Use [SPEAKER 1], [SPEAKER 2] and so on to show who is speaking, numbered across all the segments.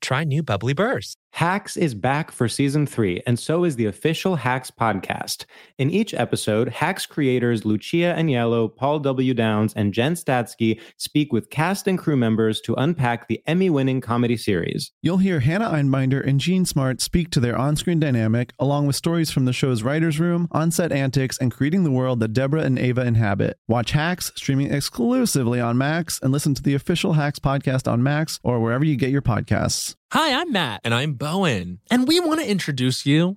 [SPEAKER 1] Try new Bubbly Burst.
[SPEAKER 2] Hacks is back for season three, and so is the official Hacks podcast. In each episode, Hacks creators Lucia Agnello, Paul W. Downs, and Jen Statsky speak with cast and crew members to unpack the Emmy winning comedy series.
[SPEAKER 3] You'll hear Hannah Einbinder and Gene Smart speak to their on screen dynamic, along with stories from the show's writer's room, on set antics, and creating the world that Deborah and Ava inhabit. Watch Hacks, streaming exclusively on Max, and listen to the official Hacks podcast on Max or wherever you get your podcasts.
[SPEAKER 4] Hi, I'm Matt.
[SPEAKER 1] And I'm Bowen.
[SPEAKER 4] And we want to introduce you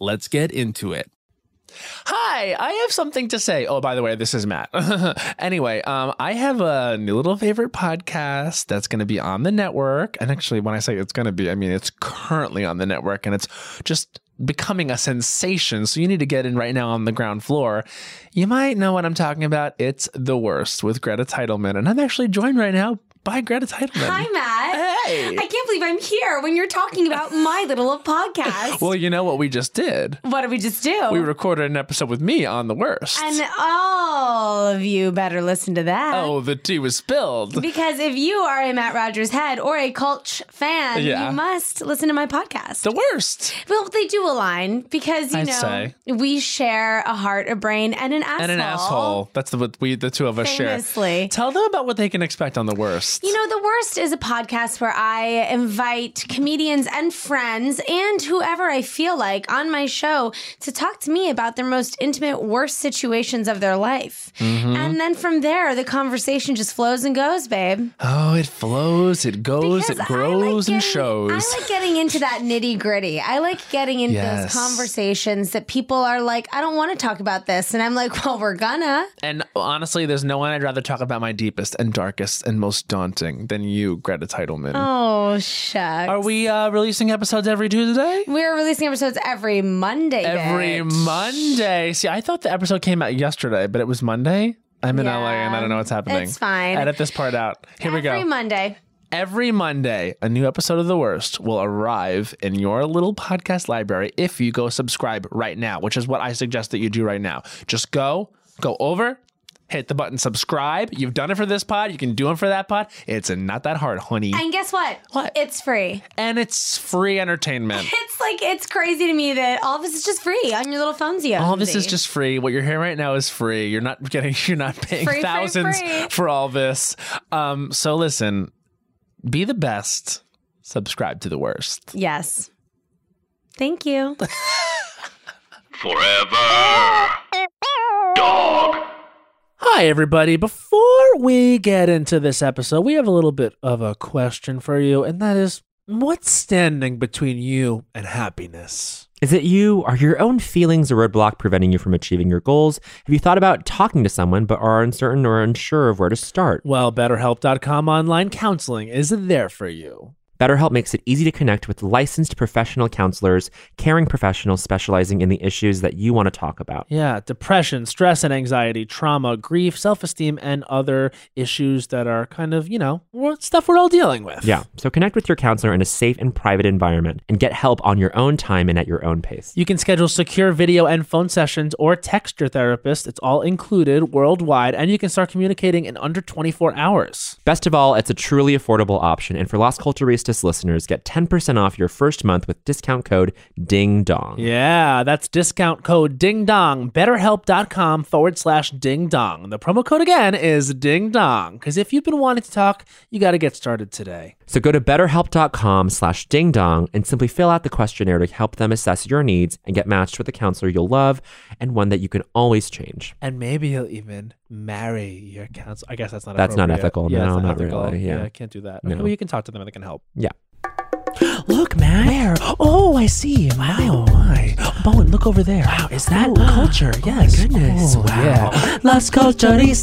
[SPEAKER 4] Let's get into it. Hi, I have something to say. Oh, by the way, this is Matt. anyway, um, I have a new little favorite podcast that's going to be on the network. And actually, when I say it's going to be, I mean it's currently on the network and it's just becoming a sensation. So you need to get in right now on the ground floor. You might know what I'm talking about. It's The Worst with Greta Titelman. And I'm actually joined right now by Greta Titelman.
[SPEAKER 5] Hi, Matt.
[SPEAKER 4] Hey.
[SPEAKER 5] I can't believe I'm here when you're talking about my little podcast.
[SPEAKER 4] Well, you know what we just did?
[SPEAKER 5] what did we just do?
[SPEAKER 4] We recorded an episode with me on The Worst.
[SPEAKER 5] and all of you better listen to that.
[SPEAKER 4] oh, the tea was spilled.
[SPEAKER 5] Because if you are a Matt Rogers head or a Culch fan,
[SPEAKER 4] Yeah.
[SPEAKER 5] you must listen to my podcast.
[SPEAKER 4] the worst.
[SPEAKER 5] well, they do align because, you
[SPEAKER 4] I'd
[SPEAKER 5] know,
[SPEAKER 4] say.
[SPEAKER 5] we share a heart, a brain, and an asshole.
[SPEAKER 4] and an asshole. That's the what we the two of us share.
[SPEAKER 5] Famously.
[SPEAKER 4] Tell them about what they can expect on the worst.
[SPEAKER 5] You know, The Worst is a podcast where I invite comedians and friends and whoever I feel like on my show to talk to me about their most intimate, worst situations of their life. And then from there, the conversation just flows and goes, babe.
[SPEAKER 4] oh, it flows, it goes,
[SPEAKER 5] Because
[SPEAKER 4] it
[SPEAKER 5] I
[SPEAKER 4] grows
[SPEAKER 5] like
[SPEAKER 4] and
[SPEAKER 5] getting-
[SPEAKER 4] shows.
[SPEAKER 5] I like getting into that nitty gritty. I like getting into
[SPEAKER 4] Yes.
[SPEAKER 5] those conversations that people are like, I don't want to talk about this. And I'm like, well, we're gonna.
[SPEAKER 4] and honestly, there's no one I'd rather talk about my deepest and darkest and most daunting than you, Greta Titelman.
[SPEAKER 5] Oh, shucks.
[SPEAKER 4] Are we uh, releasing episodes every Tuesday?
[SPEAKER 5] We're releasing episodes every Monday.
[SPEAKER 4] Every
[SPEAKER 5] bitch.
[SPEAKER 4] Monday. See, I thought the episode came out yesterday, but it was Monday. I'm in
[SPEAKER 5] Yeah,
[SPEAKER 4] LA and I don't know what's happening.
[SPEAKER 5] it's fine.
[SPEAKER 4] Edit this part out. Here we go.
[SPEAKER 5] Every Monday.
[SPEAKER 4] Every Monday, a new episode of The Worst will arrive in your little podcast library if you go subscribe right now, which is what I suggest that you do right now. Just go, go over, hit the button subscribe. You've done it for this pod, you can do it for that pod. It's not that hard, honey.
[SPEAKER 5] And guess what?
[SPEAKER 4] What?
[SPEAKER 5] It's free.
[SPEAKER 4] and it's free entertainment.
[SPEAKER 5] It's like it's crazy to me that all of this is just free on your little phones. You
[SPEAKER 4] All this is just free. What you're hearing right now is free. You're not getting you're not paying
[SPEAKER 5] Free, free,
[SPEAKER 4] thousands
[SPEAKER 5] free.
[SPEAKER 4] for all this. Um so listen, be the best. Subscribe to the worst.
[SPEAKER 5] yes. Thank you.
[SPEAKER 6] Forever. Dog.
[SPEAKER 4] Hi, everybody. Before we get into this episode, we have a little bit of a question for you, and that is what's standing between you and happiness?
[SPEAKER 7] Is it you? Are your own feelings a roadblock preventing you from achieving your goals? Have you thought about talking to someone but are uncertain or unsure of where to start?
[SPEAKER 4] Well, BetterHelp.com online counseling is there for you.
[SPEAKER 7] BetterHelp makes it easy to connect with licensed professional counselors, caring professionals specializing in the issues that you want to talk about.
[SPEAKER 8] Yeah, depression, stress and anxiety, trauma, grief, self esteem, and other issues that are kind of, you know, what stuff we're all dealing with.
[SPEAKER 7] Yeah, so connect with your counselor in a safe and private environment and get help on your own time and at your own pace.
[SPEAKER 8] You can schedule secure video and phone sessions or text your therapist. It's all included worldwide, and you can start communicating in under 24 hours.
[SPEAKER 7] Best of all, it's a truly affordable option, and for Las Culturistas listeners, get 10% off your first month with discount code DING DONG.
[SPEAKER 8] Yeah, that's discount code ding dong, betterhelp.com forward slash ding dong. The promo code again is ding dong, because if you've been wanting to talk, you got to get started today.
[SPEAKER 7] So go to betterhelp.com slash ding dong and simply fill out the questionnaire to help them assess your needs and get matched with a counselor you'll love and one that you can always change.
[SPEAKER 8] And maybe you'll even marry your counselor. I guess that's not
[SPEAKER 7] That's not
[SPEAKER 8] appropriate.
[SPEAKER 7] ethical.
[SPEAKER 8] Yeah,
[SPEAKER 7] No,
[SPEAKER 8] it's not,
[SPEAKER 7] not
[SPEAKER 8] ethical.
[SPEAKER 7] really. Yeah.
[SPEAKER 8] I can't do that.
[SPEAKER 7] No.
[SPEAKER 8] Okay, well, you can talk to them and they can help.
[SPEAKER 7] Yeah.
[SPEAKER 8] Look, man. Where? Oh, I see. Wow. Oh, my. Bowen, look over there. Wow, is that culture? yes. goodness. Wow. Las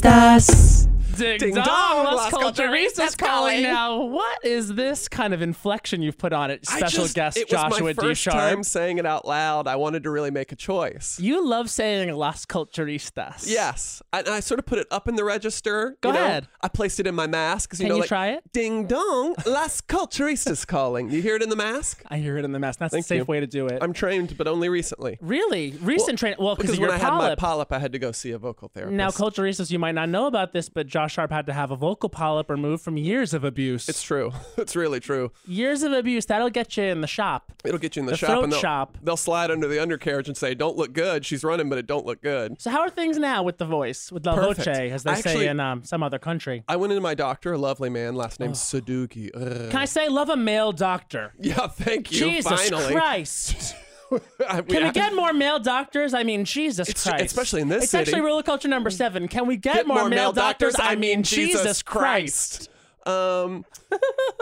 [SPEAKER 8] Culturistas.
[SPEAKER 4] Ding, dong, Las Culturistas calling now. What is this kind of inflection you've put on it?
[SPEAKER 9] I
[SPEAKER 4] Special
[SPEAKER 9] just-
[SPEAKER 4] guest
[SPEAKER 9] it was
[SPEAKER 4] Joshua
[SPEAKER 9] my
[SPEAKER 4] D.
[SPEAKER 9] first
[SPEAKER 4] Sharp.
[SPEAKER 9] time saying it out loud. I wanted to really make a choice.
[SPEAKER 4] You love saying Las Culturistas.
[SPEAKER 9] Yes, I, I sort of put it up in the register.
[SPEAKER 4] Go
[SPEAKER 9] you know?
[SPEAKER 4] ahead.
[SPEAKER 9] I placed it in my mask. 'cause, You
[SPEAKER 4] Can
[SPEAKER 9] know,
[SPEAKER 4] you
[SPEAKER 9] like,
[SPEAKER 4] try it?
[SPEAKER 9] Ding dong, Las Culturistas calling. You hear it in the mask?
[SPEAKER 4] I hear it in the mess. That's
[SPEAKER 9] Thank
[SPEAKER 4] the safe
[SPEAKER 9] you.
[SPEAKER 4] way to do it.
[SPEAKER 9] I'm trained, but only recently.
[SPEAKER 4] really? Recent training. Well, because
[SPEAKER 9] Because
[SPEAKER 4] of
[SPEAKER 9] when
[SPEAKER 4] your
[SPEAKER 9] I had my
[SPEAKER 4] polyp.
[SPEAKER 9] polyp, I had to go see a vocal therapist.
[SPEAKER 4] now, Culturistas, you might not know about this, but Josh Sharp had to have a vocal polyp removed from years of abuse.
[SPEAKER 9] it's true. It's really true.
[SPEAKER 4] years of abuse. That'll get you in the shop.
[SPEAKER 9] It'll get you in the,
[SPEAKER 4] The
[SPEAKER 9] shop,
[SPEAKER 4] throat
[SPEAKER 9] and they'll,
[SPEAKER 4] shop.
[SPEAKER 9] they'll slide under the undercarriage and say, "Don't look good." She's running, but it don't look good.
[SPEAKER 4] So how are things now with the voice, with La
[SPEAKER 9] Perfect.
[SPEAKER 4] Voce, as they
[SPEAKER 9] I actually-
[SPEAKER 4] say in um, some other country?
[SPEAKER 9] I went into my doctor, a lovely man, last name Saduki. Ugh.
[SPEAKER 4] Can I say love a male doctor?
[SPEAKER 9] Yeah, thank you.
[SPEAKER 4] Jesus
[SPEAKER 9] finally.
[SPEAKER 4] Christ.
[SPEAKER 9] I- we-
[SPEAKER 4] Can
[SPEAKER 9] I-
[SPEAKER 4] we get more male doctors? I mean, Jesus
[SPEAKER 9] It's-
[SPEAKER 4] Christ.
[SPEAKER 9] especially in this
[SPEAKER 4] It's
[SPEAKER 9] city.
[SPEAKER 4] actually rule of culture number seven. Can we get, more, male, doctors? I mean, Jesus Christ.
[SPEAKER 9] Um,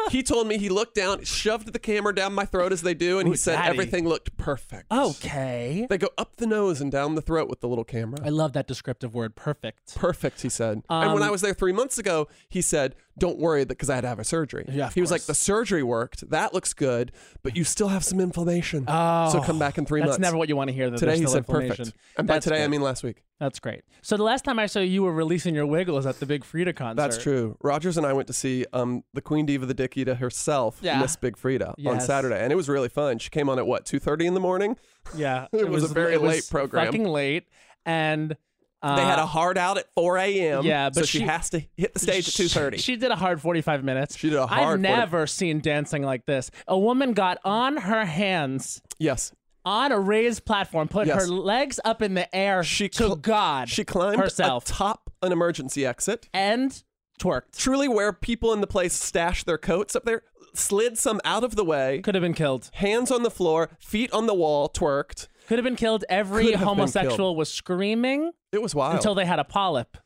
[SPEAKER 9] he told me he looked down, shoved the camera down my throat as they do, and he
[SPEAKER 4] Ooh,
[SPEAKER 9] said
[SPEAKER 4] daddy.
[SPEAKER 9] everything looked perfect.
[SPEAKER 4] Okay.
[SPEAKER 9] They go up the nose and down the throat with the little camera.
[SPEAKER 4] I love that descriptive word. Perfect.
[SPEAKER 9] Perfect, he said. and when I
[SPEAKER 4] Um,
[SPEAKER 9] was there three months ago, he said, "Don't worry, because I had to have a surgery."
[SPEAKER 4] Yeah, of
[SPEAKER 9] he was like,
[SPEAKER 4] course.
[SPEAKER 9] "The surgery worked. That looks good, but you still have some inflammation.
[SPEAKER 4] Oh,
[SPEAKER 9] so come back in three
[SPEAKER 4] That's
[SPEAKER 9] months."
[SPEAKER 4] never what you want to hear. That
[SPEAKER 9] today
[SPEAKER 4] there's
[SPEAKER 9] he
[SPEAKER 4] still
[SPEAKER 9] said
[SPEAKER 4] inflammation.
[SPEAKER 9] perfect, and by
[SPEAKER 4] That's
[SPEAKER 9] today I
[SPEAKER 4] good.
[SPEAKER 9] mean last week.
[SPEAKER 4] That's great. So the last time I saw you, you were releasing your wiggles at the Big Frida concert.
[SPEAKER 9] That's true. Rogers and I went to see um, the Queen Diva, the Dick Eater herself,
[SPEAKER 4] Yeah.
[SPEAKER 9] Miss Big Frida, on
[SPEAKER 4] Yes.
[SPEAKER 9] Saturday, and it was really fun. She came on at what two thirty in the morning.
[SPEAKER 4] Yeah.
[SPEAKER 9] It was a very
[SPEAKER 4] it was
[SPEAKER 9] late program.
[SPEAKER 4] Fucking late. And uh,
[SPEAKER 9] they had a hard out at four a.m.
[SPEAKER 4] yeah,
[SPEAKER 9] so
[SPEAKER 4] but
[SPEAKER 9] she,
[SPEAKER 4] she-
[SPEAKER 9] has to hit the stage at
[SPEAKER 4] She-
[SPEAKER 9] two thirty.
[SPEAKER 4] She did a hard 45 minutes.
[SPEAKER 9] She did a
[SPEAKER 4] I've
[SPEAKER 9] hard 40
[SPEAKER 4] never seen dancing like this. A woman got on her hands
[SPEAKER 9] Yes,
[SPEAKER 4] on a raised platform, put
[SPEAKER 9] Yes.
[SPEAKER 4] her legs up in the air
[SPEAKER 9] She
[SPEAKER 4] to
[SPEAKER 9] cl-
[SPEAKER 4] God
[SPEAKER 9] she climbed
[SPEAKER 4] herself
[SPEAKER 9] atop an emergency exit.
[SPEAKER 4] and twerked.
[SPEAKER 9] Truly, where people in the place stash their coats up there, slid some out of the way,
[SPEAKER 4] Could have been killed.
[SPEAKER 9] hands on the floor, feet on the wall, twerked.
[SPEAKER 4] Could have been killed. Every
[SPEAKER 9] Could have been
[SPEAKER 4] homosexual
[SPEAKER 9] killed.
[SPEAKER 4] was screaming
[SPEAKER 9] It was wild.
[SPEAKER 4] until they had a polyp.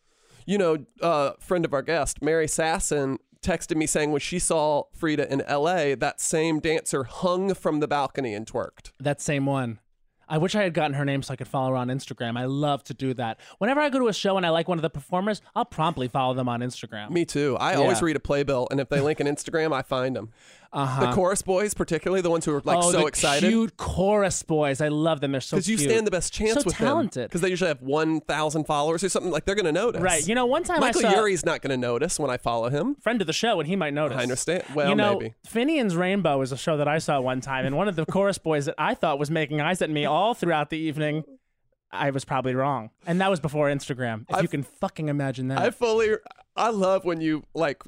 [SPEAKER 9] you know, uh, friend of our guest, Mary Sasson, texted me saying when she saw Frida in LA, that same dancer hung from the balcony and twerked.
[SPEAKER 4] That same one. I wish I had gotten her name so I could follow her on Instagram. I love to do that. Whenever I go to a show and I like one of the performers, I'll promptly follow them on Instagram.
[SPEAKER 9] Me too. I always
[SPEAKER 4] Yeah.
[SPEAKER 9] read a playbill, and if they link an Instagram, I find them.
[SPEAKER 4] Uh-huh.
[SPEAKER 9] The chorus boys, particularly the ones who are like
[SPEAKER 4] oh,
[SPEAKER 9] so
[SPEAKER 4] the
[SPEAKER 9] excited.
[SPEAKER 4] Cute chorus boys. I love them. They're so
[SPEAKER 9] because you
[SPEAKER 4] cute.
[SPEAKER 9] stand the best chance
[SPEAKER 4] so
[SPEAKER 9] with
[SPEAKER 4] talented.
[SPEAKER 9] Because they usually have 1,000 followers or something. Like, they're going to notice.
[SPEAKER 4] Right. You know, one time
[SPEAKER 9] Michael
[SPEAKER 4] I saw
[SPEAKER 9] Yuri's not going to notice when I follow him.
[SPEAKER 4] friend of the show and he might notice.
[SPEAKER 9] I understand. Well,
[SPEAKER 4] you know,
[SPEAKER 9] maybe.
[SPEAKER 4] Finian's Rainbow is a show that I saw one time, and one of the chorus boys that I thought was making eyes at me all throughout the evening, I was probably wrong. And that was before Instagram. If you
[SPEAKER 9] I've-
[SPEAKER 4] can fucking imagine that.
[SPEAKER 9] I fully, I love when you like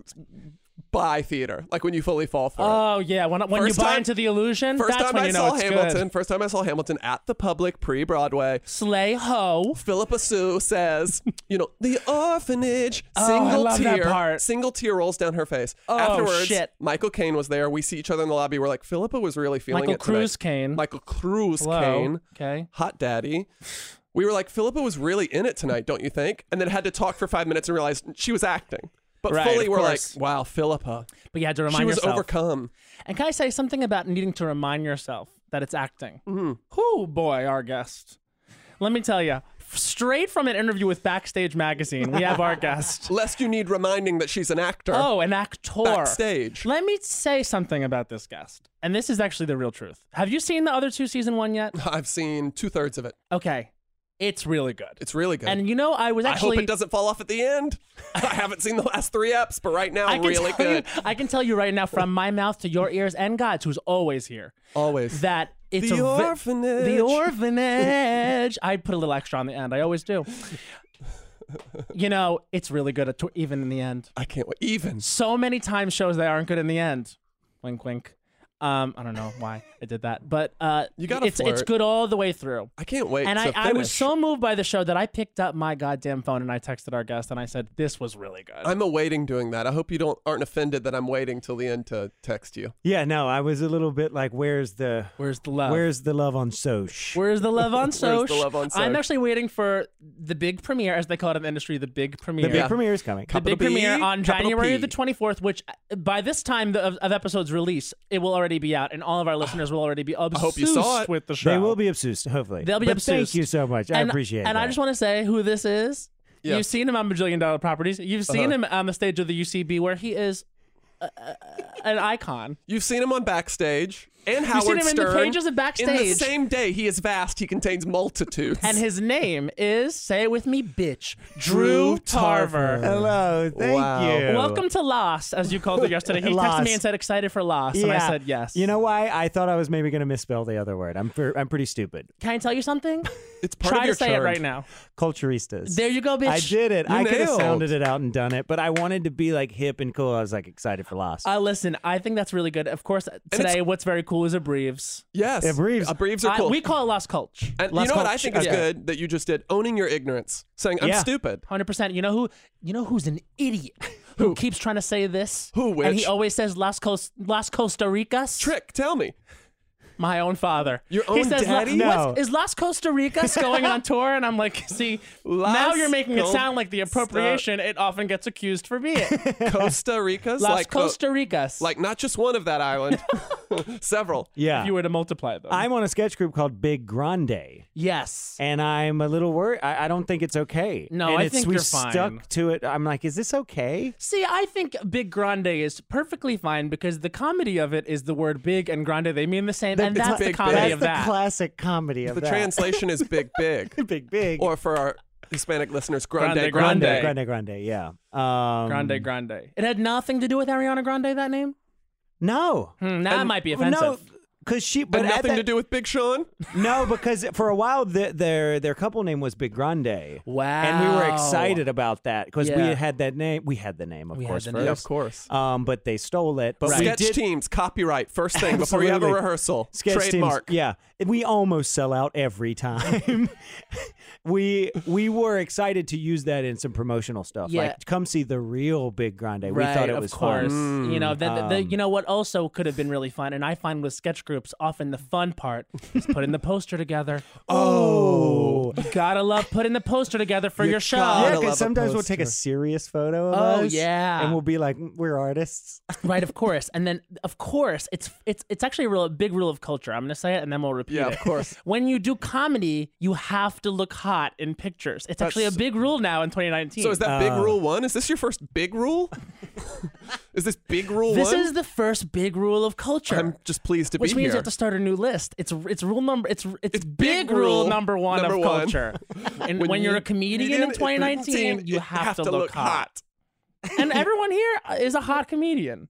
[SPEAKER 9] buy theater, like when you fully fall for it.
[SPEAKER 4] oh, yeah. When, when you
[SPEAKER 9] First
[SPEAKER 4] buy
[SPEAKER 9] time-
[SPEAKER 4] into the illusion,
[SPEAKER 9] First
[SPEAKER 4] that's
[SPEAKER 9] time
[SPEAKER 4] when
[SPEAKER 9] I
[SPEAKER 4] you know
[SPEAKER 9] saw
[SPEAKER 4] it's
[SPEAKER 9] Hamilton.
[SPEAKER 4] good.
[SPEAKER 9] First time I saw Hamilton at the public pre-Broadway.
[SPEAKER 4] Slay ho.
[SPEAKER 9] Philippa Sue says, you know, the orphanage,
[SPEAKER 4] Oh, I
[SPEAKER 9] single
[SPEAKER 4] love that
[SPEAKER 9] tear,
[SPEAKER 4] part.
[SPEAKER 9] single tear rolls down her face.
[SPEAKER 4] Oh,
[SPEAKER 9] Afterwards,
[SPEAKER 4] shit.
[SPEAKER 9] Michael Caine was there. We see each other in the lobby. We're like, Philippa was really feeling
[SPEAKER 4] Michael
[SPEAKER 9] it tonight.
[SPEAKER 4] Cruz Kane.
[SPEAKER 9] Michael Cruz
[SPEAKER 4] Hello.
[SPEAKER 9] Kane,
[SPEAKER 4] Okay.
[SPEAKER 9] hot daddy. We were like, Philippa was really in it tonight, don't you think? And then had to talk for five minutes and realized she was acting. But
[SPEAKER 4] Right,
[SPEAKER 9] fully,
[SPEAKER 4] of
[SPEAKER 9] we're
[SPEAKER 4] course.
[SPEAKER 9] like, wow, Philippa,
[SPEAKER 4] But you had to remind
[SPEAKER 9] she was
[SPEAKER 4] yourself.
[SPEAKER 9] overcome.
[SPEAKER 4] And can I say something about needing to
[SPEAKER 9] Mm-hmm.
[SPEAKER 4] remind yourself that it's acting? Oh boy, our guest. Let me tell you, straight from an interview with Backstage Magazine. We have our guest.
[SPEAKER 9] Lest you need reminding that she's an actor.
[SPEAKER 4] Oh, an actor.
[SPEAKER 9] Backstage.
[SPEAKER 4] Let me say something about this guest. And this is actually the real truth. Have you seen the other two season one yet?
[SPEAKER 9] I've seen two thirds of it.
[SPEAKER 4] Okay. It's really good.
[SPEAKER 9] It's really good.
[SPEAKER 4] And you know, I was
[SPEAKER 9] I
[SPEAKER 4] actually
[SPEAKER 9] hope it doesn't fall off at the end. I haven't seen the last three eps, but right now,
[SPEAKER 4] I can
[SPEAKER 9] really
[SPEAKER 4] tell you-
[SPEAKER 9] good.
[SPEAKER 4] I can tell you right now, from my mouth to your ears and God's, who's always here,
[SPEAKER 9] always
[SPEAKER 4] that it's
[SPEAKER 9] The
[SPEAKER 4] a ve-
[SPEAKER 9] orphanage.
[SPEAKER 4] The orphanage. I put a little extra on the end. I always do. You know, it's really good, at tw- even in the end.
[SPEAKER 9] I can't wait. Even
[SPEAKER 4] so many times shows that aren't good in the end. Wink, wink. Um, I don't know why I did that, but uh,
[SPEAKER 9] You gotta
[SPEAKER 4] it's it's
[SPEAKER 9] flirt.
[SPEAKER 4] good all the way through.
[SPEAKER 9] I can't wait.
[SPEAKER 4] and
[SPEAKER 9] to
[SPEAKER 4] I, I was
[SPEAKER 9] finish.
[SPEAKER 4] so moved by the show that I picked up my goddamn phone and I texted our guest and I said, "This was really good."
[SPEAKER 9] I'm awaiting doing that. I hope you don't aren't offended that I'm waiting till the end to text you.
[SPEAKER 2] Yeah, no, I was a little bit like, where's the
[SPEAKER 4] where's the love?
[SPEAKER 2] Where's the love on Soch?
[SPEAKER 4] Where's the love on
[SPEAKER 2] Where's the
[SPEAKER 4] Soch?
[SPEAKER 2] love on
[SPEAKER 4] I'm
[SPEAKER 2] Soch?
[SPEAKER 4] actually waiting for the big premiere, as they call it in the industry, the big premiere.
[SPEAKER 2] big premiere is coming.
[SPEAKER 4] The
[SPEAKER 2] Capital
[SPEAKER 4] big premiere
[SPEAKER 2] B,
[SPEAKER 4] on
[SPEAKER 2] capital
[SPEAKER 4] January
[SPEAKER 2] P.
[SPEAKER 4] the 24th, which uh, by this time the, of, of episode's release, it will already be out, and all of our listeners will already be obsessed with the show.
[SPEAKER 2] They will be obsessed, hopefully.
[SPEAKER 4] They'll be
[SPEAKER 2] But
[SPEAKER 4] obsessed.
[SPEAKER 2] Thank you so much. I
[SPEAKER 4] And-
[SPEAKER 2] appreciate it.
[SPEAKER 4] And I just want to say who this is.
[SPEAKER 2] Yeah.
[SPEAKER 4] You've seen him on Bajillion Dollar Properties. You've seen
[SPEAKER 9] Uh-huh.
[SPEAKER 4] him on the stage of the UCB, where he is uh, uh, an icon.
[SPEAKER 9] You've seen him on backstage and
[SPEAKER 4] You've
[SPEAKER 9] Howard
[SPEAKER 4] seen him in the
[SPEAKER 9] Stern.
[SPEAKER 4] pages of Backstage.
[SPEAKER 9] In the same day, he is vast. He contains multitudes.
[SPEAKER 4] And his name is, say it with me, bitch, Drew Tarver.
[SPEAKER 2] Hello, thank Wow. you.
[SPEAKER 4] Welcome to Lost, as you called it yesterday. He texted
[SPEAKER 2] Lost.
[SPEAKER 4] me and said, excited for Lost. And I
[SPEAKER 2] Yeah.
[SPEAKER 4] said, yes.
[SPEAKER 2] You know why? I thought I was maybe going to misspell the other word. I'm per- I'm pretty stupid.
[SPEAKER 4] Can I tell you something?
[SPEAKER 9] It's
[SPEAKER 2] part
[SPEAKER 4] Try
[SPEAKER 2] of your
[SPEAKER 4] to say it
[SPEAKER 2] charm.
[SPEAKER 4] right now.
[SPEAKER 2] Culturistas.
[SPEAKER 4] There you go, bitch.
[SPEAKER 2] I did it.
[SPEAKER 4] You
[SPEAKER 2] I could have
[SPEAKER 4] nailed.
[SPEAKER 2] sounded it out and done it, but I wanted to be like hip and cool. I was like excited for Lost.
[SPEAKER 4] Uh, listen, I think that's really good. Of course, today what's very cool is abreves.
[SPEAKER 9] Yes, Abreeves. Abreeves are
[SPEAKER 4] I-
[SPEAKER 9] cool.
[SPEAKER 4] we call it Lost Culture.
[SPEAKER 9] And you know what I think is good that you just did owning your ignorance, saying I'm stupid.
[SPEAKER 4] Hundred percent. You know who? You know who's an idiot? Who, keeps trying to say this? Who? And he
[SPEAKER 9] which?
[SPEAKER 4] always says Las Coast, Las Costa Ricas.
[SPEAKER 9] Trick. Tell me.
[SPEAKER 4] My own father. Your he
[SPEAKER 9] own
[SPEAKER 4] says, "La-
[SPEAKER 9] daddy?
[SPEAKER 4] what's-
[SPEAKER 9] No.
[SPEAKER 4] Is Las Costa Ricas going on tour? And I'm like, see, now
[SPEAKER 9] Las
[SPEAKER 4] you're making it
[SPEAKER 9] Col-
[SPEAKER 4] sound like the appropriation it often gets accused for being.
[SPEAKER 9] Costa Rica's
[SPEAKER 4] Las
[SPEAKER 9] like the-
[SPEAKER 4] Costa Ricas.
[SPEAKER 9] like not just one of that island, several.
[SPEAKER 2] Yeah.
[SPEAKER 4] If you were to multiply them.
[SPEAKER 2] I'm on a sketch group called Big Grande.
[SPEAKER 4] Yes.
[SPEAKER 2] And I'm a little worried. I, I don't think it's okay.
[SPEAKER 4] No,
[SPEAKER 2] and
[SPEAKER 4] I
[SPEAKER 2] it's,
[SPEAKER 4] think
[SPEAKER 2] we
[SPEAKER 4] you're fine.
[SPEAKER 2] stuck to it. I'm like, is this okay?
[SPEAKER 4] See, I think Big Grande is perfectly fine because the comedy of it is the word big and grande. They mean the same, and
[SPEAKER 2] It's
[SPEAKER 4] that's
[SPEAKER 2] like-
[SPEAKER 4] the comedy
[SPEAKER 2] that's
[SPEAKER 4] of
[SPEAKER 2] the
[SPEAKER 4] that.
[SPEAKER 2] classic comedy of
[SPEAKER 9] The
[SPEAKER 2] that.
[SPEAKER 9] translation is big, big,
[SPEAKER 2] big, big.
[SPEAKER 9] Or for our Hispanic listeners, grande,
[SPEAKER 4] Grande,
[SPEAKER 9] grande,
[SPEAKER 4] grande.
[SPEAKER 2] Grande Grande, yeah. Um,
[SPEAKER 4] grande, grande. It had nothing to do with Ariana Grande, that name?
[SPEAKER 2] No.
[SPEAKER 4] Hmm, now it might be offensive.
[SPEAKER 2] No, because she. But
[SPEAKER 9] and
[SPEAKER 2] at
[SPEAKER 9] nothing
[SPEAKER 2] that-
[SPEAKER 9] to do with Big Sean.
[SPEAKER 2] no, because for a while the, their their couple name was Big Grande.
[SPEAKER 4] Wow.
[SPEAKER 2] And we were excited about that because we
[SPEAKER 9] Yeah.
[SPEAKER 2] had that name. We had the name, of
[SPEAKER 9] We had
[SPEAKER 2] course.
[SPEAKER 9] the
[SPEAKER 2] first.
[SPEAKER 9] name. Yeah, of course.
[SPEAKER 2] Um, but they stole it. But
[SPEAKER 9] But
[SPEAKER 2] we
[SPEAKER 9] sketch
[SPEAKER 2] did,
[SPEAKER 9] teams, copyright first thing before you have a
[SPEAKER 2] Absolutely.
[SPEAKER 9] rehearsal.
[SPEAKER 2] Sketch teams,
[SPEAKER 9] Trademark.
[SPEAKER 2] yeah, we almost sell out every time. we we were excited to use that in some promotional stuff.
[SPEAKER 4] Yeah.
[SPEAKER 2] Like, come see the real Big Grande. we
[SPEAKER 4] Right,
[SPEAKER 2] thought it
[SPEAKER 4] of
[SPEAKER 2] was
[SPEAKER 4] course.
[SPEAKER 2] fun.
[SPEAKER 4] You know,
[SPEAKER 9] Hmm,
[SPEAKER 4] the, the, the-
[SPEAKER 2] Um,
[SPEAKER 4] you know what also could have been really fun, and I find with sketch groups often the fun part is putting the poster together.
[SPEAKER 2] Oh,
[SPEAKER 4] you gotta love putting the poster together for your show.
[SPEAKER 2] Yeah, because sometimes we'll take a serious photo of
[SPEAKER 4] Oh,
[SPEAKER 2] us,
[SPEAKER 4] yeah.
[SPEAKER 2] and we'll be like, "Mm, we're artists.
[SPEAKER 4] right, of course. And then, of course, it's it's it's actually a real a big rule of culture. I'm going to say it, and then we'll repeat
[SPEAKER 9] Yeah,
[SPEAKER 4] it.
[SPEAKER 9] of course.
[SPEAKER 4] when you do comedy, you have to look hot in pictures. It's actually a
[SPEAKER 9] That's-
[SPEAKER 4] big rule now in 2019.
[SPEAKER 9] So is that
[SPEAKER 2] Oh.
[SPEAKER 9] big rule one? Is this your first big rule? is this big rule
[SPEAKER 4] This
[SPEAKER 9] one?
[SPEAKER 4] is the first big rule of culture.
[SPEAKER 9] I'm just pleased to
[SPEAKER 4] Which
[SPEAKER 9] be
[SPEAKER 4] means
[SPEAKER 9] here.
[SPEAKER 4] you have to start a new list. It's it's rule number it's it's, big, rule number one
[SPEAKER 9] number
[SPEAKER 4] of
[SPEAKER 9] one.
[SPEAKER 4] culture. And when,
[SPEAKER 9] When
[SPEAKER 4] you're
[SPEAKER 9] you-
[SPEAKER 4] a comedian in 2019, you have, to, look, hot. and everyone here is a hot comedian.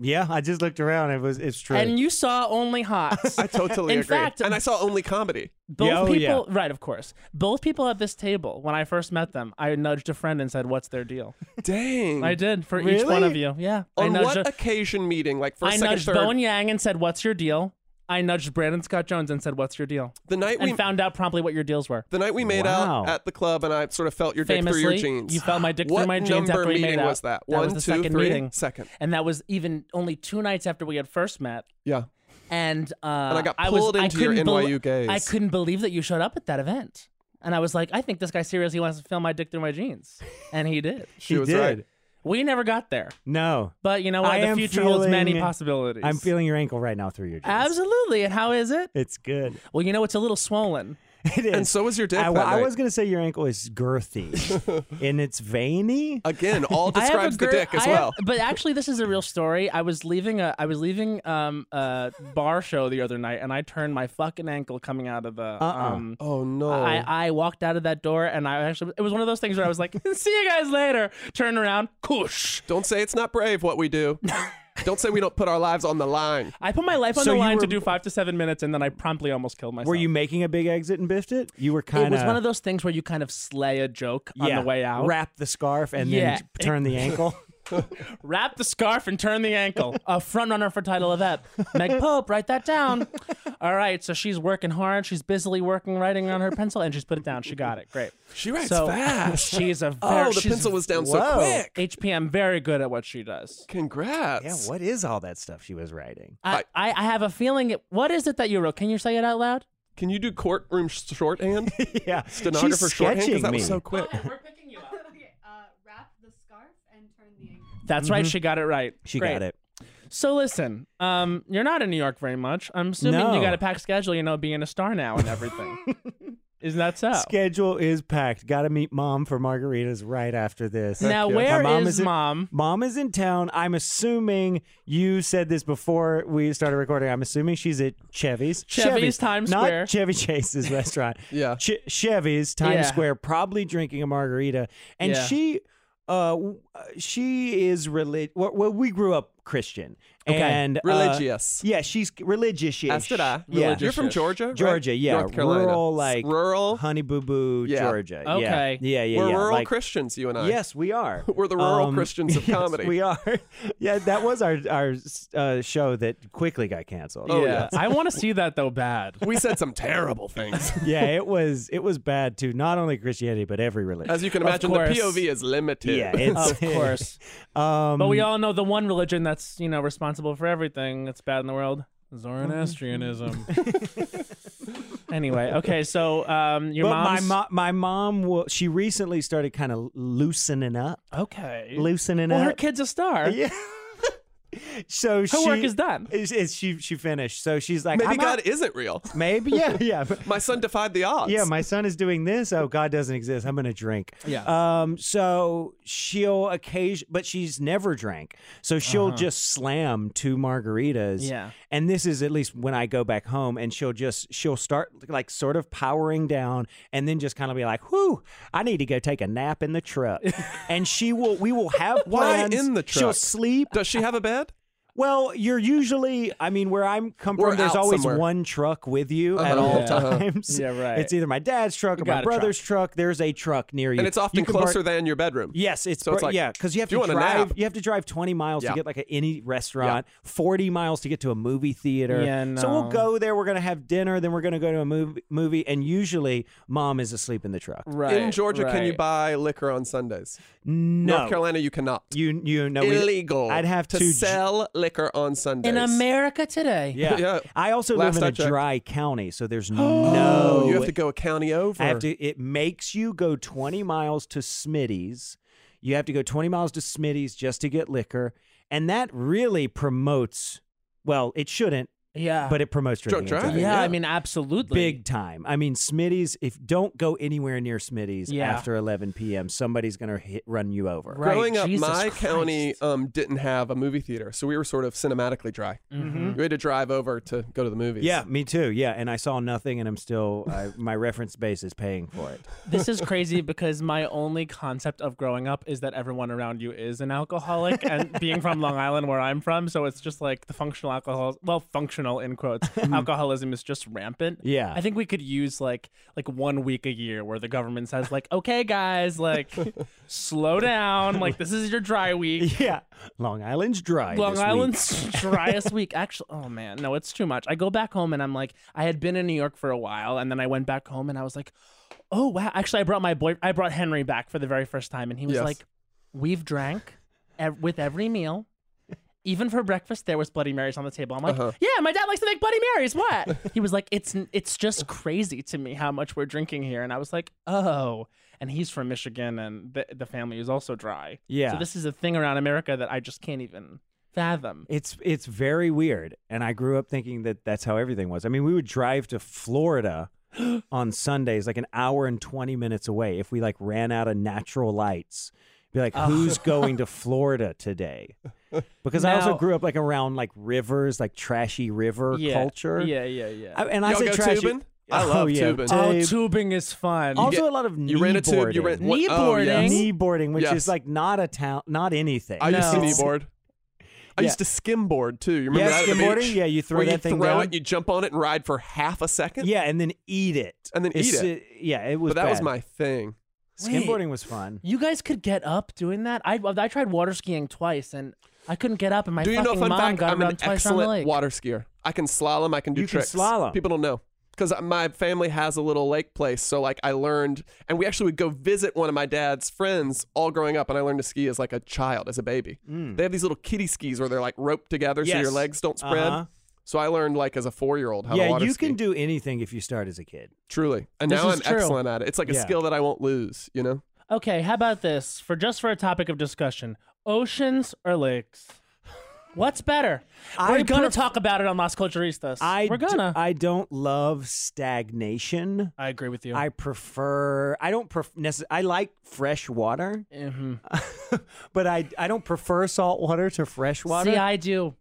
[SPEAKER 2] Yeah, I just looked around. It was it's true.
[SPEAKER 4] And you saw only hots.
[SPEAKER 9] I totally
[SPEAKER 4] in
[SPEAKER 9] agree.
[SPEAKER 4] fact,
[SPEAKER 9] and I saw only comedy.
[SPEAKER 4] Both
[SPEAKER 2] Yeah, oh, yeah.
[SPEAKER 4] people, right? Of course. Both people at this table. When I first met them, I nudged a friend and said, "What's their deal?"
[SPEAKER 9] Dang.
[SPEAKER 4] I did for each one
[SPEAKER 9] Mm. Really?
[SPEAKER 4] of you. Yeah. I
[SPEAKER 9] On
[SPEAKER 4] nudged
[SPEAKER 9] what
[SPEAKER 4] a-
[SPEAKER 9] occasion meeting? Like first,
[SPEAKER 4] I
[SPEAKER 9] second,
[SPEAKER 4] nudged
[SPEAKER 9] third.
[SPEAKER 4] Bowen Yang and said, "What's your deal?" I nudged Brandon Scott Jones and said, "What's your deal?"
[SPEAKER 9] The night
[SPEAKER 4] and
[SPEAKER 9] we-
[SPEAKER 4] found out promptly what your deals were.
[SPEAKER 9] the night we made
[SPEAKER 4] Wow.
[SPEAKER 9] out at the club, and I sort of felt your dick through your
[SPEAKER 4] Famously,
[SPEAKER 9] jeans.
[SPEAKER 4] you felt my dick
[SPEAKER 9] what
[SPEAKER 4] through my jeans
[SPEAKER 9] number
[SPEAKER 4] after we
[SPEAKER 9] meeting
[SPEAKER 4] made out.
[SPEAKER 9] was that?
[SPEAKER 4] That
[SPEAKER 9] One,
[SPEAKER 4] was the
[SPEAKER 9] two,
[SPEAKER 4] second
[SPEAKER 9] three?
[SPEAKER 4] meeting.
[SPEAKER 9] Second.
[SPEAKER 4] and that was even only two nights after we had first met.
[SPEAKER 9] Yeah.
[SPEAKER 4] And uh,
[SPEAKER 9] And I got
[SPEAKER 4] was,
[SPEAKER 9] pulled
[SPEAKER 4] I
[SPEAKER 9] into your
[SPEAKER 4] couldn't bel-
[SPEAKER 9] NYU gaze.
[SPEAKER 4] I couldn't believe that you showed up at that event. And I was like, I think this guy seriously wants to film my dick through my jeans, and he did.
[SPEAKER 2] She He was right. did.
[SPEAKER 4] We never got there,
[SPEAKER 2] no,
[SPEAKER 4] but you know what?
[SPEAKER 2] I
[SPEAKER 4] the
[SPEAKER 2] am
[SPEAKER 4] future holds many
[SPEAKER 2] feeling-
[SPEAKER 4] possibilities.
[SPEAKER 2] I'm feeling your ankle right now through your. jeans.
[SPEAKER 4] Absolutely. And how is it?
[SPEAKER 2] It's good.
[SPEAKER 4] Well, you know, it's a little swollen.
[SPEAKER 2] It is.
[SPEAKER 9] And so is your dick
[SPEAKER 2] I,
[SPEAKER 9] that
[SPEAKER 2] I
[SPEAKER 9] night.
[SPEAKER 2] was going to say your ankle is girthy and it's veiny.
[SPEAKER 9] Again, all
[SPEAKER 4] I have a
[SPEAKER 9] describes the
[SPEAKER 4] gir-
[SPEAKER 9] dick as
[SPEAKER 4] I have-
[SPEAKER 9] well.
[SPEAKER 4] but actually, this is a real story. I was leaving a I was leaving um a bar show the other night, and I turned my fucking ankle coming out of the
[SPEAKER 9] Uh-uh.
[SPEAKER 4] um.
[SPEAKER 9] Oh no!
[SPEAKER 4] I, I walked out of that door, and I actually it was one of those things where I was like, "See you guys later." Turn around, kush.
[SPEAKER 9] Don't say it's not brave what we do. don't say we don't put our lives on the line.
[SPEAKER 4] I put my life on
[SPEAKER 9] So
[SPEAKER 4] the
[SPEAKER 9] you
[SPEAKER 4] line
[SPEAKER 9] were-
[SPEAKER 4] to do five to seven minutes, and then I promptly almost killed myself.
[SPEAKER 2] Were you making a big exit and biffed it? You were kind
[SPEAKER 4] It was one of those things where you kind of slay a joke
[SPEAKER 2] Yeah,
[SPEAKER 4] on the way out.
[SPEAKER 2] wrap the scarf and then t- turn the ankle.
[SPEAKER 4] wrap the scarf and turn the ankle. A front runner for title of that. Meg Pope, write that down. All right, so she's working hard. She's busily working, writing on her pencil, and she's put it down. She got it. Great.
[SPEAKER 9] She writes
[SPEAKER 4] so,
[SPEAKER 9] fast.
[SPEAKER 4] She's a very.
[SPEAKER 9] Oh, the
[SPEAKER 4] she's-
[SPEAKER 9] pencil was down so Whoa. quick.
[SPEAKER 4] HPM, very good at what she does.
[SPEAKER 9] Congrats.
[SPEAKER 2] Yeah, what is all that stuff she was writing?
[SPEAKER 4] I, I, I have a feeling. It, what is it that you wrote? Can you say it out loud?
[SPEAKER 9] Can you do courtroom shorthand?
[SPEAKER 2] yeah.
[SPEAKER 9] Stenographer
[SPEAKER 2] She's
[SPEAKER 9] shorthand?
[SPEAKER 2] sketching
[SPEAKER 9] Because that
[SPEAKER 2] me.
[SPEAKER 9] was so quick.
[SPEAKER 4] That's right.
[SPEAKER 2] Mhm.
[SPEAKER 4] She got it right.
[SPEAKER 2] She
[SPEAKER 4] Great.
[SPEAKER 2] got it.
[SPEAKER 4] So listen, um, you're not in New York very much. I'm assuming
[SPEAKER 2] No.
[SPEAKER 4] you got a packed schedule. You know, being a star now and everything. Isn't that so?
[SPEAKER 2] Schedule is packed. Got to meet mom for margaritas right after this.
[SPEAKER 4] Now,
[SPEAKER 2] My
[SPEAKER 4] where
[SPEAKER 2] mom
[SPEAKER 4] is
[SPEAKER 2] in-
[SPEAKER 4] mom?
[SPEAKER 2] mom is in town. I'm assuming you said this before we started recording. I'm assuming she's at Chevy's.
[SPEAKER 4] Chevy's, Times
[SPEAKER 2] not
[SPEAKER 4] Square.
[SPEAKER 2] Chevy Chase's restaurant.
[SPEAKER 9] yeah.
[SPEAKER 2] Che- Chevy's Times
[SPEAKER 4] Yeah.
[SPEAKER 2] Square, probably drinking a margarita, and
[SPEAKER 4] Yeah.
[SPEAKER 2] she. Uh, w- uh, she is religious. Well, well, we grew up Christian
[SPEAKER 9] Okay.
[SPEAKER 2] and uh,
[SPEAKER 9] Religious.
[SPEAKER 2] yeah, she's religious.
[SPEAKER 9] As did I.
[SPEAKER 2] Yeah,
[SPEAKER 9] ah. You're from Georgia? right?
[SPEAKER 2] Georgia, yeah,
[SPEAKER 9] North Carolina.
[SPEAKER 2] rural like
[SPEAKER 9] rural
[SPEAKER 2] honey boo boo,
[SPEAKER 9] Yeah.
[SPEAKER 2] Georgia. Yeah. yeah, yeah, yeah.
[SPEAKER 9] We're rural
[SPEAKER 2] like-
[SPEAKER 9] Christians, you and I.
[SPEAKER 2] Yes, we are.
[SPEAKER 9] We're the rural
[SPEAKER 2] Um,
[SPEAKER 9] Christians of
[SPEAKER 2] yes,
[SPEAKER 9] comedy.
[SPEAKER 2] We are. yeah, that was our our uh, show that quickly got canceled.
[SPEAKER 9] Oh,
[SPEAKER 4] yeah. I want to see that though bad.
[SPEAKER 9] We said some terrible things.
[SPEAKER 2] yeah, it was it was bad to not only Christianity but every religion.
[SPEAKER 9] As you can
[SPEAKER 4] Of
[SPEAKER 9] imagine, the
[SPEAKER 4] course.
[SPEAKER 9] POV is limited.
[SPEAKER 2] yeah, it's,
[SPEAKER 4] Of course.
[SPEAKER 2] um,
[SPEAKER 4] But we all know the one religion that's, you know, responsible for everything that's bad in the world. Zoroastrianism. anyway, okay, so um your
[SPEAKER 2] but
[SPEAKER 4] mom's
[SPEAKER 2] my mo- my mom will. She recently started kind of loosening up,
[SPEAKER 4] Okay.
[SPEAKER 2] loosening
[SPEAKER 4] Oh, Well,
[SPEAKER 2] up.
[SPEAKER 4] her kid's a star.
[SPEAKER 2] Yeah. so her she,
[SPEAKER 4] work is done.
[SPEAKER 2] Is, is she she finished? So she's like,
[SPEAKER 9] Maybe
[SPEAKER 2] I'm
[SPEAKER 9] God
[SPEAKER 2] out-
[SPEAKER 9] isn't real.
[SPEAKER 2] Maybe yeah yeah.
[SPEAKER 9] My son defied the odds.
[SPEAKER 2] Yeah, my son is doing this. Oh, God doesn't exist. I'm gonna drink.
[SPEAKER 4] Yeah.
[SPEAKER 2] Um. So she'll occasion, but she's never drank. So she'll
[SPEAKER 4] Uh-huh.
[SPEAKER 2] just slam two margaritas.
[SPEAKER 4] Yeah.
[SPEAKER 2] And this is at least when I go back home, and she'll just she'll start like sort of powering down, and then just kind of be like, "Whoo, I need to go take a nap in the truck." and she will. We will have
[SPEAKER 9] Why
[SPEAKER 2] plans.
[SPEAKER 9] in the
[SPEAKER 2] She'll
[SPEAKER 9] truck?
[SPEAKER 2] sleep.
[SPEAKER 9] Does she have a bed?
[SPEAKER 2] Well, you're usually, I mean, where I'm come
[SPEAKER 9] We're
[SPEAKER 2] from, there's
[SPEAKER 9] out
[SPEAKER 2] always
[SPEAKER 9] somewhere.
[SPEAKER 2] one truck with you at
[SPEAKER 9] Uh-huh.
[SPEAKER 2] all
[SPEAKER 9] Yeah. Uh-huh.
[SPEAKER 2] times.
[SPEAKER 4] Yeah, right.
[SPEAKER 2] It's either my dad's truck
[SPEAKER 4] You
[SPEAKER 2] or my
[SPEAKER 4] got a
[SPEAKER 2] brother's truck. There's a truck near you,
[SPEAKER 9] And it's
[SPEAKER 2] You
[SPEAKER 9] often
[SPEAKER 2] can park-
[SPEAKER 9] closer than your bedroom.
[SPEAKER 2] Yes, it's,
[SPEAKER 9] So it's
[SPEAKER 2] br-
[SPEAKER 9] like,
[SPEAKER 2] yeah, because you have
[SPEAKER 9] if you
[SPEAKER 2] to
[SPEAKER 9] want a
[SPEAKER 2] drive.
[SPEAKER 9] nap-
[SPEAKER 2] you have to drive 20 miles
[SPEAKER 9] Yeah.
[SPEAKER 2] to get like a, any restaurant, 40 miles to get to a movie theater.
[SPEAKER 4] Yeah,
[SPEAKER 2] So
[SPEAKER 4] no.
[SPEAKER 2] we'll go there. We're gonna have dinner. Then we're gonna go to a movie. Movie, and usually mom is asleep in the truck.
[SPEAKER 4] right.
[SPEAKER 9] in Georgia, can you
[SPEAKER 4] right.
[SPEAKER 9] buy liquor on Sundays?
[SPEAKER 2] No,
[SPEAKER 9] North Carolina, you cannot.
[SPEAKER 2] you you know we-
[SPEAKER 9] Illegal.
[SPEAKER 2] I'd have
[SPEAKER 9] to,
[SPEAKER 2] to j-
[SPEAKER 9] sell liquor on Sundays.
[SPEAKER 4] in America today?
[SPEAKER 2] Yeah.
[SPEAKER 9] Yeah.
[SPEAKER 2] I also
[SPEAKER 9] Last
[SPEAKER 2] live in
[SPEAKER 9] I
[SPEAKER 2] a
[SPEAKER 9] checked.
[SPEAKER 2] dry county, so there's
[SPEAKER 9] Oh,
[SPEAKER 2] no.
[SPEAKER 9] you have to go a county over.
[SPEAKER 2] I have to. It makes you go 20 miles to Smitty's. You have to go 20 miles to Smitty's just to get liquor, and that really promotes. Well, it shouldn't,
[SPEAKER 4] Yeah.
[SPEAKER 2] but it promotes
[SPEAKER 9] Drunk
[SPEAKER 2] drinking.
[SPEAKER 9] driving.
[SPEAKER 4] yeah,
[SPEAKER 2] anxiety.
[SPEAKER 4] I mean absolutely.
[SPEAKER 2] Big time. I mean, Smitty's. If don't go anywhere near Smitty's
[SPEAKER 4] Yeah.
[SPEAKER 2] after 11 p.m., somebody's gonna hit, run you over.
[SPEAKER 4] Right,
[SPEAKER 9] Growing up,
[SPEAKER 4] Jesus
[SPEAKER 9] my
[SPEAKER 4] Christ.
[SPEAKER 9] county um, didn't have a movie theater, so we were sort of cinematically dry.
[SPEAKER 4] Mhm.
[SPEAKER 9] We had to drive over to go to the movies.
[SPEAKER 2] Yeah, me too. Yeah, and I saw nothing, and I'm still I, my reference base is paying for it.
[SPEAKER 4] This is crazy because my only concept of growing up is that everyone around you is an alcoholic, and being from Long Island, where I'm from, so it's just like the functional alcohol, well, functional in quotes, alcoholism is just rampant.
[SPEAKER 2] Mm-hmm. Yeah.
[SPEAKER 4] I think we could use like like one week a year where the government says like, okay, guys, like slow down, like this is your dry week.
[SPEAKER 2] Yeah, Long Island's dry.
[SPEAKER 4] Long
[SPEAKER 2] this week.
[SPEAKER 4] Island's driest week. Actually, oh man, no, it's too much. I go back home and I'm like, I had been in New York for a while, and then I went back home and I was like, oh wow. Actually, I brought my boy, I brought Henry back for the very first time, and he was
[SPEAKER 9] Yes.
[SPEAKER 4] like, we've drank ev- with every meal. Even for breakfast, there was Bloody Marys on the table. I'm like,
[SPEAKER 9] Uh-huh.
[SPEAKER 4] yeah, my dad likes to make Bloody Marys. What? he was like, it's n- it's just crazy to me how much we're drinking here. And I was like, oh. And he's from Michigan, and the, the family is also dry.
[SPEAKER 2] Yeah.
[SPEAKER 4] So this is a thing around America that I just can't even fathom.
[SPEAKER 2] It's it's very weird, and I grew up thinking that that's how everything was. I mean, we would drive to Florida on Sundays, like an hour and 20 minutes away, if we like ran out of natural lights, be like,
[SPEAKER 1] Oh.
[SPEAKER 2] who's going to Florida today? Because I also
[SPEAKER 1] Now-
[SPEAKER 2] grew up like around like rivers, like trashy river
[SPEAKER 4] Yeah,
[SPEAKER 2] culture.
[SPEAKER 4] yeah, yeah, yeah.
[SPEAKER 2] I- and I
[SPEAKER 4] Y'all
[SPEAKER 2] say
[SPEAKER 4] go
[SPEAKER 2] trashy.
[SPEAKER 4] tubing? I
[SPEAKER 2] Oh,
[SPEAKER 4] love
[SPEAKER 2] yeah,
[SPEAKER 4] tubing. Oh, tubing is fun. You
[SPEAKER 2] Also,
[SPEAKER 4] get-
[SPEAKER 2] a lot of knee
[SPEAKER 4] you ran a tube,
[SPEAKER 2] boarding.
[SPEAKER 4] you ran- what- Knee oh, yes. boarding?
[SPEAKER 2] knee boarding, which
[SPEAKER 4] Yes.
[SPEAKER 2] is like not a town, not anything.
[SPEAKER 9] I used to
[SPEAKER 2] It's-
[SPEAKER 9] kneeboard. I
[SPEAKER 2] Yeah.
[SPEAKER 9] used to skimboard too. You remember
[SPEAKER 2] Yeah,
[SPEAKER 9] that at the
[SPEAKER 2] skimboarding?
[SPEAKER 9] beach?
[SPEAKER 2] Yeah, you throw
[SPEAKER 9] Where you
[SPEAKER 2] that thing
[SPEAKER 9] throw
[SPEAKER 2] down.
[SPEAKER 9] it, you jump on it and ride for half a second.
[SPEAKER 2] Yeah, and then eat it.
[SPEAKER 9] And then
[SPEAKER 2] It's-
[SPEAKER 9] eat it.
[SPEAKER 2] yeah, it was
[SPEAKER 9] But that was
[SPEAKER 2] bad.
[SPEAKER 9] my thing.
[SPEAKER 4] Wait.
[SPEAKER 2] Skimboarding was fun.
[SPEAKER 4] You guys could get up doing that. I I tried water skiing twice and I couldn't get up, and my
[SPEAKER 9] do you
[SPEAKER 4] fucking
[SPEAKER 9] know fun
[SPEAKER 4] mom
[SPEAKER 9] fact?
[SPEAKER 4] got
[SPEAKER 9] I'm
[SPEAKER 4] around
[SPEAKER 9] an
[SPEAKER 4] twice around the
[SPEAKER 9] excellent
[SPEAKER 4] lake.
[SPEAKER 9] water skier. I can slalom. I can do
[SPEAKER 2] You can
[SPEAKER 9] tricks.
[SPEAKER 2] slalom.
[SPEAKER 9] People don't know because my family has a little lake place. So like I learned, and we actually would go visit one of my dad's friends all growing up, and I learned to ski as like a child, as a baby.
[SPEAKER 2] Mm.
[SPEAKER 9] They have these little kiddie skis where they're like roped together so your
[SPEAKER 2] Yes.
[SPEAKER 9] legs don't spread.
[SPEAKER 2] Uh-huh.
[SPEAKER 9] So I learned like as a four year old how to
[SPEAKER 2] yeah,
[SPEAKER 9] water
[SPEAKER 2] you
[SPEAKER 9] ski.
[SPEAKER 2] can do anything if you start as a kid.
[SPEAKER 9] Truly, and
[SPEAKER 4] This
[SPEAKER 9] now
[SPEAKER 4] is
[SPEAKER 9] I'm
[SPEAKER 4] true.
[SPEAKER 9] excellent at it. It's like a
[SPEAKER 4] Yeah.
[SPEAKER 9] skill that I won't lose. You know.
[SPEAKER 4] Okay, how about this for just for a topic of discussion: oceans or lakes? What's better?
[SPEAKER 2] I
[SPEAKER 4] We're gonna
[SPEAKER 2] pref-
[SPEAKER 4] talk about it on Las Culturistas.
[SPEAKER 2] I
[SPEAKER 4] We're
[SPEAKER 2] d-
[SPEAKER 4] gonna.
[SPEAKER 2] I don't love stagnation.
[SPEAKER 4] I agree with you.
[SPEAKER 2] I prefer. I don't pref- necess- I like fresh water,
[SPEAKER 4] Mhm.
[SPEAKER 2] but I I don't prefer salt water to fresh water.
[SPEAKER 4] See, I do.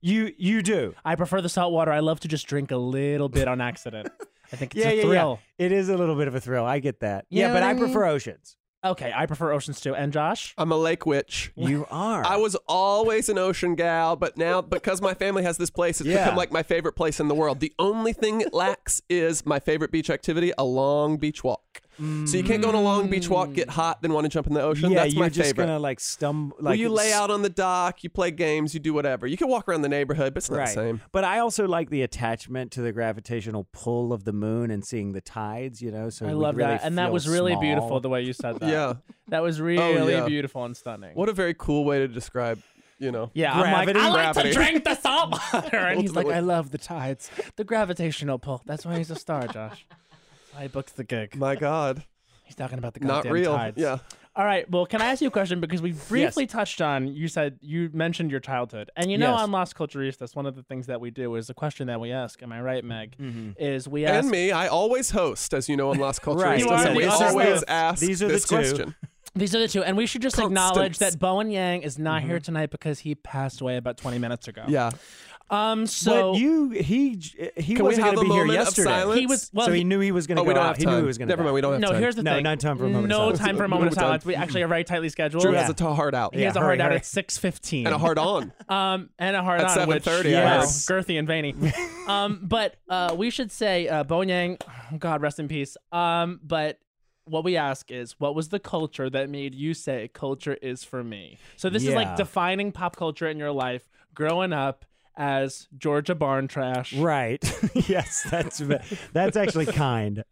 [SPEAKER 2] You you do.
[SPEAKER 4] I prefer the salt water. I love to just drink a little bit on accident. I think it's
[SPEAKER 2] yeah,
[SPEAKER 4] a
[SPEAKER 2] yeah,
[SPEAKER 4] thrill.
[SPEAKER 2] yeah. It is a little bit of a thrill. I get that.
[SPEAKER 4] You know
[SPEAKER 2] yeah,
[SPEAKER 4] what
[SPEAKER 2] but I,
[SPEAKER 4] I
[SPEAKER 2] prefer
[SPEAKER 4] mean?
[SPEAKER 2] oceans.
[SPEAKER 4] Okay, I prefer oceans too. And Josh,
[SPEAKER 9] I'm a lake witch.
[SPEAKER 2] You are.
[SPEAKER 9] I was always an ocean gal, but now because my family has this place, it's
[SPEAKER 2] Yeah.
[SPEAKER 9] become like my favorite place in the world. The only thing it lacks is my favorite beach activity, a long beach walk. So you can't go on a long beach walk, get hot, then want to jump in the ocean.
[SPEAKER 2] yeah,
[SPEAKER 9] That's
[SPEAKER 2] you're
[SPEAKER 9] my
[SPEAKER 2] just
[SPEAKER 9] favorite.
[SPEAKER 2] gonna like stumble.
[SPEAKER 9] Well,
[SPEAKER 2] Like
[SPEAKER 9] you lay
[SPEAKER 2] s-
[SPEAKER 9] out on the dock, you play games, you do whatever. You can walk around the neighborhood, but it's not
[SPEAKER 2] Right.
[SPEAKER 9] the same.
[SPEAKER 2] But I also like the attachment to the gravitational pull of the moon and seeing the tides, you know. So
[SPEAKER 4] I
[SPEAKER 2] we
[SPEAKER 4] love
[SPEAKER 2] really
[SPEAKER 4] that, and that
[SPEAKER 2] feel
[SPEAKER 4] was really
[SPEAKER 2] small.
[SPEAKER 4] beautiful the way you said that.
[SPEAKER 9] Yeah.
[SPEAKER 4] that was really
[SPEAKER 9] Oh, yeah.
[SPEAKER 4] beautiful and stunning.
[SPEAKER 9] What a very cool way to describe, you know.
[SPEAKER 4] Yeah, I'm like, I like to drink the salt water. And he's like,
[SPEAKER 9] Ultimately.
[SPEAKER 4] I love the tides, the gravitational pull. That's why he's a star, Josh. That's why he booked the gig.
[SPEAKER 9] My God.
[SPEAKER 4] He's talking about the
[SPEAKER 9] Not
[SPEAKER 4] goddamn
[SPEAKER 9] real.
[SPEAKER 4] tides.
[SPEAKER 9] Yeah.
[SPEAKER 4] All right. Well, can I ask you a question? Because we briefly touched on, you said, you mentioned your childhood. And you know,
[SPEAKER 9] Yes.
[SPEAKER 4] on Las Culturistas, one of the things that we do is a question that we ask, am I right, Meg? Is we ask.
[SPEAKER 9] And me, I always host, as you know, on Lost Culture.
[SPEAKER 4] Right.
[SPEAKER 9] East,
[SPEAKER 4] You are
[SPEAKER 9] so
[SPEAKER 4] the
[SPEAKER 9] we
[SPEAKER 4] other
[SPEAKER 9] always
[SPEAKER 4] host.
[SPEAKER 9] ask
[SPEAKER 4] These are the
[SPEAKER 9] this
[SPEAKER 4] two.
[SPEAKER 9] question.
[SPEAKER 4] These are the two. And we should just acknowledge
[SPEAKER 9] Constance.
[SPEAKER 4] that Bowen Yang is not here tonight because he passed away about 20 minutes ago.
[SPEAKER 9] Yeah.
[SPEAKER 4] Um. So
[SPEAKER 2] you, he, he
[SPEAKER 4] Can we
[SPEAKER 2] wasn't
[SPEAKER 4] have
[SPEAKER 2] gonna
[SPEAKER 4] a
[SPEAKER 2] be here
[SPEAKER 4] moment of
[SPEAKER 2] yesterday.
[SPEAKER 4] silence? He was- well,
[SPEAKER 2] so he
[SPEAKER 4] he-
[SPEAKER 2] knew he was going to
[SPEAKER 4] Oh,
[SPEAKER 2] go
[SPEAKER 4] we don't
[SPEAKER 2] out.
[SPEAKER 4] have
[SPEAKER 2] He knew
[SPEAKER 4] time.
[SPEAKER 2] he was going to.
[SPEAKER 4] Never
[SPEAKER 2] die.
[SPEAKER 4] mind, we don't have
[SPEAKER 2] no,
[SPEAKER 4] time.
[SPEAKER 2] here's the
[SPEAKER 4] No,
[SPEAKER 2] thing. No time for a moment.
[SPEAKER 4] no
[SPEAKER 2] of silence.
[SPEAKER 4] time for a moment of silence. We actually are very tightly scheduled.
[SPEAKER 2] Drew has a
[SPEAKER 9] t- hard out.
[SPEAKER 4] He has
[SPEAKER 9] Yeah,
[SPEAKER 4] a hard
[SPEAKER 9] hurry,
[SPEAKER 4] out
[SPEAKER 9] hurry.
[SPEAKER 4] at six fifteen.
[SPEAKER 9] And a hard on.
[SPEAKER 4] Um, and a hard
[SPEAKER 9] At
[SPEAKER 4] on. which,
[SPEAKER 9] 7:30, I
[SPEAKER 4] yeah,
[SPEAKER 9] heard.
[SPEAKER 4] girthy and veiny. um, but uh, we should say uh, Bonyang, God rest in peace. Um, but what we ask is, what was the culture that made you say culture is for me? So this is
[SPEAKER 2] Yeah.
[SPEAKER 4] like defining pop culture in your life, growing up as Georgia barn trash.
[SPEAKER 2] Right. yes, that's that's actually kind.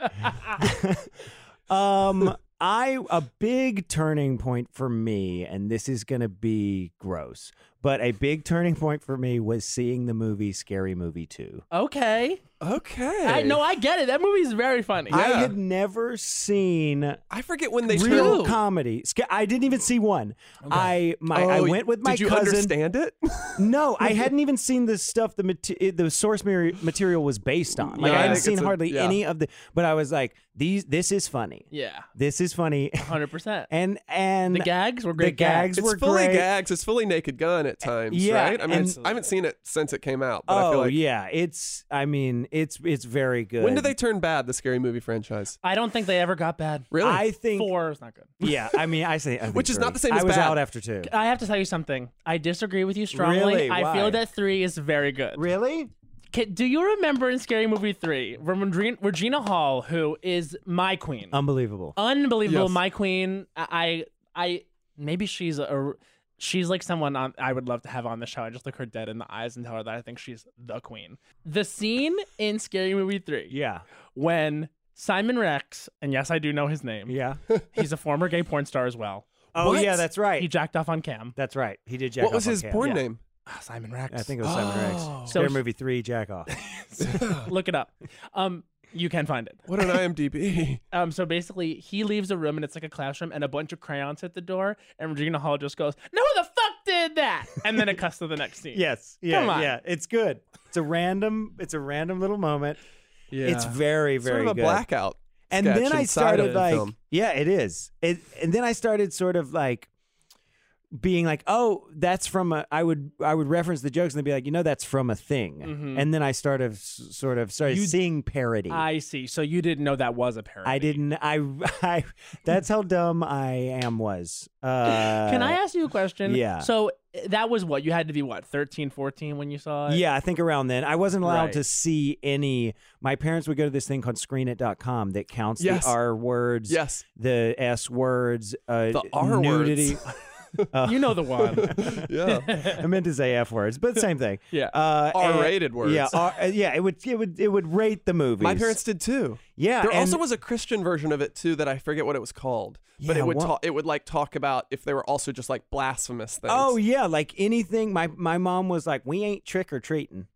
[SPEAKER 2] um I a big turning point for me and this is going to be gross, but a big turning point for me was seeing the movie Scary Movie 2.
[SPEAKER 4] Okay.
[SPEAKER 9] Okay.
[SPEAKER 4] I no, I get it. That movie is very funny.
[SPEAKER 2] I had never seen
[SPEAKER 9] I forget when they
[SPEAKER 2] real
[SPEAKER 9] showed-
[SPEAKER 2] comedy. Sca- I didn't even see one. I my I
[SPEAKER 9] Oh,
[SPEAKER 2] went with my
[SPEAKER 9] did you
[SPEAKER 2] cousin.
[SPEAKER 9] understand it?
[SPEAKER 2] No, I hadn't even seen the stuff the mate- the source mari- material was based on.
[SPEAKER 4] Yeah,
[SPEAKER 2] Like I
[SPEAKER 4] I
[SPEAKER 2] hadn't
[SPEAKER 4] think
[SPEAKER 2] seen
[SPEAKER 4] it's a-
[SPEAKER 2] hardly
[SPEAKER 4] yeah.
[SPEAKER 2] any of the. But I was like, these. This is funny.
[SPEAKER 4] Yeah.
[SPEAKER 2] This is funny.
[SPEAKER 4] Hundred percent.
[SPEAKER 2] And and
[SPEAKER 4] the gags were
[SPEAKER 2] The
[SPEAKER 4] great.
[SPEAKER 2] gags
[SPEAKER 9] it's
[SPEAKER 2] were
[SPEAKER 9] fully
[SPEAKER 2] great.
[SPEAKER 9] gags. It's fully Naked Gun at times,
[SPEAKER 2] Eh, yeah,
[SPEAKER 9] right? I mean, it's-
[SPEAKER 2] and-
[SPEAKER 9] I haven't seen it since it came out, but I
[SPEAKER 2] oh
[SPEAKER 9] feel like.
[SPEAKER 2] yeah, it's. I mean, it's it's very good.
[SPEAKER 9] When did they turn bad? The Scary Movie franchise.
[SPEAKER 4] I don't think they ever got bad.
[SPEAKER 9] Really?
[SPEAKER 2] I think-
[SPEAKER 4] four is not good.
[SPEAKER 2] Yeah, I mean, I say uh, I think
[SPEAKER 9] Which is not
[SPEAKER 2] three.
[SPEAKER 9] the same as
[SPEAKER 2] I was
[SPEAKER 9] bad.
[SPEAKER 2] out after two.
[SPEAKER 4] I have to tell you something. I disagree with you strongly.
[SPEAKER 2] Really?
[SPEAKER 4] I
[SPEAKER 2] Why?
[SPEAKER 4] feel that three is very good.
[SPEAKER 2] Really?
[SPEAKER 4] do you remember in Scary Movie three, Regina, Regina Hall, who is my queen,
[SPEAKER 2] Unbelievable.
[SPEAKER 4] unbelievable,
[SPEAKER 2] Yes.
[SPEAKER 4] my queen. I, I, I- maybe she's a, she's like someone on, I would love to have on the show. I just look her dead in the eyes and tell her that I think she's the queen. The scene in Scary Movie three,
[SPEAKER 2] yeah,
[SPEAKER 4] when Simon Rex, and yes, I do know his name.
[SPEAKER 2] Yeah,
[SPEAKER 4] he's a former gay porn star as well.
[SPEAKER 2] Oh, yeah, What? that's right.
[SPEAKER 4] He jacked off on cam.
[SPEAKER 2] That's right. He did jack
[SPEAKER 4] What
[SPEAKER 2] off
[SPEAKER 4] was
[SPEAKER 2] on
[SPEAKER 4] his
[SPEAKER 2] cam.
[SPEAKER 4] porn
[SPEAKER 2] Yeah.
[SPEAKER 4] name? Ah, Simon Rex.
[SPEAKER 2] I think it was Simon Rex.
[SPEAKER 4] Oh. So
[SPEAKER 2] Scary
[SPEAKER 4] he-
[SPEAKER 2] Movie three, jack off.
[SPEAKER 4] Look it up. Um, you can find it.
[SPEAKER 9] What an IMDb.
[SPEAKER 4] Um, so basically, he leaves a room and it's like a classroom, and a bunch of crayons hit the door, and Regina Hall just goes, "No, who the fuck did that?" And then it cuts to the next scene.
[SPEAKER 2] Yes. Yeah.
[SPEAKER 4] Come on.
[SPEAKER 2] Yeah. It's good. It's a random. It's a random little moment. It's very, very
[SPEAKER 9] sort of a
[SPEAKER 2] good.
[SPEAKER 9] blackout.
[SPEAKER 2] And
[SPEAKER 9] sketch
[SPEAKER 2] then I
[SPEAKER 9] inside of
[SPEAKER 2] started
[SPEAKER 9] the
[SPEAKER 2] like,
[SPEAKER 9] film.
[SPEAKER 2] yeah, it is. It, and then I started sort of like being like, oh, that's from a. I would I would reference the jokes and they'd be like, you know, that's from a thing.
[SPEAKER 4] Mhm.
[SPEAKER 2] And then I started s- sort of started
[SPEAKER 4] You-
[SPEAKER 2] seeing parody.
[SPEAKER 4] I see. So you didn't know that was a parody.
[SPEAKER 2] I didn't. I. I. That's how dumb I am. Was. Uh,
[SPEAKER 4] Can I ask you a question?
[SPEAKER 2] yeah.
[SPEAKER 4] So eh, that was what you had to be what 13, 14 when you saw it.
[SPEAKER 2] Yeah, I think around then. I wasn't allowed
[SPEAKER 4] Right.
[SPEAKER 2] to see any. My parents would go to this thing called screenit.com that counts
[SPEAKER 9] Yes.
[SPEAKER 2] the R words,
[SPEAKER 9] Yes.
[SPEAKER 2] the S words, uh,
[SPEAKER 9] The R words.
[SPEAKER 2] nudity. Uh,
[SPEAKER 4] You know the one.
[SPEAKER 9] Yeah.
[SPEAKER 2] I meant to say F words, but same thing.
[SPEAKER 4] Yeah.
[SPEAKER 2] Uh, and-
[SPEAKER 9] R-rated words.
[SPEAKER 2] Yeah, R- uh, yeah. It would it would it would rate the movies.
[SPEAKER 9] My parents did too.
[SPEAKER 2] Yeah,
[SPEAKER 9] There
[SPEAKER 2] and-
[SPEAKER 9] also was a Christian version of it too that I forget what it was called. But
[SPEAKER 2] Yeah,
[SPEAKER 9] it would
[SPEAKER 2] what-
[SPEAKER 9] talk it would like talk about if they were also just like blasphemous things.
[SPEAKER 2] Oh yeah, like anything. My my mom was like, "We ain't trick or treating.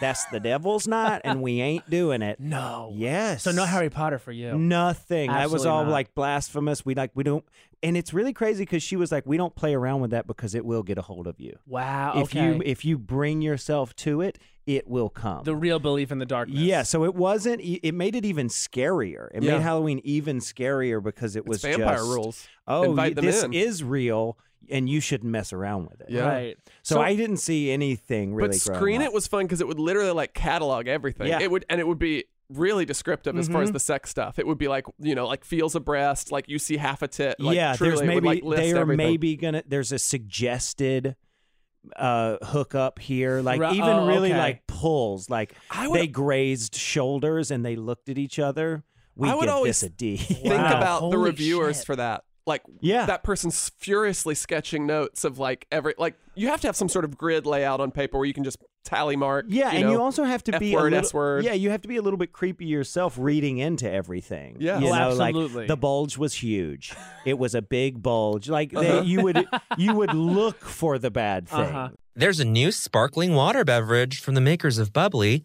[SPEAKER 2] That's the devil's night, and we ain't doing it."
[SPEAKER 4] No.
[SPEAKER 2] Yes.
[SPEAKER 4] So no Harry Potter for you.
[SPEAKER 2] Nothing. I was
[SPEAKER 4] Absolutely
[SPEAKER 2] all
[SPEAKER 4] not.
[SPEAKER 2] like blasphemous. We like we don't, and it's really crazy because she was like, we don't play around with that because it will get a hold of you.
[SPEAKER 4] Wow.
[SPEAKER 2] If you
[SPEAKER 4] okay.
[SPEAKER 2] if you bring yourself to it, it will come.
[SPEAKER 4] the real belief in the darkness.
[SPEAKER 2] yeah. So it wasn't. e- It made it even scarier. It
[SPEAKER 9] Yeah.
[SPEAKER 2] made Halloween even scarier because it was
[SPEAKER 9] vampire
[SPEAKER 2] just,
[SPEAKER 9] rules.
[SPEAKER 2] Oh,
[SPEAKER 9] Invite
[SPEAKER 2] you-
[SPEAKER 9] them
[SPEAKER 2] this
[SPEAKER 9] in."
[SPEAKER 2] is real, and you shouldn't mess around with it.
[SPEAKER 9] Yeah.
[SPEAKER 4] Right.
[SPEAKER 2] So,
[SPEAKER 9] So-
[SPEAKER 2] I didn't see anything really.
[SPEAKER 9] but
[SPEAKER 2] growing
[SPEAKER 9] screen
[SPEAKER 2] up.
[SPEAKER 9] it was fun because it would literally like catalog everything.
[SPEAKER 2] Yeah. Mm-hmm.
[SPEAKER 9] It would and it would be really descriptive as far as the sex stuff. It would be like you know like feels a breast, like you see half a tit. Like,
[SPEAKER 2] yeah,
[SPEAKER 9] truly,
[SPEAKER 2] there's
[SPEAKER 9] it would,
[SPEAKER 2] maybe
[SPEAKER 9] like, list
[SPEAKER 2] they are
[SPEAKER 9] everything.
[SPEAKER 2] maybe gonna. There's a suggested uh hookup here, like
[SPEAKER 4] Ri-
[SPEAKER 2] even
[SPEAKER 4] oh,
[SPEAKER 2] really
[SPEAKER 4] okay.
[SPEAKER 2] like pulls, like
[SPEAKER 9] I would-
[SPEAKER 2] they grazed shoulders and they looked at each other. We
[SPEAKER 9] I would
[SPEAKER 2] give
[SPEAKER 9] always
[SPEAKER 2] this a D.
[SPEAKER 9] think
[SPEAKER 4] Wow.
[SPEAKER 9] about the
[SPEAKER 4] Holy
[SPEAKER 9] reviewers
[SPEAKER 4] shit.
[SPEAKER 9] for that. Like
[SPEAKER 2] Yeah.
[SPEAKER 9] that person's furiously sketching notes of like every like you have to have some sort of grid layout on paper where you can just tally mark.
[SPEAKER 2] yeah, and
[SPEAKER 9] know,
[SPEAKER 2] you also have to
[SPEAKER 9] F
[SPEAKER 2] be a
[SPEAKER 9] word,
[SPEAKER 2] little,
[SPEAKER 9] S word.
[SPEAKER 2] Yeah, you have to be a little bit creepy yourself, reading into everything.
[SPEAKER 9] Yeah.
[SPEAKER 2] you
[SPEAKER 9] Oh,
[SPEAKER 2] know, like,
[SPEAKER 4] absolutely.
[SPEAKER 2] the bulge was huge. It was a big bulge. Like they,
[SPEAKER 9] Uh-huh.
[SPEAKER 2] you would you would look for the bad thing.
[SPEAKER 4] Uh-huh.
[SPEAKER 10] There's a new sparkling water beverage from the makers of Bubbly,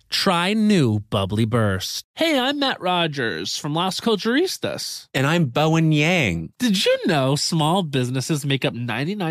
[SPEAKER 11] try new Bubbly Burst. Hey, I'm Matt Rogers from Las Culturistas.
[SPEAKER 10] And I'm Bowen Yang.
[SPEAKER 11] Did you know small businesses make up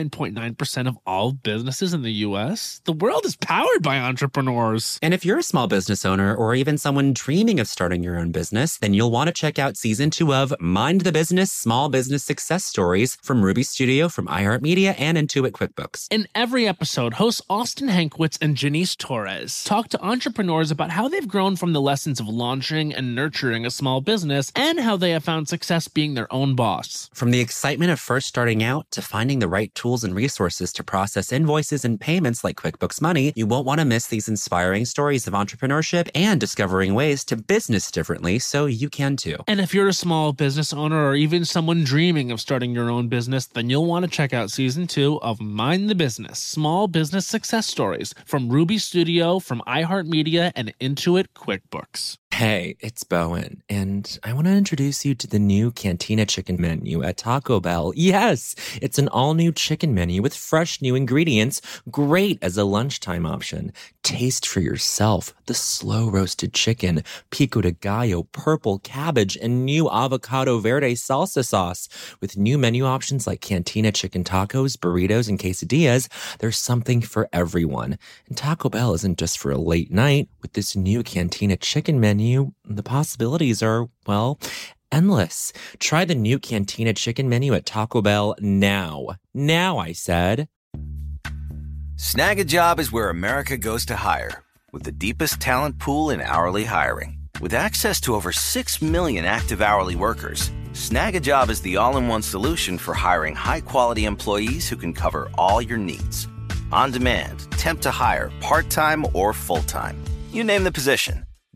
[SPEAKER 11] 99.9% of all businesses in the US? The world is powered by entrepreneurs.
[SPEAKER 1] And if you're a small business owner or even someone dreaming of starting your own business, then you'll want to check out season two of Mind the Business Small Business Success Stories from Ruby Studio, from iHeartMedia, and Intuit QuickBooks.
[SPEAKER 11] In every episode, hosts Austin Hankwitz and Janice Torres talk to entrepreneurs about how they've grown from the lessons of launching and nurturing a small business and how they have found success being their own boss.
[SPEAKER 1] From the excitement of first starting out to finding the right tools and resources to process invoices and payments like QuickBooks Money, you won't want to miss these inspiring stories of entrepreneurship and discovering ways to business differently so you can too.
[SPEAKER 11] And if you're a small business owner or even someone dreaming of starting your own business, then you'll want to check out season two of Mind the Business Small Business Success Stories from Ruby Studio, from iHeartMedia, and Intuit QuickBooks.
[SPEAKER 1] Hey, it's Bowen, and I want to introduce you to the new Cantina Chicken menu at Taco Bell. Yes, it's an all new chicken menu with fresh new ingredients, great as a lunchtime option. Taste for yourself the slow roasted chicken, pico de gallo, purple cabbage, and new avocado verde salsa sauce. With new menu options like Cantina Chicken tacos, burritos, and quesadillas, there's something for everyone. And Taco Bell isn't just for a late night. With this new Cantina chicken menu, the possibilities are, well, endless. Try the new Cantina chicken menu at Taco Bell now. Now, I said.
[SPEAKER 12] Snag a job is where America goes to hire, with the deepest talent pool in hourly hiring. With access to over 6 million active hourly workers, Snag a job is the all in one solution for hiring high quality employees who can cover all your needs. On demand, temp to hire, part time or full time. You name the position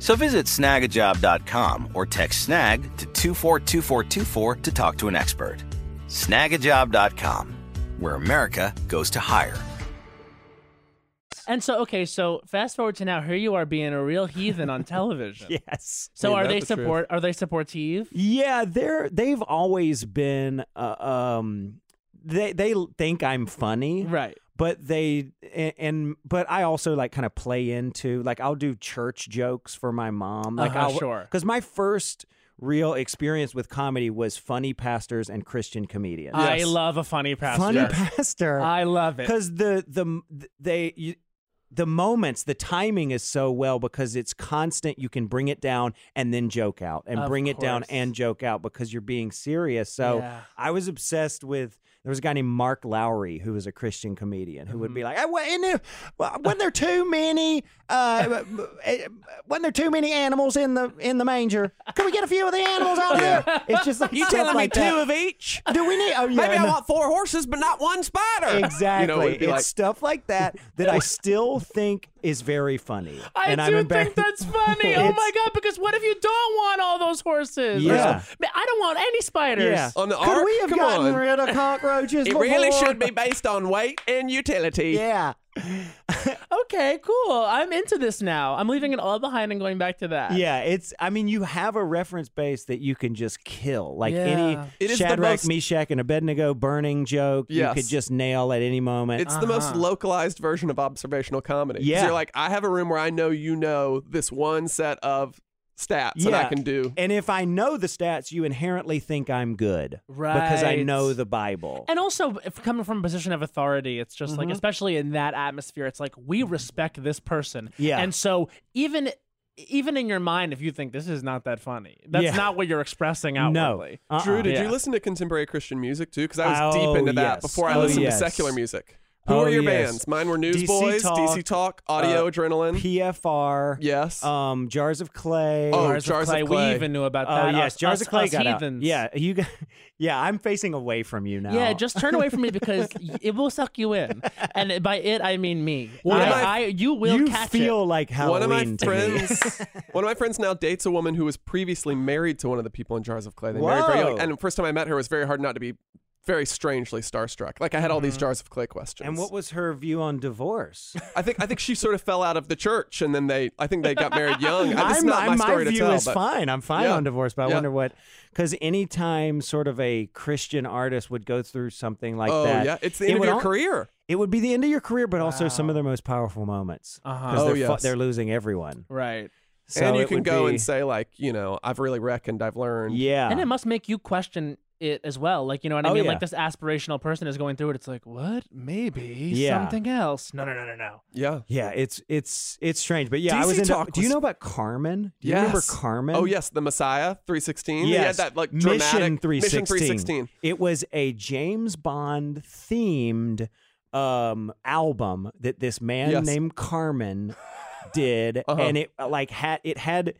[SPEAKER 12] So visit snagajob.com or text snag to 242424 to talk to an expert. Snagajob.com, where America goes to hire.
[SPEAKER 4] And so, okay, so fast forward to now, here you are being a real heathen on television.
[SPEAKER 2] yes.
[SPEAKER 4] So
[SPEAKER 2] Ain't
[SPEAKER 4] are
[SPEAKER 2] that
[SPEAKER 4] they
[SPEAKER 2] the truth?
[SPEAKER 4] support? Are they supportive?
[SPEAKER 2] Yeah, they're they've always been uh, um they they think I'm funny.
[SPEAKER 4] Right.
[SPEAKER 2] But they and, and but I also like kind of play into like I'll do church jokes for my mom. Like
[SPEAKER 4] Uh-huh,
[SPEAKER 2] I'll
[SPEAKER 4] sure.
[SPEAKER 2] Cuz my first real experience with comedy was funny pastors and Christian comedians.
[SPEAKER 4] I love a funny pastor.
[SPEAKER 2] Funny pastor.
[SPEAKER 4] I love it.
[SPEAKER 2] Because the the they you, the moments, the timing is so well because it's constant. You can bring it down and then joke out, and
[SPEAKER 4] Of
[SPEAKER 2] bring it down
[SPEAKER 4] course.
[SPEAKER 2] and joke out because you're being serious. So
[SPEAKER 4] Yeah.
[SPEAKER 2] I was obsessed with. There was a guy named Mark Lowry who was a Christian comedian who would be like, "I wa- and there- wa- "When there too many, uh, eh, when there too many animals in the in the manger, can we get a few of the animals out here?" It's just like
[SPEAKER 8] You
[SPEAKER 2] stuff
[SPEAKER 8] telling me
[SPEAKER 2] like
[SPEAKER 8] two
[SPEAKER 2] that.
[SPEAKER 8] of each?
[SPEAKER 2] Do we need? Oh, yeah,
[SPEAKER 8] Maybe I
[SPEAKER 2] no.
[SPEAKER 8] want
[SPEAKER 2] four horses, but not one spider. Exactly.
[SPEAKER 8] You know, it'd be
[SPEAKER 2] it's
[SPEAKER 8] like-
[SPEAKER 2] stuff like that that I still think is very funny.
[SPEAKER 4] I
[SPEAKER 2] and I'm
[SPEAKER 4] do
[SPEAKER 2] embarrassed.
[SPEAKER 4] think that's funny. oh
[SPEAKER 2] It's-
[SPEAKER 4] my god! Because what if you don't want all those horses? Or
[SPEAKER 2] Yeah.
[SPEAKER 4] some- Man, I don't want any spiders.
[SPEAKER 2] Yeah. On the Could ark? we have Come gotten on. rid of cockroaches
[SPEAKER 4] It really before? should
[SPEAKER 2] be
[SPEAKER 9] based on weight and utility.
[SPEAKER 2] Yeah.
[SPEAKER 4] okay, cool. I'm into this now. I'm leaving it all behind and going back to that.
[SPEAKER 2] Yeah, it's. I mean, you have a reference base that you can just kill, like any
[SPEAKER 4] Yeah. It is the
[SPEAKER 2] Shadrach,
[SPEAKER 4] most-
[SPEAKER 2] Meshach, and Abednego burning joke.
[SPEAKER 9] Yes.
[SPEAKER 2] You could just nail at any moment.
[SPEAKER 9] It's the
[SPEAKER 4] Uh-huh.
[SPEAKER 9] most localized version of observational comedy. 'Cause
[SPEAKER 2] Yeah.
[SPEAKER 9] You're like, I have a room where I know you know this one set of stats that I can do.
[SPEAKER 2] And if I know the stats, you inherently think I'm good, Because I
[SPEAKER 4] Right.
[SPEAKER 2] know the Bible.
[SPEAKER 4] And also, if coming from a position of authority, it's just
[SPEAKER 9] Mm-hmm.
[SPEAKER 4] like,
[SPEAKER 2] Mhm.
[SPEAKER 4] especially in that atmosphere, it's like we respect this person.
[SPEAKER 2] Yeah.
[SPEAKER 4] And so even even in your mind, if you think this is not that funny, that's
[SPEAKER 9] Yeah.
[SPEAKER 4] not what you're expressing outwardly.
[SPEAKER 2] Uh-uh.
[SPEAKER 9] Drew, did
[SPEAKER 4] Yeah.
[SPEAKER 9] you listen to contemporary Christian music too? Because I was
[SPEAKER 4] Oh,
[SPEAKER 9] deep into that
[SPEAKER 4] yes.
[SPEAKER 9] before I
[SPEAKER 4] Oh,
[SPEAKER 9] listened
[SPEAKER 4] yes.
[SPEAKER 9] to secular music. Who
[SPEAKER 2] Oh,
[SPEAKER 9] are your
[SPEAKER 2] yes.
[SPEAKER 9] bands? Mine were
[SPEAKER 2] DC
[SPEAKER 9] Newsboys,
[SPEAKER 2] Talk,
[SPEAKER 9] DC Talk, Audio
[SPEAKER 2] uh,
[SPEAKER 9] Adrenaline.
[SPEAKER 2] PFR.
[SPEAKER 9] Yes.
[SPEAKER 2] Um, Jars of Clay.
[SPEAKER 9] Oh, Jars of Jars of Clay. We Clay. even knew about
[SPEAKER 2] Oh,
[SPEAKER 9] that.
[SPEAKER 2] yes,
[SPEAKER 9] Us-
[SPEAKER 2] Jars
[SPEAKER 9] us-
[SPEAKER 2] of Clay
[SPEAKER 9] us
[SPEAKER 2] got out.
[SPEAKER 9] heathens.
[SPEAKER 2] Yeah, you got, Yeah, I'm facing away from you now.
[SPEAKER 4] Yeah, just turn away from me because y- it will suck you in, and by it I mean me.
[SPEAKER 9] One
[SPEAKER 4] I,
[SPEAKER 9] of my-
[SPEAKER 4] I- you will catch it.
[SPEAKER 9] One of my friends, one of my friends now dates a woman who was previously married to one of the people in Jars of Clay. They married very young,
[SPEAKER 2] Whoa.
[SPEAKER 9] and the first time I met her, it was very hard not to be very strangely starstruck. Like I had all these Jars of Clay questions.
[SPEAKER 2] Mm-hmm. And what was her view on divorce?
[SPEAKER 9] I think I think she sort of fell out of the church, and then they I think they got married young. I- This is
[SPEAKER 2] I'm-
[SPEAKER 9] not my
[SPEAKER 2] I'm-
[SPEAKER 9] story
[SPEAKER 2] view
[SPEAKER 9] to tell.
[SPEAKER 2] is
[SPEAKER 9] but-
[SPEAKER 2] fine. I'm fine
[SPEAKER 9] Yeah.
[SPEAKER 2] on divorce, but I
[SPEAKER 9] Yeah.
[SPEAKER 2] wonder what because anytime sort of a Christian artist would go through something like
[SPEAKER 9] Oh,
[SPEAKER 2] that,
[SPEAKER 9] yeah. It's the
[SPEAKER 2] it
[SPEAKER 9] end of
[SPEAKER 2] would
[SPEAKER 9] your
[SPEAKER 2] al-
[SPEAKER 9] career.
[SPEAKER 2] It would be the end of your career, but also some of their most powerful moments
[SPEAKER 4] Uh-huh.
[SPEAKER 2] because
[SPEAKER 9] Oh,
[SPEAKER 2] they're, fu-
[SPEAKER 9] yes.
[SPEAKER 2] they're losing everyone.
[SPEAKER 4] Right.
[SPEAKER 2] So
[SPEAKER 9] and you
[SPEAKER 2] it
[SPEAKER 9] can
[SPEAKER 2] would
[SPEAKER 9] go
[SPEAKER 2] be-
[SPEAKER 9] and say like, you know, I've really reckoned, I've learned.
[SPEAKER 2] Yeah.
[SPEAKER 4] And it must make you question it as well. Like you know what I
[SPEAKER 9] Oh,
[SPEAKER 4] mean?
[SPEAKER 9] yeah.
[SPEAKER 4] Like this aspirational person is going through it. It's like what? Maybe
[SPEAKER 2] Yeah.
[SPEAKER 4] something else. No, no, no, no, no.
[SPEAKER 9] Yeah.
[SPEAKER 2] Yeah, it's it's it's strange, but yeah, I
[SPEAKER 9] DC
[SPEAKER 2] was into.
[SPEAKER 9] Talk
[SPEAKER 2] do you
[SPEAKER 9] was-
[SPEAKER 2] know about Carmen? Do you remember
[SPEAKER 9] Yes.
[SPEAKER 2] Carmen?
[SPEAKER 9] Oh yes, the Messiah, three sixteen. Yeah,
[SPEAKER 2] Yes.
[SPEAKER 9] that like
[SPEAKER 2] Mission
[SPEAKER 9] dramatic
[SPEAKER 2] 316.
[SPEAKER 9] Mission three sixteen.
[SPEAKER 2] It was a James Bond themed um album that this man
[SPEAKER 8] Yes.
[SPEAKER 2] named Carmen did
[SPEAKER 8] Uh-huh.
[SPEAKER 2] and it uh, like had it had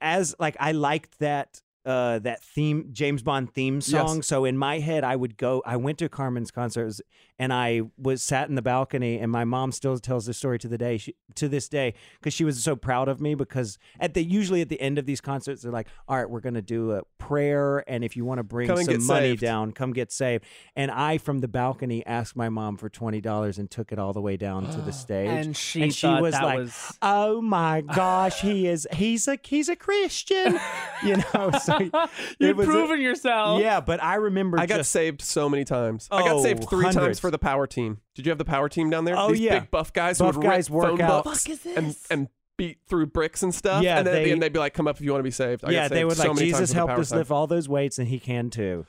[SPEAKER 2] as like I liked that uh that theme James Bond theme
[SPEAKER 8] Yes.
[SPEAKER 2] song so in my head I would go I went to Carmen's concerts and I was sat in the balcony and my mom still tells this story to the day she, to this day cuz she was so proud of me because at the usually at the end of these concerts they're like all right we're going to do a prayer and if you want to bring
[SPEAKER 8] Come and
[SPEAKER 2] some
[SPEAKER 8] get
[SPEAKER 2] money
[SPEAKER 8] saved."
[SPEAKER 2] down come get saved and I from the balcony asked my mom for $20 and took it all the way down to the stage
[SPEAKER 4] And she thought that was-
[SPEAKER 2] oh my gosh he is he's a he's a christian you know so
[SPEAKER 4] You've
[SPEAKER 2] it was a-
[SPEAKER 4] proven yourself.
[SPEAKER 2] yeah but i remember
[SPEAKER 9] I got
[SPEAKER 2] just-
[SPEAKER 9] saved so many times. I got
[SPEAKER 2] Oh,
[SPEAKER 9] saved three times
[SPEAKER 2] hundreds.
[SPEAKER 9] for the power team. Did you have the power team down there?
[SPEAKER 2] Oh,
[SPEAKER 9] These
[SPEAKER 2] yeah.
[SPEAKER 9] big buff guys
[SPEAKER 2] Buff
[SPEAKER 9] who would
[SPEAKER 2] guys
[SPEAKER 9] rip
[SPEAKER 2] work
[SPEAKER 9] phone
[SPEAKER 2] out-
[SPEAKER 9] books
[SPEAKER 2] Fuck is
[SPEAKER 9] and and beat through bricks and stuff.
[SPEAKER 2] Yeah,
[SPEAKER 9] and then at the
[SPEAKER 2] they-
[SPEAKER 9] end they'd be like, "Come up if you want to be saved." I got
[SPEAKER 2] yeah
[SPEAKER 9] saved
[SPEAKER 2] they would
[SPEAKER 9] so
[SPEAKER 2] like
[SPEAKER 9] many times
[SPEAKER 2] jesus
[SPEAKER 9] with the
[SPEAKER 2] helped
[SPEAKER 9] power
[SPEAKER 2] us
[SPEAKER 9] time.
[SPEAKER 2] lift all those weights and he can too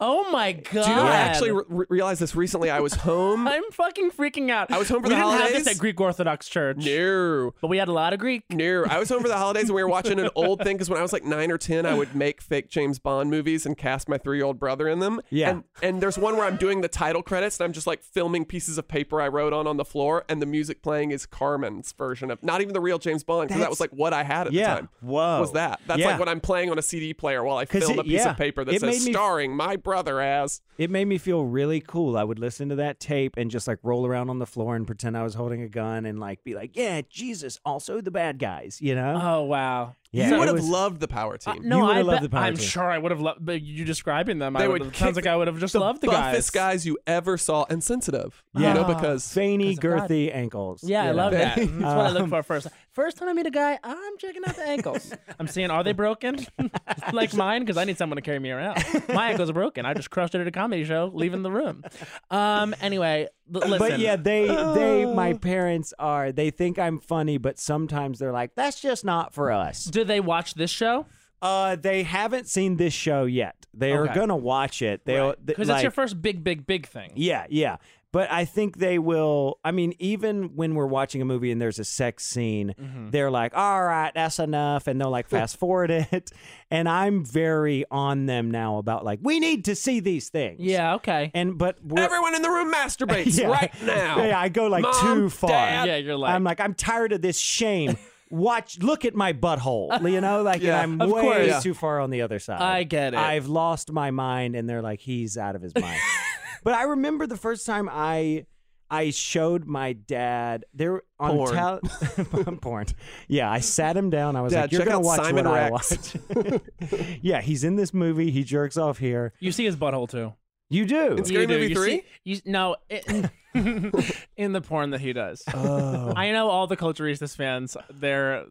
[SPEAKER 4] Oh my god!
[SPEAKER 9] Do you know I actually re- realized this recently? I was home.
[SPEAKER 4] I'm fucking freaking out.
[SPEAKER 9] Um, I was home for
[SPEAKER 4] we
[SPEAKER 9] the
[SPEAKER 4] didn't have
[SPEAKER 9] holidays.
[SPEAKER 4] this at Greek Orthodox Church.
[SPEAKER 9] No,
[SPEAKER 4] but we had a lot of Greek.
[SPEAKER 9] No, I was home for the holidays and we were watching an old thing because when I was like nine or ten, I would make fake James Bond movies and cast my three-year-old brother in them.
[SPEAKER 2] Yeah.
[SPEAKER 9] And, and there's one where I'm doing the title credits and I'm just like filming pieces of paper I wrote on on the floor, and the music playing is Carmen's version of not even the real James Bond because that was like what I had at
[SPEAKER 2] yeah.
[SPEAKER 9] the time.
[SPEAKER 2] Whoa.
[SPEAKER 9] Was that? That's
[SPEAKER 2] Yeah.
[SPEAKER 9] like what I'm playing on a CD player while I
[SPEAKER 2] 'Cause
[SPEAKER 9] film
[SPEAKER 2] it-
[SPEAKER 9] a piece
[SPEAKER 2] yeah.
[SPEAKER 9] of paper that
[SPEAKER 2] It
[SPEAKER 9] says
[SPEAKER 2] made me-
[SPEAKER 9] starring my brother as.
[SPEAKER 2] It made me feel really cool. I would listen to that tape and just like roll around on the floor and pretend I was holding a gun and like be like, yeah, Jesus, also the bad guys, you know?
[SPEAKER 4] Oh wow.
[SPEAKER 2] Yeah,
[SPEAKER 9] you
[SPEAKER 2] it
[SPEAKER 9] would have
[SPEAKER 2] was-
[SPEAKER 9] loved the power team.
[SPEAKER 4] No,
[SPEAKER 2] You
[SPEAKER 4] I
[SPEAKER 2] would've loved
[SPEAKER 4] bet-
[SPEAKER 2] the Power
[SPEAKER 4] I'm
[SPEAKER 2] Team.
[SPEAKER 4] sure I would have loved. But you describing them,
[SPEAKER 9] They
[SPEAKER 4] I
[SPEAKER 9] would
[SPEAKER 4] would. Sounds
[SPEAKER 9] kick
[SPEAKER 4] like I would have just loved the guys.
[SPEAKER 9] Buffest guys you ever saw, and sensitive.
[SPEAKER 2] Yeah.
[SPEAKER 9] You know,
[SPEAKER 2] Ah.
[SPEAKER 9] because
[SPEAKER 2] Veiny,
[SPEAKER 4] God.
[SPEAKER 2] girthy ankles.
[SPEAKER 4] Yeah, I
[SPEAKER 2] you know?
[SPEAKER 4] love that. That's what I look
[SPEAKER 2] Um,
[SPEAKER 4] for first. First time I meet a guy, I'm checking out the ankles. I'm seeing are they broken, like mine, because I need someone to carry me around. My ankles are broken. I just crushed it at a comedy show, leaving the room. Um. Anyway, l- listen.
[SPEAKER 2] But yeah, they they my
[SPEAKER 9] Oh.
[SPEAKER 2] parents are they think I'm funny, but sometimes they're like, that's just not for us.
[SPEAKER 4] Do they watch this show?
[SPEAKER 2] Uh, they haven't seen this show yet. They are
[SPEAKER 4] Okay.
[SPEAKER 2] gonna watch it. They
[SPEAKER 4] Because it's your first big, big, big thing.
[SPEAKER 2] Yeah, yeah. But I think they will. I mean, even when we're watching a movie and there's a sex scene,
[SPEAKER 4] Mhm.
[SPEAKER 2] they're like, all right, that's enough. And they'll like fast forward it. And I'm very on them now about like, we need to see these things.
[SPEAKER 4] Yeah, okay.
[SPEAKER 2] And, but we're,
[SPEAKER 9] everyone in the room masturbates
[SPEAKER 2] Yeah.
[SPEAKER 9] right now.
[SPEAKER 2] Yeah, I go like
[SPEAKER 9] Mom,
[SPEAKER 2] too far.
[SPEAKER 9] Dad.
[SPEAKER 4] Yeah, you're like-
[SPEAKER 2] I'm like, I'm tired of this shame. Watch, look at my butthole. You know, like,
[SPEAKER 4] Yeah.
[SPEAKER 2] and I'm
[SPEAKER 4] Of
[SPEAKER 2] way
[SPEAKER 4] course. Yeah.
[SPEAKER 2] too far on the other side.
[SPEAKER 4] I get it.
[SPEAKER 2] I've lost my mind, and they're like, he's out of his mind. but I remember the first time I. I showed my dad there on
[SPEAKER 9] Porn.
[SPEAKER 2] tel- porn. Yeah, I sat him down. I was
[SPEAKER 9] Dad,
[SPEAKER 2] like, "You're
[SPEAKER 9] check
[SPEAKER 2] gonna
[SPEAKER 9] out
[SPEAKER 2] watch
[SPEAKER 9] Simon
[SPEAKER 2] what
[SPEAKER 9] Rex."
[SPEAKER 2] I watch." yeah, he's in this movie. He jerks off here.
[SPEAKER 4] You see his butthole too.
[SPEAKER 2] You do.
[SPEAKER 9] It's Scary
[SPEAKER 4] do.
[SPEAKER 9] Movie
[SPEAKER 4] You
[SPEAKER 9] 3?
[SPEAKER 4] see- you, no, it, in the porn that he does.
[SPEAKER 2] Oh.
[SPEAKER 4] I know all the Culturistas fans. They're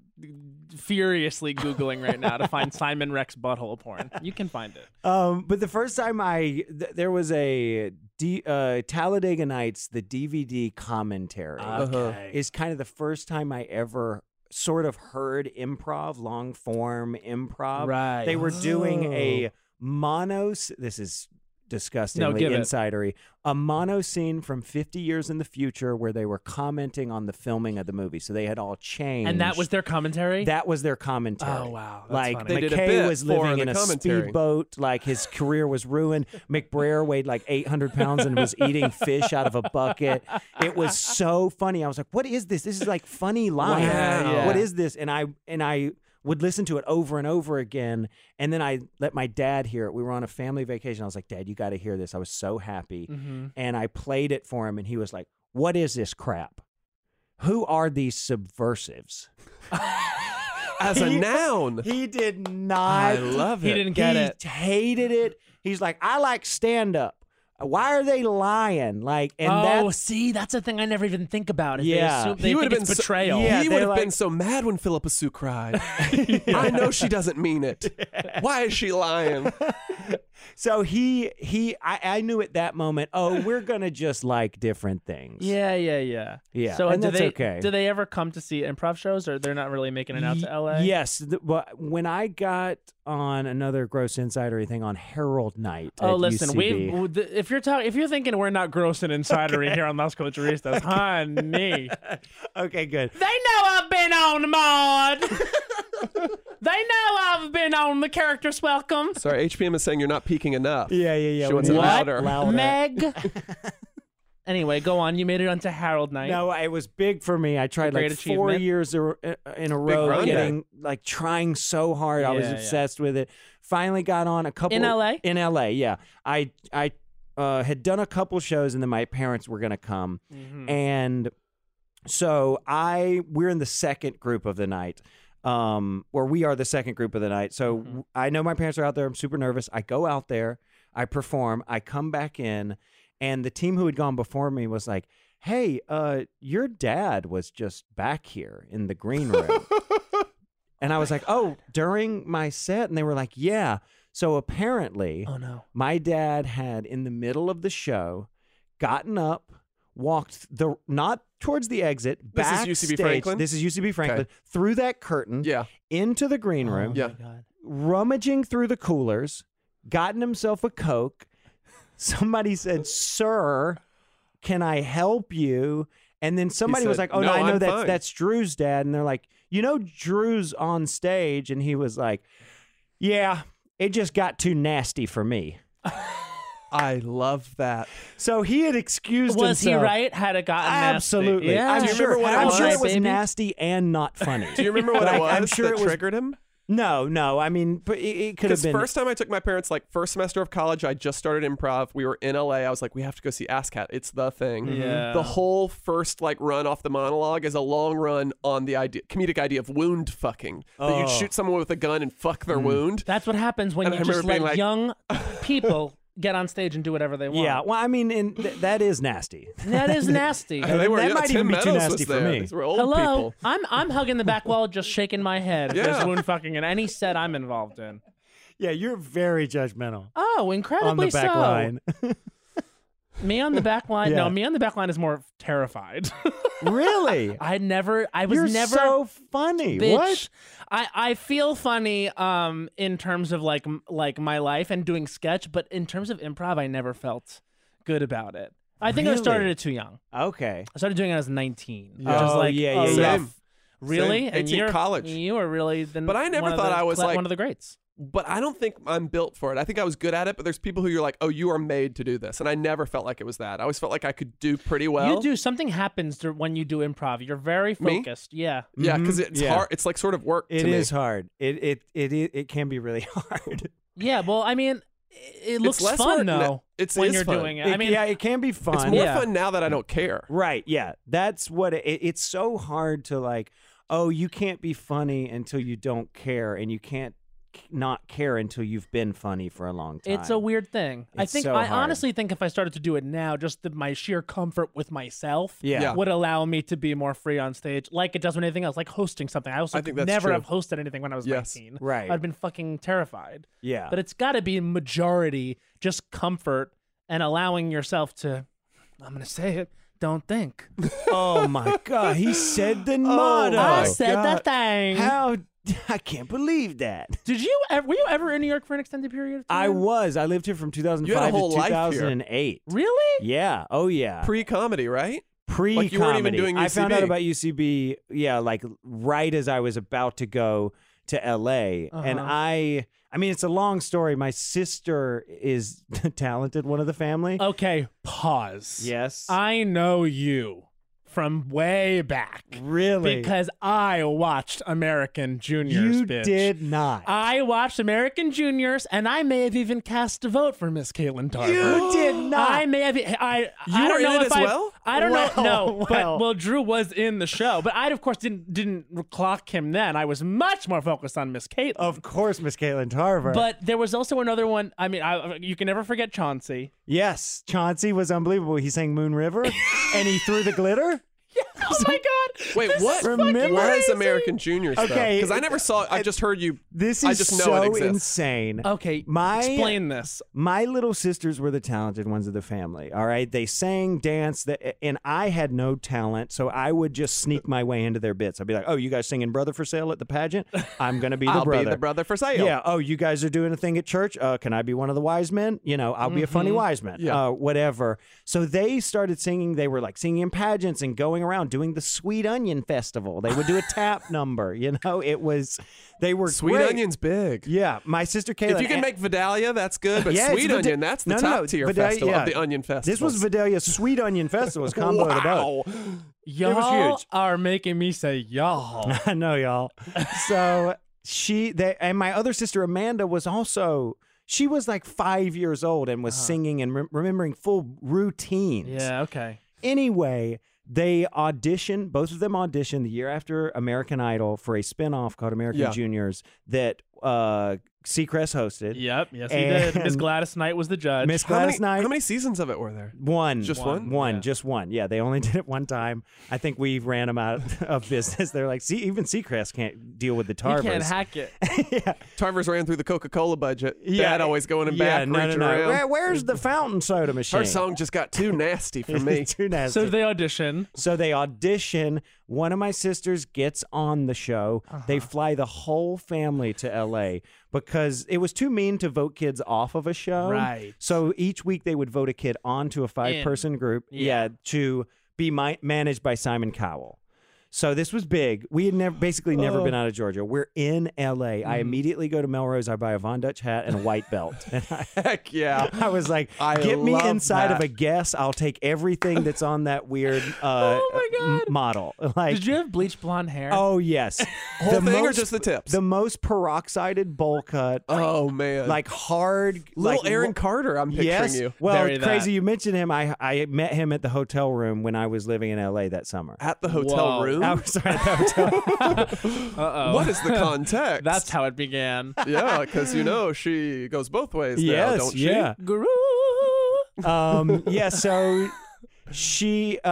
[SPEAKER 4] furiously googling right now to find Simon Rex butthole porn. You can find it.
[SPEAKER 2] Um, but the first time I th- there was a D, uh, Talladega Nights, the DVD commentary
[SPEAKER 4] Okay.
[SPEAKER 2] is kind of the first time I ever sort of heard improv, long form improv.
[SPEAKER 4] Right.
[SPEAKER 2] They were doing
[SPEAKER 4] Oh.
[SPEAKER 2] a monos. This is disgustingly
[SPEAKER 4] give it.
[SPEAKER 2] insidery. A mono scene from 50 years in the future where they were commenting on the filming of the movie. So they had all changed.
[SPEAKER 4] And that was their commentary.
[SPEAKER 2] That was their commentary.
[SPEAKER 4] Oh, wow. That's
[SPEAKER 2] like
[SPEAKER 4] funny. They did a
[SPEAKER 2] McKay
[SPEAKER 4] bit
[SPEAKER 2] was
[SPEAKER 4] for
[SPEAKER 2] living
[SPEAKER 4] the
[SPEAKER 2] in a
[SPEAKER 4] commentary.
[SPEAKER 2] speedboat. Like his career was ruined. McBrayer weighed like 800 pounds and was eating fish out of a bucket. It was so funny. I was like, "What is this? This is like funny line.
[SPEAKER 4] Wow.
[SPEAKER 2] What is this?" And I and I would listen to it over and over again. And then I let my dad hear it. We were on a family vacation. I was like, "Dad, you got to hear this." I was so happy.
[SPEAKER 4] Mhm.
[SPEAKER 2] And I played it for him, and he was like, "What is this crap? Who are these subversives?"
[SPEAKER 9] As a
[SPEAKER 2] He-
[SPEAKER 9] noun.
[SPEAKER 2] He did not.
[SPEAKER 9] I love
[SPEAKER 4] He it. didn't get
[SPEAKER 2] He
[SPEAKER 4] it.
[SPEAKER 2] Hated it. He's like, I like stand up. Why are they lying? Like, and
[SPEAKER 4] oh,
[SPEAKER 2] that's
[SPEAKER 4] see, that's a thing I never even think about. is
[SPEAKER 2] Yeah.
[SPEAKER 4] they assume, they
[SPEAKER 9] he would
[SPEAKER 4] think
[SPEAKER 9] have been
[SPEAKER 4] it's betrayal.
[SPEAKER 9] So,
[SPEAKER 2] Yeah,
[SPEAKER 9] he
[SPEAKER 2] they're
[SPEAKER 9] would have been
[SPEAKER 2] like-
[SPEAKER 9] so mad when Philippa Sue cried. I know she doesn't mean it. Why is she lying?
[SPEAKER 2] so he he. I, I knew at that moment. Oh, we're gonna just like different things.
[SPEAKER 4] yeah, yeah, yeah.
[SPEAKER 2] Yeah,
[SPEAKER 4] So
[SPEAKER 2] and
[SPEAKER 4] do
[SPEAKER 2] that's
[SPEAKER 4] they,
[SPEAKER 2] okay.
[SPEAKER 4] Do they ever come to see improv shows, or they're not really making it out to LA?
[SPEAKER 2] Yes, th- but when I got on another gross insidery thing on Herald Night.
[SPEAKER 4] Oh,
[SPEAKER 2] at
[SPEAKER 4] listen,
[SPEAKER 2] UCB,
[SPEAKER 4] we if you're talking if you're thinking we're not gross and insidery here on Las Culturistas, honey.
[SPEAKER 2] okay, good.
[SPEAKER 4] They know I've been on the mod. they know I've been on the characters welcome.
[SPEAKER 9] Sorry, HPM is saying you're not peaking enough.
[SPEAKER 2] Yeah, yeah, yeah.
[SPEAKER 9] She wants
[SPEAKER 2] What?
[SPEAKER 9] it louder.
[SPEAKER 2] Louder.
[SPEAKER 4] Meg. anyway, go on. You made it onto Harold Night.
[SPEAKER 2] No, it was big for me. I tried
[SPEAKER 4] great
[SPEAKER 2] like four
[SPEAKER 4] achievement.
[SPEAKER 2] years a- uh, in a row,
[SPEAKER 4] run
[SPEAKER 2] getting like trying so hard. I was
[SPEAKER 4] Yeah, yeah.
[SPEAKER 2] obsessed with it. Finally, got on a couple
[SPEAKER 4] In LA?
[SPEAKER 2] In LA, yeah. I I uh, had done a couple shows, and then my parents were gonna come, and so I we're in the second group of the night. Um, or we are the second group of the night. So w- I know my parents are out there. I'm super nervous. I go out there, I perform, I come back in, and the team who had gone before me was like, Hey, uh, your dad was just back here in the green room. and I was like, Oh, during my set? And they were like, Yeah. So apparently,
[SPEAKER 4] Oh no.
[SPEAKER 2] my dad had in the middle of the show gotten up walked the not towards the exit
[SPEAKER 9] This is
[SPEAKER 2] backstage,
[SPEAKER 9] UCB Franklin?
[SPEAKER 2] this is ucb franklin
[SPEAKER 9] Okay.
[SPEAKER 2] through that curtain
[SPEAKER 9] Yeah.
[SPEAKER 2] into the green room
[SPEAKER 9] Yeah.
[SPEAKER 4] God.
[SPEAKER 2] rummaging through the coolers gotten himself a coke somebody said, "Sir, can I help you?" And then somebody was
[SPEAKER 8] said,
[SPEAKER 2] like, "Oh no,
[SPEAKER 8] "No,
[SPEAKER 2] I know
[SPEAKER 8] I'm
[SPEAKER 2] that's
[SPEAKER 8] fine."
[SPEAKER 2] that's Drew's dad." And they're like, "You know Drew's on stage," and he was like, "Yeah, it just got too nasty for me."
[SPEAKER 9] I love that.
[SPEAKER 2] So he had excused
[SPEAKER 4] Was he
[SPEAKER 2] himself.
[SPEAKER 4] right? Had it gotten nasty?
[SPEAKER 2] Absolutely.
[SPEAKER 4] Yeah.
[SPEAKER 2] I'm sure, I'm sure it was
[SPEAKER 4] Baby.
[SPEAKER 2] nasty and not funny.
[SPEAKER 9] Do you remember what
[SPEAKER 2] Like,
[SPEAKER 9] it was
[SPEAKER 2] I'm sure
[SPEAKER 9] that
[SPEAKER 2] it was,
[SPEAKER 9] triggered him?
[SPEAKER 2] No, no. I mean, but it, it could have
[SPEAKER 9] Because
[SPEAKER 2] been.
[SPEAKER 9] first time I took my parents, like first semester of college, I just started improv. We were in LA. I was like, we have to go see ASCAT. It's the thing.
[SPEAKER 2] Mm-hmm.
[SPEAKER 4] Yeah.
[SPEAKER 9] The whole first like run off the monologue is a long run on the idea, comedic idea of wound fucking. That
[SPEAKER 4] Oh.
[SPEAKER 9] you'd shoot someone with a gun and fuck
[SPEAKER 2] Mm.
[SPEAKER 9] their wound.
[SPEAKER 4] That's what happens when
[SPEAKER 9] And I
[SPEAKER 4] you just
[SPEAKER 9] remember being
[SPEAKER 4] let
[SPEAKER 9] like-
[SPEAKER 4] young people get on stage and do whatever they want.
[SPEAKER 2] yeah. Well, I mean, and th- that is nasty.
[SPEAKER 4] That is nasty.
[SPEAKER 2] And They were- that yeah, might Tim even be too Meadows nasty was for there. me. These were old
[SPEAKER 4] Hello,
[SPEAKER 2] people.
[SPEAKER 4] I'm I'm hugging the back wall, just shaking my head.
[SPEAKER 2] Yeah.
[SPEAKER 4] There's wound fucking in any set I'm involved in.
[SPEAKER 2] Yeah, you're very judgmental.
[SPEAKER 4] Oh, incredibly
[SPEAKER 2] on the back
[SPEAKER 4] so.
[SPEAKER 2] line.
[SPEAKER 4] Me on the back line?
[SPEAKER 2] Yeah.
[SPEAKER 4] No, me on the back line is more terrified.
[SPEAKER 2] really?
[SPEAKER 4] I never. I was
[SPEAKER 2] You're
[SPEAKER 4] never
[SPEAKER 2] so funny.
[SPEAKER 4] Bitch.
[SPEAKER 2] What?
[SPEAKER 4] I I feel funny um in terms of like m- like my life and doing sketch, but in terms of improv, I never felt good about it. I think I
[SPEAKER 2] Really?
[SPEAKER 4] started it too young.
[SPEAKER 2] Okay.
[SPEAKER 4] I started doing it as 19,
[SPEAKER 2] Yeah.
[SPEAKER 4] which is
[SPEAKER 2] Oh,
[SPEAKER 4] like
[SPEAKER 2] yeah,
[SPEAKER 4] a
[SPEAKER 2] yeah, yeah.
[SPEAKER 4] rough-
[SPEAKER 2] Same.
[SPEAKER 4] Really?
[SPEAKER 9] Same.
[SPEAKER 4] And
[SPEAKER 9] 18
[SPEAKER 4] you're
[SPEAKER 9] college.
[SPEAKER 4] You are really the.
[SPEAKER 9] But I never
[SPEAKER 4] one of
[SPEAKER 9] thought
[SPEAKER 4] the
[SPEAKER 9] I was
[SPEAKER 4] cle-
[SPEAKER 9] like
[SPEAKER 4] one of the greats.
[SPEAKER 9] But I don't think I'm built for it. I think I was good at it, but there's people who you're like, oh, you are made to do this. And I never felt like it was that. I always felt like I could do pretty well.
[SPEAKER 4] you do something happens dur- when you do improv. You're very
[SPEAKER 9] Me?
[SPEAKER 4] focused. Yeah.
[SPEAKER 9] Yeah, because it's
[SPEAKER 2] Mm-hmm. Yeah.
[SPEAKER 9] hard. It's like sort of work.
[SPEAKER 2] It
[SPEAKER 9] to me.
[SPEAKER 2] is hard. It it it it, it can be really hard.
[SPEAKER 4] Yeah. Well, I mean, it
[SPEAKER 9] It's
[SPEAKER 4] looks
[SPEAKER 9] less
[SPEAKER 4] fun
[SPEAKER 9] work now.
[SPEAKER 4] though.
[SPEAKER 9] It's-
[SPEAKER 4] when
[SPEAKER 9] it's
[SPEAKER 4] you're
[SPEAKER 9] fun.
[SPEAKER 4] doing it. I mean,
[SPEAKER 2] yeah, it can be fun.
[SPEAKER 9] It's more fun now that I don't care.
[SPEAKER 2] Right. Yeah. That's what it, it- it's so hard to like. Oh, you can't be funny until you don't care, and you can't c- not care until you've been funny for a long time.
[SPEAKER 4] It's a weird thing. I
[SPEAKER 2] It's
[SPEAKER 4] think
[SPEAKER 2] so
[SPEAKER 4] I
[SPEAKER 2] hard.
[SPEAKER 4] honestly think if I started to do it now, just the, my sheer comfort with myself
[SPEAKER 2] Yeah. Yeah.
[SPEAKER 4] would allow me to be more free on stage, like it does with anything else, like hosting something. I also
[SPEAKER 2] I
[SPEAKER 4] could
[SPEAKER 2] think that's
[SPEAKER 4] never
[SPEAKER 2] true.
[SPEAKER 4] have hosted anything when I was
[SPEAKER 2] Yes.
[SPEAKER 4] 19.
[SPEAKER 2] Right.
[SPEAKER 4] I'd been fucking terrified.
[SPEAKER 2] Yeah.
[SPEAKER 4] But it's got to be majority just comfort and allowing yourself to. I'm gonna say it. Don't think.
[SPEAKER 2] oh my god, he said
[SPEAKER 9] Oh
[SPEAKER 2] the motto.
[SPEAKER 4] I said that thing.
[SPEAKER 2] How I can't believe that.
[SPEAKER 4] Did you? ever? Were you ever in New York for an extended period of time?
[SPEAKER 2] I was. I lived here from 2005
[SPEAKER 9] whole
[SPEAKER 2] to
[SPEAKER 9] life here.
[SPEAKER 2] 2008.
[SPEAKER 4] Really?
[SPEAKER 2] Yeah. Oh yeah.
[SPEAKER 9] Pre comedy, right?
[SPEAKER 2] Pre
[SPEAKER 9] Like you weren't even doing
[SPEAKER 2] I found out
[SPEAKER 9] UCB.
[SPEAKER 2] about UCB. Yeah, like right as I was about to go to LA, and
[SPEAKER 9] Uh-huh.
[SPEAKER 2] I. I mean, it's a long story. My sister is talented, one of the family.
[SPEAKER 4] Okay, pause.
[SPEAKER 2] Yes.
[SPEAKER 4] I know you from way back.
[SPEAKER 2] Really?
[SPEAKER 4] Because I watched American Juniors,
[SPEAKER 2] You
[SPEAKER 4] bitch.
[SPEAKER 2] did not.
[SPEAKER 4] I watched American Juniors, and I may have even cast a vote for Miss Caitlin Tarver.
[SPEAKER 2] You did not.
[SPEAKER 4] I may have. I,
[SPEAKER 2] You
[SPEAKER 4] I
[SPEAKER 2] were
[SPEAKER 4] don't
[SPEAKER 2] in
[SPEAKER 4] know
[SPEAKER 2] it
[SPEAKER 4] if
[SPEAKER 2] as
[SPEAKER 4] I,
[SPEAKER 2] well?
[SPEAKER 4] I don't know.
[SPEAKER 2] Well,
[SPEAKER 4] No,
[SPEAKER 2] well.
[SPEAKER 4] but well, Drew was in the show, but I of course didn't didn't clock him then. I was much more focused on Miss Caitlin.
[SPEAKER 2] Of course, Miss Caitlin Tarver.
[SPEAKER 4] But there was also another one. I mean, I, you can never forget Chauncey.
[SPEAKER 2] yes, Chauncey was unbelievable. He sang Moon River, and he threw the glitter.
[SPEAKER 4] Oh my god!
[SPEAKER 9] Wait, what?
[SPEAKER 2] Remember-
[SPEAKER 9] Where is American Juniors?
[SPEAKER 2] Okay.
[SPEAKER 9] Because I never saw it. I just heard you.
[SPEAKER 2] This is
[SPEAKER 9] I just know
[SPEAKER 2] so
[SPEAKER 9] it exists.
[SPEAKER 2] insane.
[SPEAKER 4] Okay,
[SPEAKER 2] my
[SPEAKER 4] explain this.
[SPEAKER 2] My little sisters were the talented ones of the family. All right, they sang, danced, th- and I had no talent, so I would just sneak my way into their bits. I'd be like, "Oh, you guys singing Brother for Sale at the pageant? I'm gonna be the
[SPEAKER 9] I'll
[SPEAKER 2] brother.
[SPEAKER 9] be the brother for sale.
[SPEAKER 2] Yeah. Oh, you guys are doing a thing at church. Uh, can I be one of the wise men? You know, I'll be a funny
[SPEAKER 9] Mhm.
[SPEAKER 2] wise man.
[SPEAKER 9] Yeah.
[SPEAKER 2] Uh, whatever. So they started singing. They were like singing in pageants and going around doing the Sweet Onion Festival. They would do a tap number. You know, it was they were
[SPEAKER 9] Sweet
[SPEAKER 2] great.
[SPEAKER 9] Onion's big.
[SPEAKER 2] Yeah, my sister Kayla. eh,
[SPEAKER 9] if you can make Vidalia, that's good. But
[SPEAKER 2] Yeah, it's
[SPEAKER 9] Sweet
[SPEAKER 2] Vida-
[SPEAKER 9] Onion, that's the
[SPEAKER 2] No, no,
[SPEAKER 9] top
[SPEAKER 2] no,
[SPEAKER 9] tier
[SPEAKER 2] Vidalia-
[SPEAKER 9] festival
[SPEAKER 2] yeah.
[SPEAKER 9] of the Onion Festival.
[SPEAKER 2] This was Vidalia's Sweet Onion Festival. It's combo of the both.
[SPEAKER 4] Y'all
[SPEAKER 2] huge.
[SPEAKER 4] are making me say y'all.
[SPEAKER 2] I know y'all. So she they, and my other sister Amanda was also she was like five years old and
[SPEAKER 9] Uh-huh.
[SPEAKER 2] was singing and re- remembering full routines.
[SPEAKER 4] Yeah. Okay.
[SPEAKER 2] Anyway, they auditioned, both of them auditioned the year after American Idol for a spinoff called American
[SPEAKER 4] Yeah.
[SPEAKER 2] Juniors that uh Seacrest hosted.
[SPEAKER 4] Yep. Yes, he did. Miss
[SPEAKER 2] And-
[SPEAKER 4] Gladys Knight was the judge.
[SPEAKER 2] Miss Gladys Knight.
[SPEAKER 9] How many seasons of it were there?
[SPEAKER 2] One.
[SPEAKER 9] Just one?
[SPEAKER 2] One, just one. Yeah, they only did it one time. I think we ran them out of business. They're like, see, even Seacrest can't deal with the
[SPEAKER 9] You
[SPEAKER 2] Tarvers.
[SPEAKER 9] can't
[SPEAKER 4] hack it.
[SPEAKER 9] Tarvers ran through the Coca Cola budget.
[SPEAKER 2] Yeah.
[SPEAKER 9] Dad always going in
[SPEAKER 2] Yeah,
[SPEAKER 9] back,
[SPEAKER 2] no, no,
[SPEAKER 9] reaching
[SPEAKER 2] no.
[SPEAKER 9] around.
[SPEAKER 2] Where- where's the fountain soda machine?
[SPEAKER 9] Her song just got too nasty for me.
[SPEAKER 2] Too nasty.
[SPEAKER 4] So they audition.
[SPEAKER 2] So they audition. One of my sisters gets on the show.
[SPEAKER 4] Uh-huh.
[SPEAKER 2] They fly the whole family to LA because it was too mean to vote kids off of a show.
[SPEAKER 4] Right.
[SPEAKER 2] So each week they would vote a kid onto a five person group. Yeah. to be mi- managed by Simon Cowell. So this was big. We had never basically never
[SPEAKER 4] Oh.
[SPEAKER 2] been out of Georgia. We're in LA. I
[SPEAKER 4] Mm.
[SPEAKER 2] immediately go to Melrose. I buy a Von Dutch hat and a white belt. And I-
[SPEAKER 9] Heck yeah.
[SPEAKER 2] I was like,
[SPEAKER 9] I
[SPEAKER 2] get me
[SPEAKER 9] love
[SPEAKER 2] inside of
[SPEAKER 9] that.
[SPEAKER 2] a guess. I'll take everything that's on that weird uh,
[SPEAKER 9] Oh
[SPEAKER 2] m- model. Like,
[SPEAKER 4] Did you have bleach blonde hair?
[SPEAKER 2] oh yes,
[SPEAKER 4] Whole thing or just
[SPEAKER 9] the tips?
[SPEAKER 2] The most peroxided bowl cut.
[SPEAKER 9] Oh man,
[SPEAKER 2] like hard,
[SPEAKER 9] Little
[SPEAKER 2] like,
[SPEAKER 9] Aaron
[SPEAKER 2] wh-
[SPEAKER 9] Carter, I'm picturing
[SPEAKER 2] yes.
[SPEAKER 9] you.
[SPEAKER 2] Well,
[SPEAKER 9] Very
[SPEAKER 2] crazy
[SPEAKER 9] that.
[SPEAKER 2] you mentioned him. I I met him at the hotel room when I was living in L.A. that summer.
[SPEAKER 9] At the hotel Whoa. room?
[SPEAKER 2] I'm sorry, at the hotel.
[SPEAKER 4] Uh-oh.
[SPEAKER 9] What is the context?
[SPEAKER 4] That's how it began.
[SPEAKER 9] yeah, because you know she goes both ways now,
[SPEAKER 2] Yes,
[SPEAKER 9] don't
[SPEAKER 2] yeah.
[SPEAKER 9] she?
[SPEAKER 4] Guru.
[SPEAKER 2] um yeah so she uh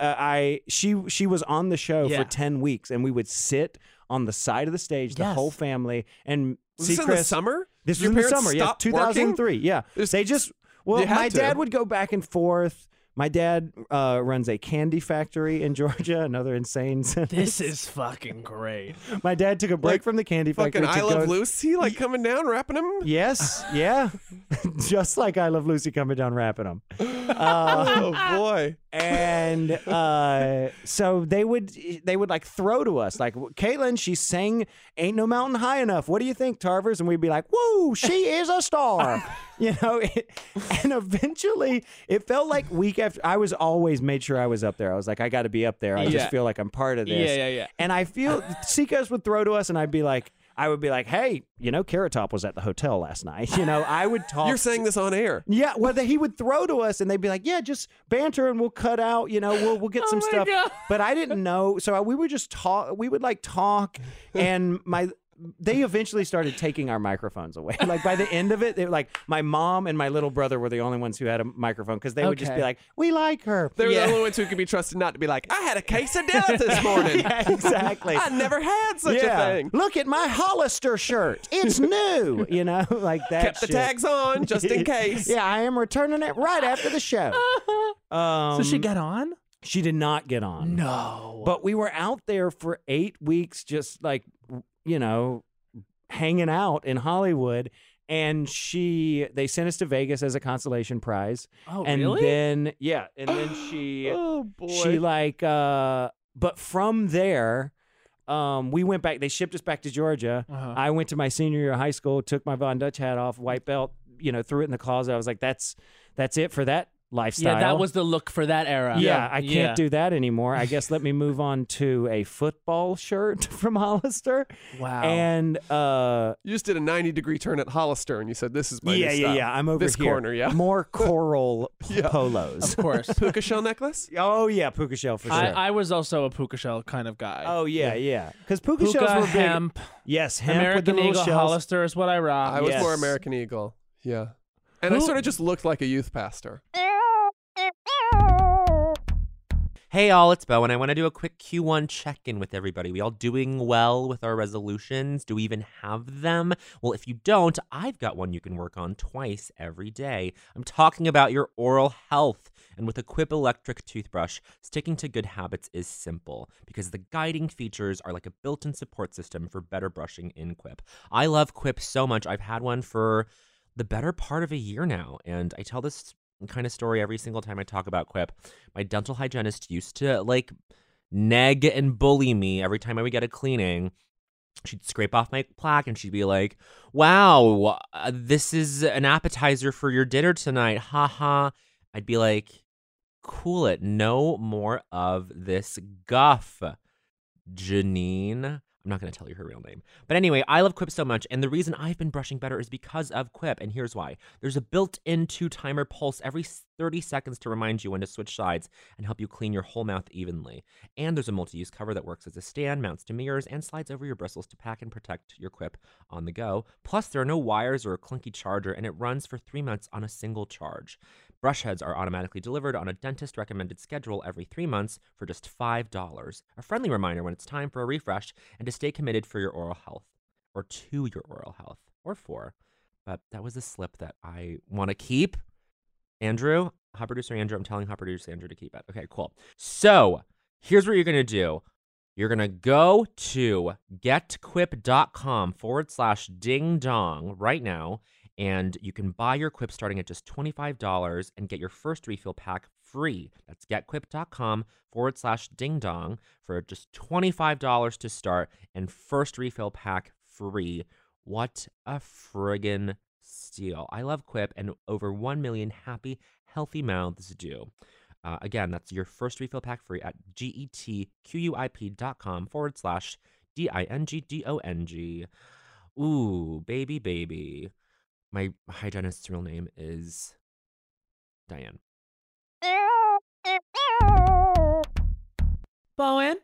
[SPEAKER 2] i she she was on the show
[SPEAKER 4] Yeah.
[SPEAKER 2] for 10 weeks and we would sit on the side of the stage the
[SPEAKER 9] Yes.
[SPEAKER 2] whole family and
[SPEAKER 9] Was
[SPEAKER 2] see
[SPEAKER 9] this in the
[SPEAKER 2] Chris,
[SPEAKER 9] summer?
[SPEAKER 2] this was
[SPEAKER 9] Your
[SPEAKER 2] in the
[SPEAKER 9] parents
[SPEAKER 2] summer yeah
[SPEAKER 9] stopped working?
[SPEAKER 2] 2003 yeah they just well
[SPEAKER 9] you had
[SPEAKER 2] my
[SPEAKER 9] to.
[SPEAKER 2] dad would go back and forth my dad uh, runs a candy factory in Georgia. Another insane.
[SPEAKER 4] This
[SPEAKER 2] sentence.
[SPEAKER 4] is fucking great.
[SPEAKER 2] My dad took a break from the candy factory.
[SPEAKER 9] Fucking I
[SPEAKER 2] to
[SPEAKER 9] Love
[SPEAKER 2] go-
[SPEAKER 9] Lucy, like coming down, wrapping him.
[SPEAKER 2] Yes, yeah, just like I Love Lucy coming down rapping them. Uh,
[SPEAKER 9] oh boy!
[SPEAKER 2] And uh, so they would they would like throw to us like Caitlin, she sang "Ain't No Mountain High Enough." What do you think, Tarvers? And we'd be like, "Whoa, she is a star," you know. It, and eventually, it felt like week after. I was always made sure I was up there. I was like, I got to be up there. I
[SPEAKER 4] Yeah.
[SPEAKER 2] just feel like I'm part of this.
[SPEAKER 4] Yeah, yeah, yeah.
[SPEAKER 2] And I feel Seacoast would throw to us, and I'd be like, I would be like, hey, you know, Carrot Top was at the hotel last night. You know, I would talk.
[SPEAKER 9] You're saying this on air.
[SPEAKER 2] Yeah, well, that he would throw to us, and they'd be like, "Yeah, just banter, and we'll cut out. You know, we'll we'll get some stuff." But I didn't know, so I, we would just talk. We would like talk, and my they eventually started taking our microphones away. Like by the end of it, they were like my mom and my little brother were the only ones who had a microphone because they would just be
[SPEAKER 9] Okay.
[SPEAKER 2] like, "We like her."
[SPEAKER 9] They were
[SPEAKER 2] Yeah.
[SPEAKER 9] the only ones who could be trusted not to be like, I had a quesadilla this morning.
[SPEAKER 2] yeah, exactly.
[SPEAKER 9] I never had such
[SPEAKER 2] Yeah.
[SPEAKER 9] a thing.
[SPEAKER 2] Look at my Hollister shirt. It's new. You know, like that.
[SPEAKER 9] Kept the
[SPEAKER 2] shit.
[SPEAKER 9] tags on, just in case.
[SPEAKER 2] yeah, I am returning it right after the show.
[SPEAKER 4] so
[SPEAKER 2] Um,
[SPEAKER 4] she got on?
[SPEAKER 2] She did not get on.
[SPEAKER 4] No.
[SPEAKER 2] But we were out there for eight weeks, just like, you know, hanging out in Hollywood. And she, they sent us to Vegas as a consolation prize.
[SPEAKER 4] Oh,
[SPEAKER 2] and
[SPEAKER 4] really?
[SPEAKER 2] then, yeah. And then she,
[SPEAKER 9] oh, boy.
[SPEAKER 2] She, like, uh, but from there, um, we went back, they shipped us back to Georgia.
[SPEAKER 4] Uh-huh.
[SPEAKER 2] I went to my senior year of high school, took my Von Dutch hat off, white belt, you know, threw it in the closet. I was like, that's, that's it for that lifestyle.
[SPEAKER 4] Yeah, that was the look for that era.
[SPEAKER 2] Yeah, I can't
[SPEAKER 4] Yeah.
[SPEAKER 2] do that anymore. I guess let me move on to a football shirt from Hollister.
[SPEAKER 4] Wow.
[SPEAKER 2] And uh
[SPEAKER 9] You just did a 90 degree turn at Hollister and you said, This is my new
[SPEAKER 2] yeah, yeah,
[SPEAKER 9] style."
[SPEAKER 2] yeah. I'm over
[SPEAKER 9] this
[SPEAKER 2] here.
[SPEAKER 9] corner, yeah.
[SPEAKER 2] More coral p- polos.
[SPEAKER 4] Of course.
[SPEAKER 9] Puka shell necklace?
[SPEAKER 2] Oh yeah, puka shell for sure.
[SPEAKER 4] I, I was also a puka shell kind of guy.
[SPEAKER 2] oh yeah, yeah. Because puka,
[SPEAKER 4] Puka,
[SPEAKER 2] shells were big.
[SPEAKER 4] hemp.
[SPEAKER 2] Yes, hemp with the
[SPEAKER 4] American
[SPEAKER 2] little
[SPEAKER 4] Eagle
[SPEAKER 2] shells.
[SPEAKER 4] Hollister is what I rock.
[SPEAKER 9] I was more
[SPEAKER 4] Yes.
[SPEAKER 9] American Eagle. Yeah. And I
[SPEAKER 4] Who-
[SPEAKER 9] sort of just looked like a youth pastor.
[SPEAKER 1] Hey, all, it's Bo, and I want to do a quick Q1 check in with everybody. We all doing well with our resolutions? Do we even have them? Well, if you don't, I've got one you can work on twice every day. I'm talking about your oral health. And with a Quip electric toothbrush, sticking to good habits is simple because the guiding features are like a built in support system for better brushing in Quip. I love Quip so much. I've had one for the better part of a year now, and I tell this kind of story every single time I talk about Quip. My dental hygienist used to like nag and bully me every time I would get a cleaning. She'd scrape off my plaque and she'd be like, "Wow, uh, this is an appetizer for your dinner tonight." Ha ha. I'd be like, "Cool it. No more of this guff." Janine. I'm not going to tell you her real name. But anyway, I love Quip so much. And the reason I've been brushing better is because of Quip. And here's why there's a built in two timer pulse every s- 30 seconds to remind you when to switch sides and help you clean your whole mouth evenly. And there's a multi use cover that works as a stand, mounts to mirrors, and slides over your bristles to pack and protect your Quip on the go. Plus, there are no wires or a clunky charger, and it runs for three months on a single charge. Brush heads are automatically delivered on a dentist recommended schedule every three months for just $5. A friendly reminder when it's time for a refresh and to stay committed for your oral health or to your oral health or for. But that was a slip that I want to keep. Andrew, hot producer Andrew, I'm telling hot producer Andrew to keep it. Okay, cool. So here's what you're going to do You're going to go to getquip.com forward slash ding dong right now, and you can buy your quip starting at just $25 and get your first refill pack free. That's getquip.com forward slash ding dong for just $25 to start and first refill pack free. What a friggin' steal. I love Quip, and over 1 million happy, healthy mouths do. Uh, again, that's your first refill pack free at E getquip.com forward slash D I N G D O N G. Ooh, baby, baby. My hygienist's real name is Diane.
[SPEAKER 13] Bowen,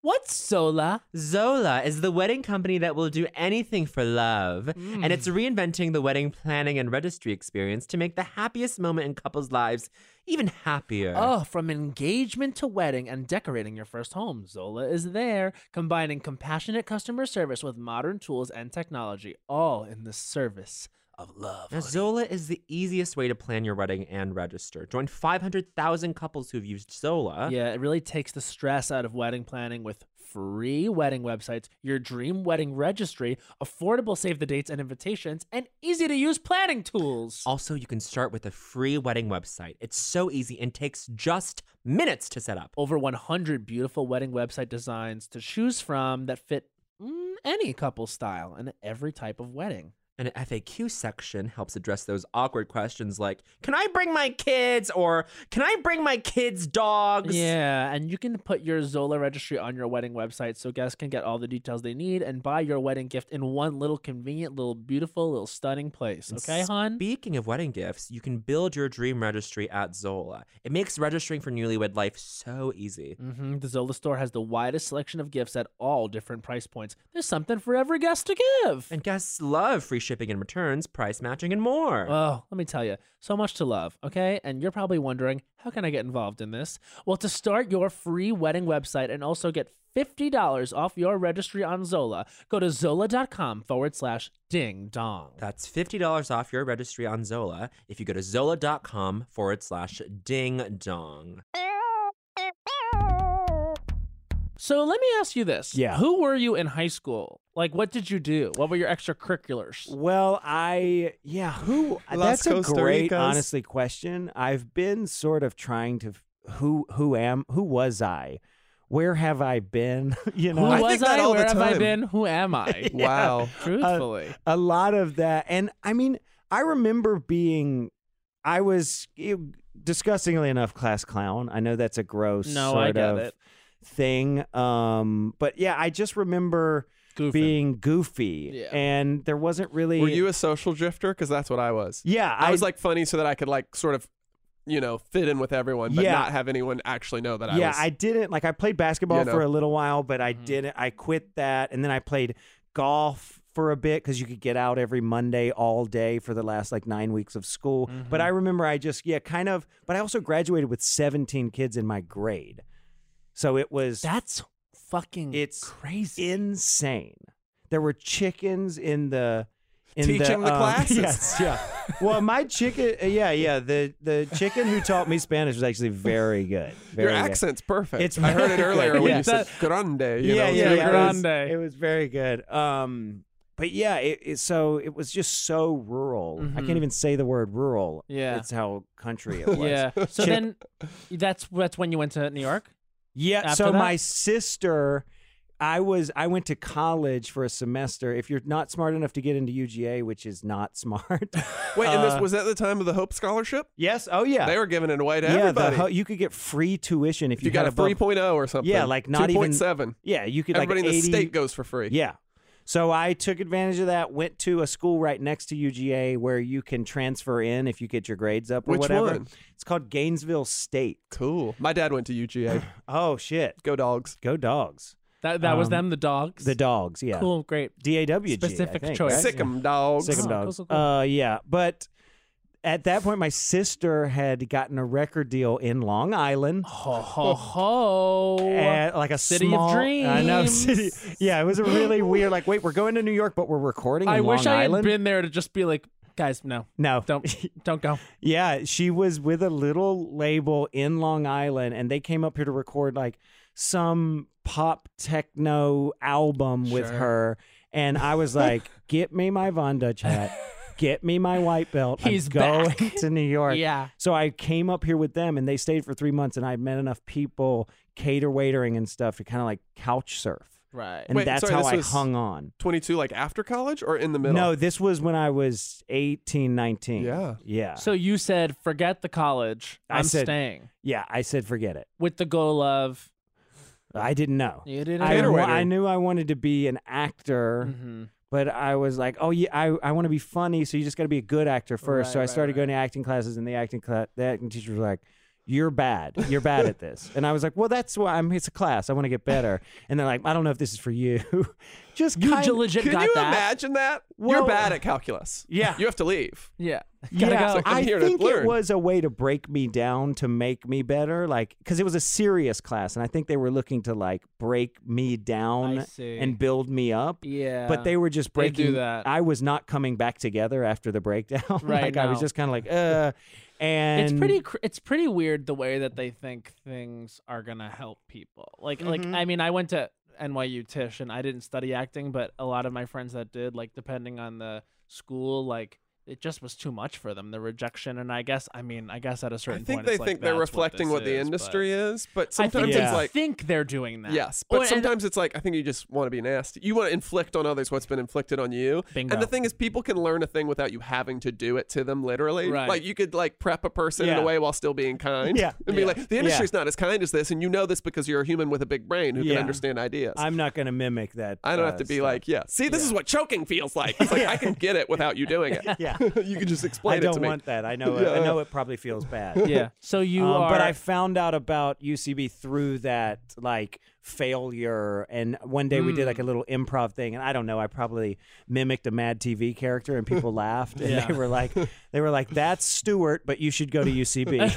[SPEAKER 13] what's Zola?
[SPEAKER 1] Zola is the wedding company that will do anything for love, and
[SPEAKER 13] Hmm.
[SPEAKER 1] it's reinventing the wedding planning and registry experience to make the happiest moment in couples' lives even happier.
[SPEAKER 4] Oh, from engagement to wedding and decorating your first home, Zola is there, combining compassionate customer service with modern tools and technology, all in the service of love.
[SPEAKER 1] Now, Zola is the easiest way to plan your wedding and register. Join 500,000 couples who've used Zola.
[SPEAKER 4] Yeah, it really takes the stress out of wedding planning with free wedding websites, your dream wedding registry, affordable save the dates and invitations, and easy to use planning tools.
[SPEAKER 1] Also, you can start with a free wedding website. It's so easy and takes just minutes to set up.
[SPEAKER 4] Over 100 beautiful wedding website designs to choose from that fit mm, any couple style and every type of wedding.
[SPEAKER 1] An FAQ section helps address those awkward questions like, can I bring my kids? Or can I bring my kids' dogs?
[SPEAKER 4] Yeah, and you can put your Zola registry on your wedding website so guests can get all the details they need and buy your wedding gift in one little convenient, little beautiful, little stunning place.
[SPEAKER 1] And
[SPEAKER 4] Okay, hon?
[SPEAKER 1] Speaking of wedding gifts, you can build your dream registry at Zola. It makes registering for newlywed life so easy.
[SPEAKER 4] hmm The Zola store has the widest selection of gifts at all different price points. There's something for every guest to give.
[SPEAKER 1] And guests love free shipping and returns, price matching, and more.
[SPEAKER 4] Oh, let me tell you, so much to love, okay? And you're probably wondering, how can I get involved in this? Well, to start your free wedding website and also get $50 off your registry on Zola, go to zola.com forward slash ding dong.
[SPEAKER 1] That's $50 off your registry on Zola if you go to zola.com forward slash ding dong.
[SPEAKER 4] So let me ask you this. Yeah. Who were you in high school? Like, what did you do? What were your extracurriculars?
[SPEAKER 2] Well, I yeah, who
[SPEAKER 4] Las
[SPEAKER 2] Uh, that's a
[SPEAKER 4] Costa
[SPEAKER 2] great
[SPEAKER 4] Ricas.
[SPEAKER 2] honestly question. I've been sort of trying to f- who who am who was I? Where have I been? you know,
[SPEAKER 4] Who was I? Where have I been? Who am I?
[SPEAKER 2] Yeah.
[SPEAKER 4] Truthfully.
[SPEAKER 2] A, a lot of that. And I mean, I remember being, I was you- disgustingly enough, class clown. I know that's a gross
[SPEAKER 4] No,
[SPEAKER 2] sort
[SPEAKER 4] I get
[SPEAKER 2] of
[SPEAKER 4] it.
[SPEAKER 2] thing. Um, but yeah, I just remember being goofy. And there wasn't really.
[SPEAKER 9] Were you a social drifter? Because that's what I was.
[SPEAKER 2] Yeah,
[SPEAKER 9] I,
[SPEAKER 2] I-
[SPEAKER 9] was like funny so that I could like sort of, you know, fit in with everyone, but
[SPEAKER 2] Yeah.
[SPEAKER 9] not have anyone actually know that I
[SPEAKER 2] yeah,
[SPEAKER 9] was.
[SPEAKER 2] I didn't like I played basketball
[SPEAKER 9] You know.
[SPEAKER 2] for a little while, but
[SPEAKER 4] Mm-hmm.
[SPEAKER 2] I didn't. I quit that, and then I played golf for a bit because you could get out every Monday all day for the last like nine weeks of school. But
[SPEAKER 4] Mm-hmm.
[SPEAKER 2] I remember I just yeah, kind of. But I also graduated with seventeen kids in my grade, so it was
[SPEAKER 4] that's fucking
[SPEAKER 2] it's crazy insane. There were chickens in the in
[SPEAKER 9] Teaching the
[SPEAKER 2] um,
[SPEAKER 9] classes.
[SPEAKER 2] yes, yeah. Well, my chicken, uh, yeah, yeah. The the chicken who taught me Spanish was actually very good.
[SPEAKER 9] Your
[SPEAKER 2] very good.
[SPEAKER 9] accent's perfect.
[SPEAKER 2] It's
[SPEAKER 9] I heard it
[SPEAKER 2] very
[SPEAKER 9] earlier
[SPEAKER 2] good.
[SPEAKER 9] when
[SPEAKER 2] Yeah.
[SPEAKER 9] you said grande. You
[SPEAKER 2] yeah,
[SPEAKER 9] know,
[SPEAKER 2] yeah,
[SPEAKER 9] it
[SPEAKER 2] yeah,
[SPEAKER 9] was-
[SPEAKER 2] It was, it was very good. Um, but yeah, it, it, so it was just so rural. I
[SPEAKER 4] Mhm.
[SPEAKER 2] can't even say the word rural.
[SPEAKER 4] Yeah.
[SPEAKER 2] it's how country it was.
[SPEAKER 4] Yeah. So
[SPEAKER 2] Chick-
[SPEAKER 4] then that's that's when you went to New York?
[SPEAKER 2] yeah.
[SPEAKER 4] after
[SPEAKER 2] so
[SPEAKER 4] that?
[SPEAKER 2] my sister, I was I went to college for a semester. If you're not smart enough to get into UGA, which is not smart,
[SPEAKER 9] Wait, and
[SPEAKER 2] uh,
[SPEAKER 9] this was that the time of the Hope Scholarship?
[SPEAKER 2] Yes. Oh, yeah.
[SPEAKER 9] They were giving it away to
[SPEAKER 2] yeah, the
[SPEAKER 9] everybody.
[SPEAKER 2] ho- you could get free tuition if
[SPEAKER 9] If
[SPEAKER 2] you,
[SPEAKER 9] you got
[SPEAKER 2] had
[SPEAKER 9] a
[SPEAKER 2] above-
[SPEAKER 9] 3.0 or something.
[SPEAKER 2] Yeah, like not even
[SPEAKER 9] 2.7.
[SPEAKER 2] Yeah, you could
[SPEAKER 9] Everybody
[SPEAKER 2] like
[SPEAKER 9] in the
[SPEAKER 2] 80
[SPEAKER 9] state goes for free.
[SPEAKER 2] Yeah. So I took advantage of that, went to a school right next to UGA where you can transfer in if you get your grades up or
[SPEAKER 9] Which
[SPEAKER 2] whatever.
[SPEAKER 9] one?
[SPEAKER 2] It's called Gainesville State.
[SPEAKER 9] Cool. My dad went to UGA.
[SPEAKER 2] oh shit.
[SPEAKER 9] Go dogs.
[SPEAKER 2] Go dogs.
[SPEAKER 4] That that was
[SPEAKER 2] Um,
[SPEAKER 4] them, the dogs.
[SPEAKER 2] The dogs, yeah.
[SPEAKER 4] Cool, great.
[SPEAKER 2] DAWG. I
[SPEAKER 4] Specific
[SPEAKER 2] think,
[SPEAKER 4] choice.
[SPEAKER 2] Right?
[SPEAKER 9] Sick 'em dogs.
[SPEAKER 2] Sick
[SPEAKER 9] Oh,
[SPEAKER 2] 'em
[SPEAKER 9] cool,
[SPEAKER 2] dogs.
[SPEAKER 9] cool, cool.
[SPEAKER 2] Uh, yeah. But at that point, my sister had gotten a record deal in Long Island.
[SPEAKER 4] Ho ho ho!
[SPEAKER 2] And, eh, like a
[SPEAKER 4] Oh. city
[SPEAKER 2] small-
[SPEAKER 4] of dreams.
[SPEAKER 2] I know, city. Yeah, it was a really weird. Like, wait, we're going to New York, but we're recording. In
[SPEAKER 4] I wish
[SPEAKER 2] Long
[SPEAKER 4] I had
[SPEAKER 2] Island?
[SPEAKER 4] been there to just be like, Guys, no.
[SPEAKER 2] No.
[SPEAKER 4] Don't don't go.
[SPEAKER 2] Yeah, she was with a little label in Long Island and they came up here to record like some pop techno album with
[SPEAKER 4] Sure.
[SPEAKER 2] her and I was like, "Get me my Von Dutch hat." Get me my white belt.
[SPEAKER 4] He's
[SPEAKER 2] I'm going
[SPEAKER 4] back."
[SPEAKER 2] to New York.
[SPEAKER 4] Yeah.
[SPEAKER 2] So I came up here with them and they stayed for three months and I met enough people cater waitering and stuff to kind of like couch surf.
[SPEAKER 9] Right.
[SPEAKER 2] And
[SPEAKER 9] Wait,
[SPEAKER 2] that's
[SPEAKER 9] sorry,
[SPEAKER 2] how
[SPEAKER 9] this
[SPEAKER 2] I
[SPEAKER 9] was
[SPEAKER 2] hung on.
[SPEAKER 9] 22, like after college or in the middle?
[SPEAKER 2] No, this was when I was 18, 19.
[SPEAKER 9] Yeah.
[SPEAKER 2] Yeah.
[SPEAKER 4] So you said forget the college.
[SPEAKER 2] I
[SPEAKER 4] I'm
[SPEAKER 2] said-
[SPEAKER 4] staying
[SPEAKER 2] Yeah, I said forget it.
[SPEAKER 4] with the goal of
[SPEAKER 2] I didn't know.
[SPEAKER 4] Oh. You didn't
[SPEAKER 2] I,
[SPEAKER 4] know. Mm-hmm.
[SPEAKER 2] wa-
[SPEAKER 4] Caterer.
[SPEAKER 2] I knew I wanted to be an actor, but I was like, oh yeah, I, I want to be funny. So you just got to be a good actor first.
[SPEAKER 4] Right,
[SPEAKER 2] so I
[SPEAKER 4] right,
[SPEAKER 2] started going to acting classes, and the acting cla- the acting teacher was like. You're bad. You're bad at this. And I was like, well, that's why I'm. It's a class. I want to get better. And they're like, I don't know if this is for you. Just
[SPEAKER 4] You
[SPEAKER 2] kind-
[SPEAKER 4] legit
[SPEAKER 9] Can you imagine that? You're
[SPEAKER 2] Well-
[SPEAKER 9] bad at calculus.
[SPEAKER 2] Yeah.
[SPEAKER 9] You have to leave.
[SPEAKER 4] Yeah.
[SPEAKER 2] Yeah,
[SPEAKER 9] It's like, I'm
[SPEAKER 2] I
[SPEAKER 9] here
[SPEAKER 2] think
[SPEAKER 9] to learn.
[SPEAKER 2] it was a way to break me down to make me better, like because it was a serious class, and I think they were looking to like break me down
[SPEAKER 4] see.
[SPEAKER 2] and build me up.
[SPEAKER 4] Yeah.
[SPEAKER 2] but they were just
[SPEAKER 4] They do
[SPEAKER 2] breaking.
[SPEAKER 4] that.
[SPEAKER 2] I was not coming back together after the breakdown.
[SPEAKER 4] Right,
[SPEAKER 2] like I was
[SPEAKER 4] no.
[SPEAKER 2] just kind of like, uh, and
[SPEAKER 4] it's pretty cr- it's pretty weird the way that they think things are gonna help people like like
[SPEAKER 9] Mm-hmm.
[SPEAKER 2] Mhm.
[SPEAKER 4] i mean i went to nyu tisch and i didn't study acting but a lot of my friends that did like depending on the school like it just was too much for them the rejection and i guess i mean i guess at a certain
[SPEAKER 9] I think
[SPEAKER 4] point
[SPEAKER 9] they
[SPEAKER 4] it's like,
[SPEAKER 9] think they're
[SPEAKER 4] that's
[SPEAKER 9] reflecting
[SPEAKER 4] this
[SPEAKER 9] what, the
[SPEAKER 4] is, but-
[SPEAKER 9] industry is, but
[SPEAKER 4] I think
[SPEAKER 9] sometimes
[SPEAKER 4] they
[SPEAKER 9] it's like
[SPEAKER 4] think they're doing that
[SPEAKER 9] Yes, but
[SPEAKER 4] Or- uh, and-
[SPEAKER 9] sometimes it's like I think you just want to be nasty. You want to inflict on others what's been inflicted on you.
[SPEAKER 4] Bingo.
[SPEAKER 9] And the thing is, people can learn a thing without you having to do it to them. Literally,
[SPEAKER 4] Right.
[SPEAKER 9] like you could like prep a person in a
[SPEAKER 4] Yeah.
[SPEAKER 9] way while still being kind.
[SPEAKER 2] Yeah.
[SPEAKER 9] and be
[SPEAKER 2] Yeah.
[SPEAKER 9] like, the
[SPEAKER 2] Yeah.
[SPEAKER 9] industry's not as kind as this, and you know this because you're a human with a big brain who can
[SPEAKER 2] Yeah.
[SPEAKER 9] understand ideas.
[SPEAKER 2] I'm not going to mimic that.
[SPEAKER 9] I don't
[SPEAKER 2] uh,
[SPEAKER 9] have to be
[SPEAKER 2] stuff.
[SPEAKER 9] like, yeah. See, this is what choking feels like. It's like I can get it without you doing it.
[SPEAKER 2] Yeah.
[SPEAKER 9] you can just explain
[SPEAKER 2] I
[SPEAKER 9] it
[SPEAKER 2] don't
[SPEAKER 9] to me.
[SPEAKER 2] want that. I know. I
[SPEAKER 9] Yeah.
[SPEAKER 2] know it probably feels bad.
[SPEAKER 4] Yeah. So you
[SPEAKER 2] Um, But
[SPEAKER 4] are-
[SPEAKER 2] I found out about UCB through that like failure, and one day we did
[SPEAKER 4] Mm.
[SPEAKER 2] like a little improv thing, and I don't know. I probably mimicked a Mad TV character, and people laughed, and
[SPEAKER 4] Yeah.
[SPEAKER 2] they were like, they were like, that's Stewart, but you should go to UCB.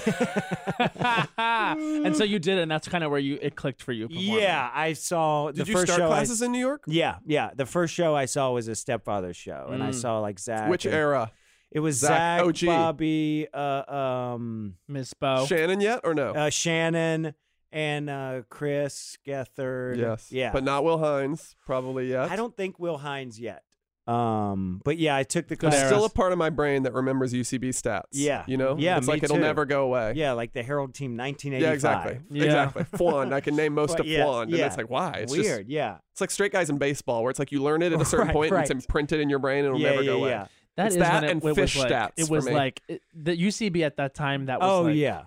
[SPEAKER 4] and so you did it and that's kind of where you it clicked for you performing.
[SPEAKER 2] yeah, I saw. the
[SPEAKER 9] Did you
[SPEAKER 2] first
[SPEAKER 9] start
[SPEAKER 2] show I-
[SPEAKER 9] classes in New York?
[SPEAKER 2] Yeah, yeah. The first show I saw was a Stepfather show, Oh, and
[SPEAKER 4] Hmm.
[SPEAKER 2] I
[SPEAKER 9] Mm.
[SPEAKER 2] saw like Zach.
[SPEAKER 9] Which
[SPEAKER 2] and-
[SPEAKER 9] era?
[SPEAKER 2] It was
[SPEAKER 9] Zach,
[SPEAKER 2] Zach,
[SPEAKER 9] OG.
[SPEAKER 2] Bobby, uh, um,
[SPEAKER 4] Miss Bo,
[SPEAKER 9] Shannon yet or no?
[SPEAKER 2] uh, Shannon, and uh, Chris Gethard.
[SPEAKER 9] Yes.
[SPEAKER 2] yeah.
[SPEAKER 9] But not Will Hines, probably yet.
[SPEAKER 2] I don't think Will Hines yet. Um, but yeah, I took the
[SPEAKER 9] There's
[SPEAKER 2] class.
[SPEAKER 9] still a part of my brain that remembers UCB stats.
[SPEAKER 2] yeah,
[SPEAKER 9] You know?
[SPEAKER 2] yeah,
[SPEAKER 9] It's
[SPEAKER 2] me
[SPEAKER 9] like it'll
[SPEAKER 2] too.
[SPEAKER 9] never go away.
[SPEAKER 2] Yeah, like the Herald team, nineteen eighty-five.
[SPEAKER 9] Yeah, exactly. Exactly. Flan. I can name most
[SPEAKER 2] But
[SPEAKER 9] of
[SPEAKER 2] yeah,
[SPEAKER 9] Flan. And
[SPEAKER 2] yeah.
[SPEAKER 9] it's like, why? It's just-
[SPEAKER 2] Weird. yeah.
[SPEAKER 9] It's like straight guys in baseball where it's like you learn it at a certain
[SPEAKER 2] Right,
[SPEAKER 9] point
[SPEAKER 2] right.
[SPEAKER 9] and it's imprinted in your brain and it'll
[SPEAKER 2] Yeah,
[SPEAKER 9] never
[SPEAKER 2] yeah,
[SPEAKER 9] go away.
[SPEAKER 2] yeah.
[SPEAKER 4] That
[SPEAKER 9] it's
[SPEAKER 4] is
[SPEAKER 9] that
[SPEAKER 4] when it,
[SPEAKER 9] and
[SPEAKER 4] it was
[SPEAKER 9] fish
[SPEAKER 4] like,
[SPEAKER 9] stats.
[SPEAKER 4] It
[SPEAKER 9] for
[SPEAKER 4] was
[SPEAKER 9] me.
[SPEAKER 4] like it, the UCB at that time. That was
[SPEAKER 2] Oh
[SPEAKER 4] like
[SPEAKER 2] yeah,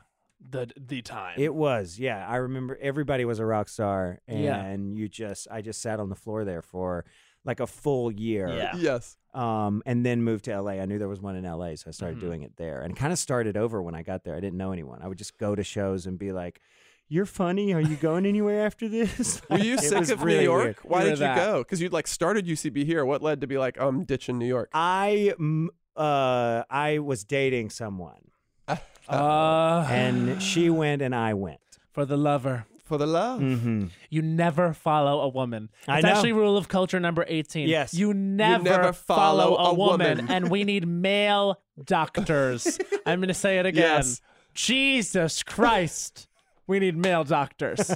[SPEAKER 4] the the time.
[SPEAKER 2] it was. Yeah, I remember everybody was a rock star, and
[SPEAKER 4] Yeah.
[SPEAKER 2] you just, I just sat on the floor there for like a full year.
[SPEAKER 4] Yeah.
[SPEAKER 9] Yes.
[SPEAKER 2] um, and then moved to LA. I knew there was one in LA, so I started
[SPEAKER 9] Mhm.
[SPEAKER 4] Mm-hmm.
[SPEAKER 2] doing it there and kind of started over when I got there. I didn't know anyone. I would just go to shows and be like, You're funny. Are you going anywhere after this?
[SPEAKER 9] Were you
[SPEAKER 2] It
[SPEAKER 9] sick
[SPEAKER 2] was
[SPEAKER 9] of New
[SPEAKER 2] really
[SPEAKER 9] York?
[SPEAKER 2] weird.
[SPEAKER 9] Why did you go? Because you'd like started UCB here. What led to be like, I'm ditching New York?
[SPEAKER 2] I, mm, uh, I was dating someone,
[SPEAKER 4] Uh,
[SPEAKER 2] and she went and I went.
[SPEAKER 4] for the lover.
[SPEAKER 9] For the love.
[SPEAKER 2] Mm-hmm.
[SPEAKER 4] You never follow a woman.
[SPEAKER 2] I
[SPEAKER 4] It's
[SPEAKER 2] know.
[SPEAKER 4] actually rule of culture number 18.
[SPEAKER 2] Yes.
[SPEAKER 4] You never,
[SPEAKER 9] never follow a
[SPEAKER 4] woman.
[SPEAKER 9] woman.
[SPEAKER 4] and we need male doctors. I'm going to say it again.
[SPEAKER 9] Yes.
[SPEAKER 4] Jesus Christ. We need male doctors.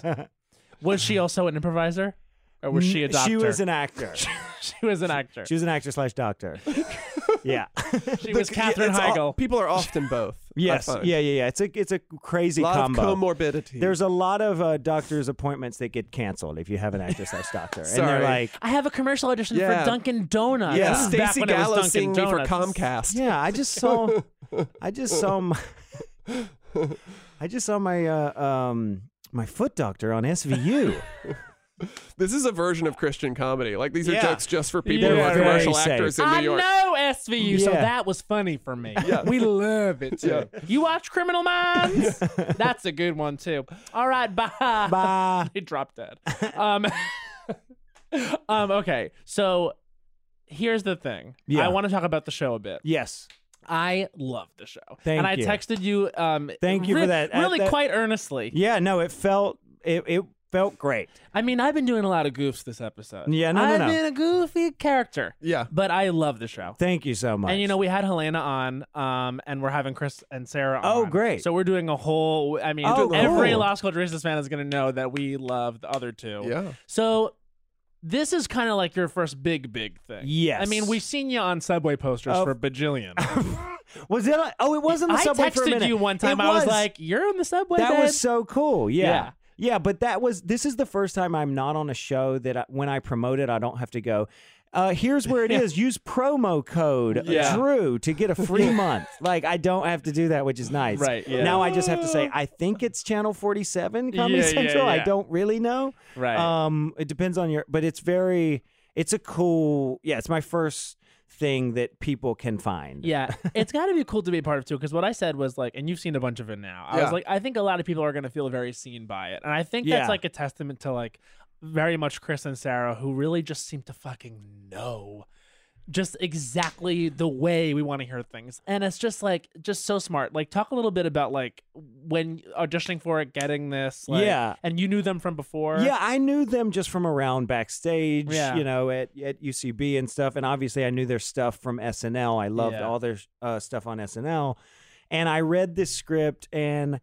[SPEAKER 4] was she also an improviser? Or was she a doctor?
[SPEAKER 2] She was an actor.
[SPEAKER 4] she was an actor.
[SPEAKER 2] she was an actor slash doctor. yeah.
[SPEAKER 4] She was Katherine
[SPEAKER 9] it's all-
[SPEAKER 4] Heigl.
[SPEAKER 9] people are often both. I
[SPEAKER 2] Yes.
[SPEAKER 9] find.
[SPEAKER 2] Yeah, yeah, yeah. It's a it's a crazy
[SPEAKER 9] lot
[SPEAKER 2] combo.
[SPEAKER 9] of comorbidity.
[SPEAKER 2] There's a lot of uh, doctors' appointments that get canceled if you have an actor slash doctor, and
[SPEAKER 9] Sorry.
[SPEAKER 2] they're like,
[SPEAKER 4] I have a commercial audition
[SPEAKER 9] Yeah.
[SPEAKER 4] for Dunkin' Donuts.
[SPEAKER 9] yeah,
[SPEAKER 4] This is back
[SPEAKER 9] Stacy
[SPEAKER 4] when it was
[SPEAKER 9] Gallo
[SPEAKER 4] Dunkin'
[SPEAKER 9] seeing me for
[SPEAKER 4] Donuts.
[SPEAKER 9] Comcast.
[SPEAKER 2] "Yeah, I just saw, I just saw, my, I just saw my uh, um my foot doctor on SVU."
[SPEAKER 9] This is a version of Christian comedy. Like these are
[SPEAKER 2] Yeah.
[SPEAKER 9] jokes just for people who
[SPEAKER 2] Yeah,
[SPEAKER 9] are
[SPEAKER 2] very
[SPEAKER 9] commercial
[SPEAKER 2] safe.
[SPEAKER 9] actors in
[SPEAKER 4] I
[SPEAKER 9] New York.
[SPEAKER 4] know SVU, so
[SPEAKER 2] Yeah.
[SPEAKER 4] that was funny for me.
[SPEAKER 9] Yeah.
[SPEAKER 4] We love it too.
[SPEAKER 9] Yeah.
[SPEAKER 4] You watch Criminal Minds? That's a good one too. All right, bye.
[SPEAKER 2] Bye.
[SPEAKER 4] He dropped dead. Um, um, okay, so here's the thing.
[SPEAKER 2] Yeah.
[SPEAKER 4] I want to talk about the show a bit.
[SPEAKER 2] Yes,
[SPEAKER 4] I love the show.
[SPEAKER 2] Thank
[SPEAKER 4] and I
[SPEAKER 2] you.
[SPEAKER 4] texted you. Um,
[SPEAKER 2] Thank you for
[SPEAKER 4] re-
[SPEAKER 2] that. Uh,
[SPEAKER 4] Really,
[SPEAKER 2] that-
[SPEAKER 4] quite earnestly.
[SPEAKER 2] yeah, no, it felt it it felt great.
[SPEAKER 4] I mean, I've been doing a lot of goofs this episode.
[SPEAKER 2] Yeah, no, no,
[SPEAKER 4] I've
[SPEAKER 2] no.
[SPEAKER 4] been a goofy character.
[SPEAKER 9] Yeah,
[SPEAKER 4] but I love the show.
[SPEAKER 2] Thank you so much.
[SPEAKER 4] And you know, we had Helena on, um, and we're having Chris and Sarah on.
[SPEAKER 2] Oh, great.
[SPEAKER 4] So we're doing a whole I mean
[SPEAKER 2] Oh,
[SPEAKER 4] every
[SPEAKER 2] cool.
[SPEAKER 4] Lost Culture Resistance fan is gonna know that we love the other two.
[SPEAKER 9] Yeah.
[SPEAKER 4] So this is kind of like your first big, big thing.
[SPEAKER 2] Yes.
[SPEAKER 4] I mean, we've seen you on subway posters
[SPEAKER 2] Of-
[SPEAKER 4] for bajillion.
[SPEAKER 2] Was it? on- Oh, it was on the
[SPEAKER 4] I
[SPEAKER 2] subway for a
[SPEAKER 4] texted
[SPEAKER 2] minute.
[SPEAKER 4] you one time.
[SPEAKER 2] It
[SPEAKER 4] I was
[SPEAKER 2] was.
[SPEAKER 4] like, "You're on the subway."
[SPEAKER 2] that
[SPEAKER 4] babe."
[SPEAKER 2] was so cool. Oh, Yeah.
[SPEAKER 4] Yeah.
[SPEAKER 2] yeah. but that was this is the first time I'm not on a show that I, when I promote it I don't have to go. Uh, here's where it is. Use promo code
[SPEAKER 4] Yeah.
[SPEAKER 2] Drew to get a free month. Like I don't have to do that, which is nice.
[SPEAKER 4] Right, yeah.
[SPEAKER 2] Now I just have to say I think it's channel 47 Comedy
[SPEAKER 4] Yeah, yeah,
[SPEAKER 2] Central. I
[SPEAKER 4] yeah.
[SPEAKER 2] don't really know.
[SPEAKER 4] Right.
[SPEAKER 2] Um it depends on your but it's very it's a cool. Yeah, it's my first thing that people can find.
[SPEAKER 4] Yeah, it's got to be cool to be a part of too. Because what I said was like, and you've seen a bunch of it now. I
[SPEAKER 2] Yeah.
[SPEAKER 4] was like, I think a lot of people are going to feel very seen by it, and I think
[SPEAKER 2] Yeah.
[SPEAKER 4] that's like a testament to like very much Chris and Sarah, who really just seem to fucking know just exactly the way we want to hear things, and it's just like just so smart. Like, talk a little bit about like when auditioning for it, getting this. Like,
[SPEAKER 2] Yeah.
[SPEAKER 4] and you knew them from before.
[SPEAKER 2] Yeah, I knew them just from around backstage,
[SPEAKER 4] Yeah.
[SPEAKER 2] you know, at, at UCB and stuff. And obviously, I knew their stuff from SNL. I loved
[SPEAKER 4] Yeah.
[SPEAKER 2] all their uh, stuff on SNL. And I read this script, and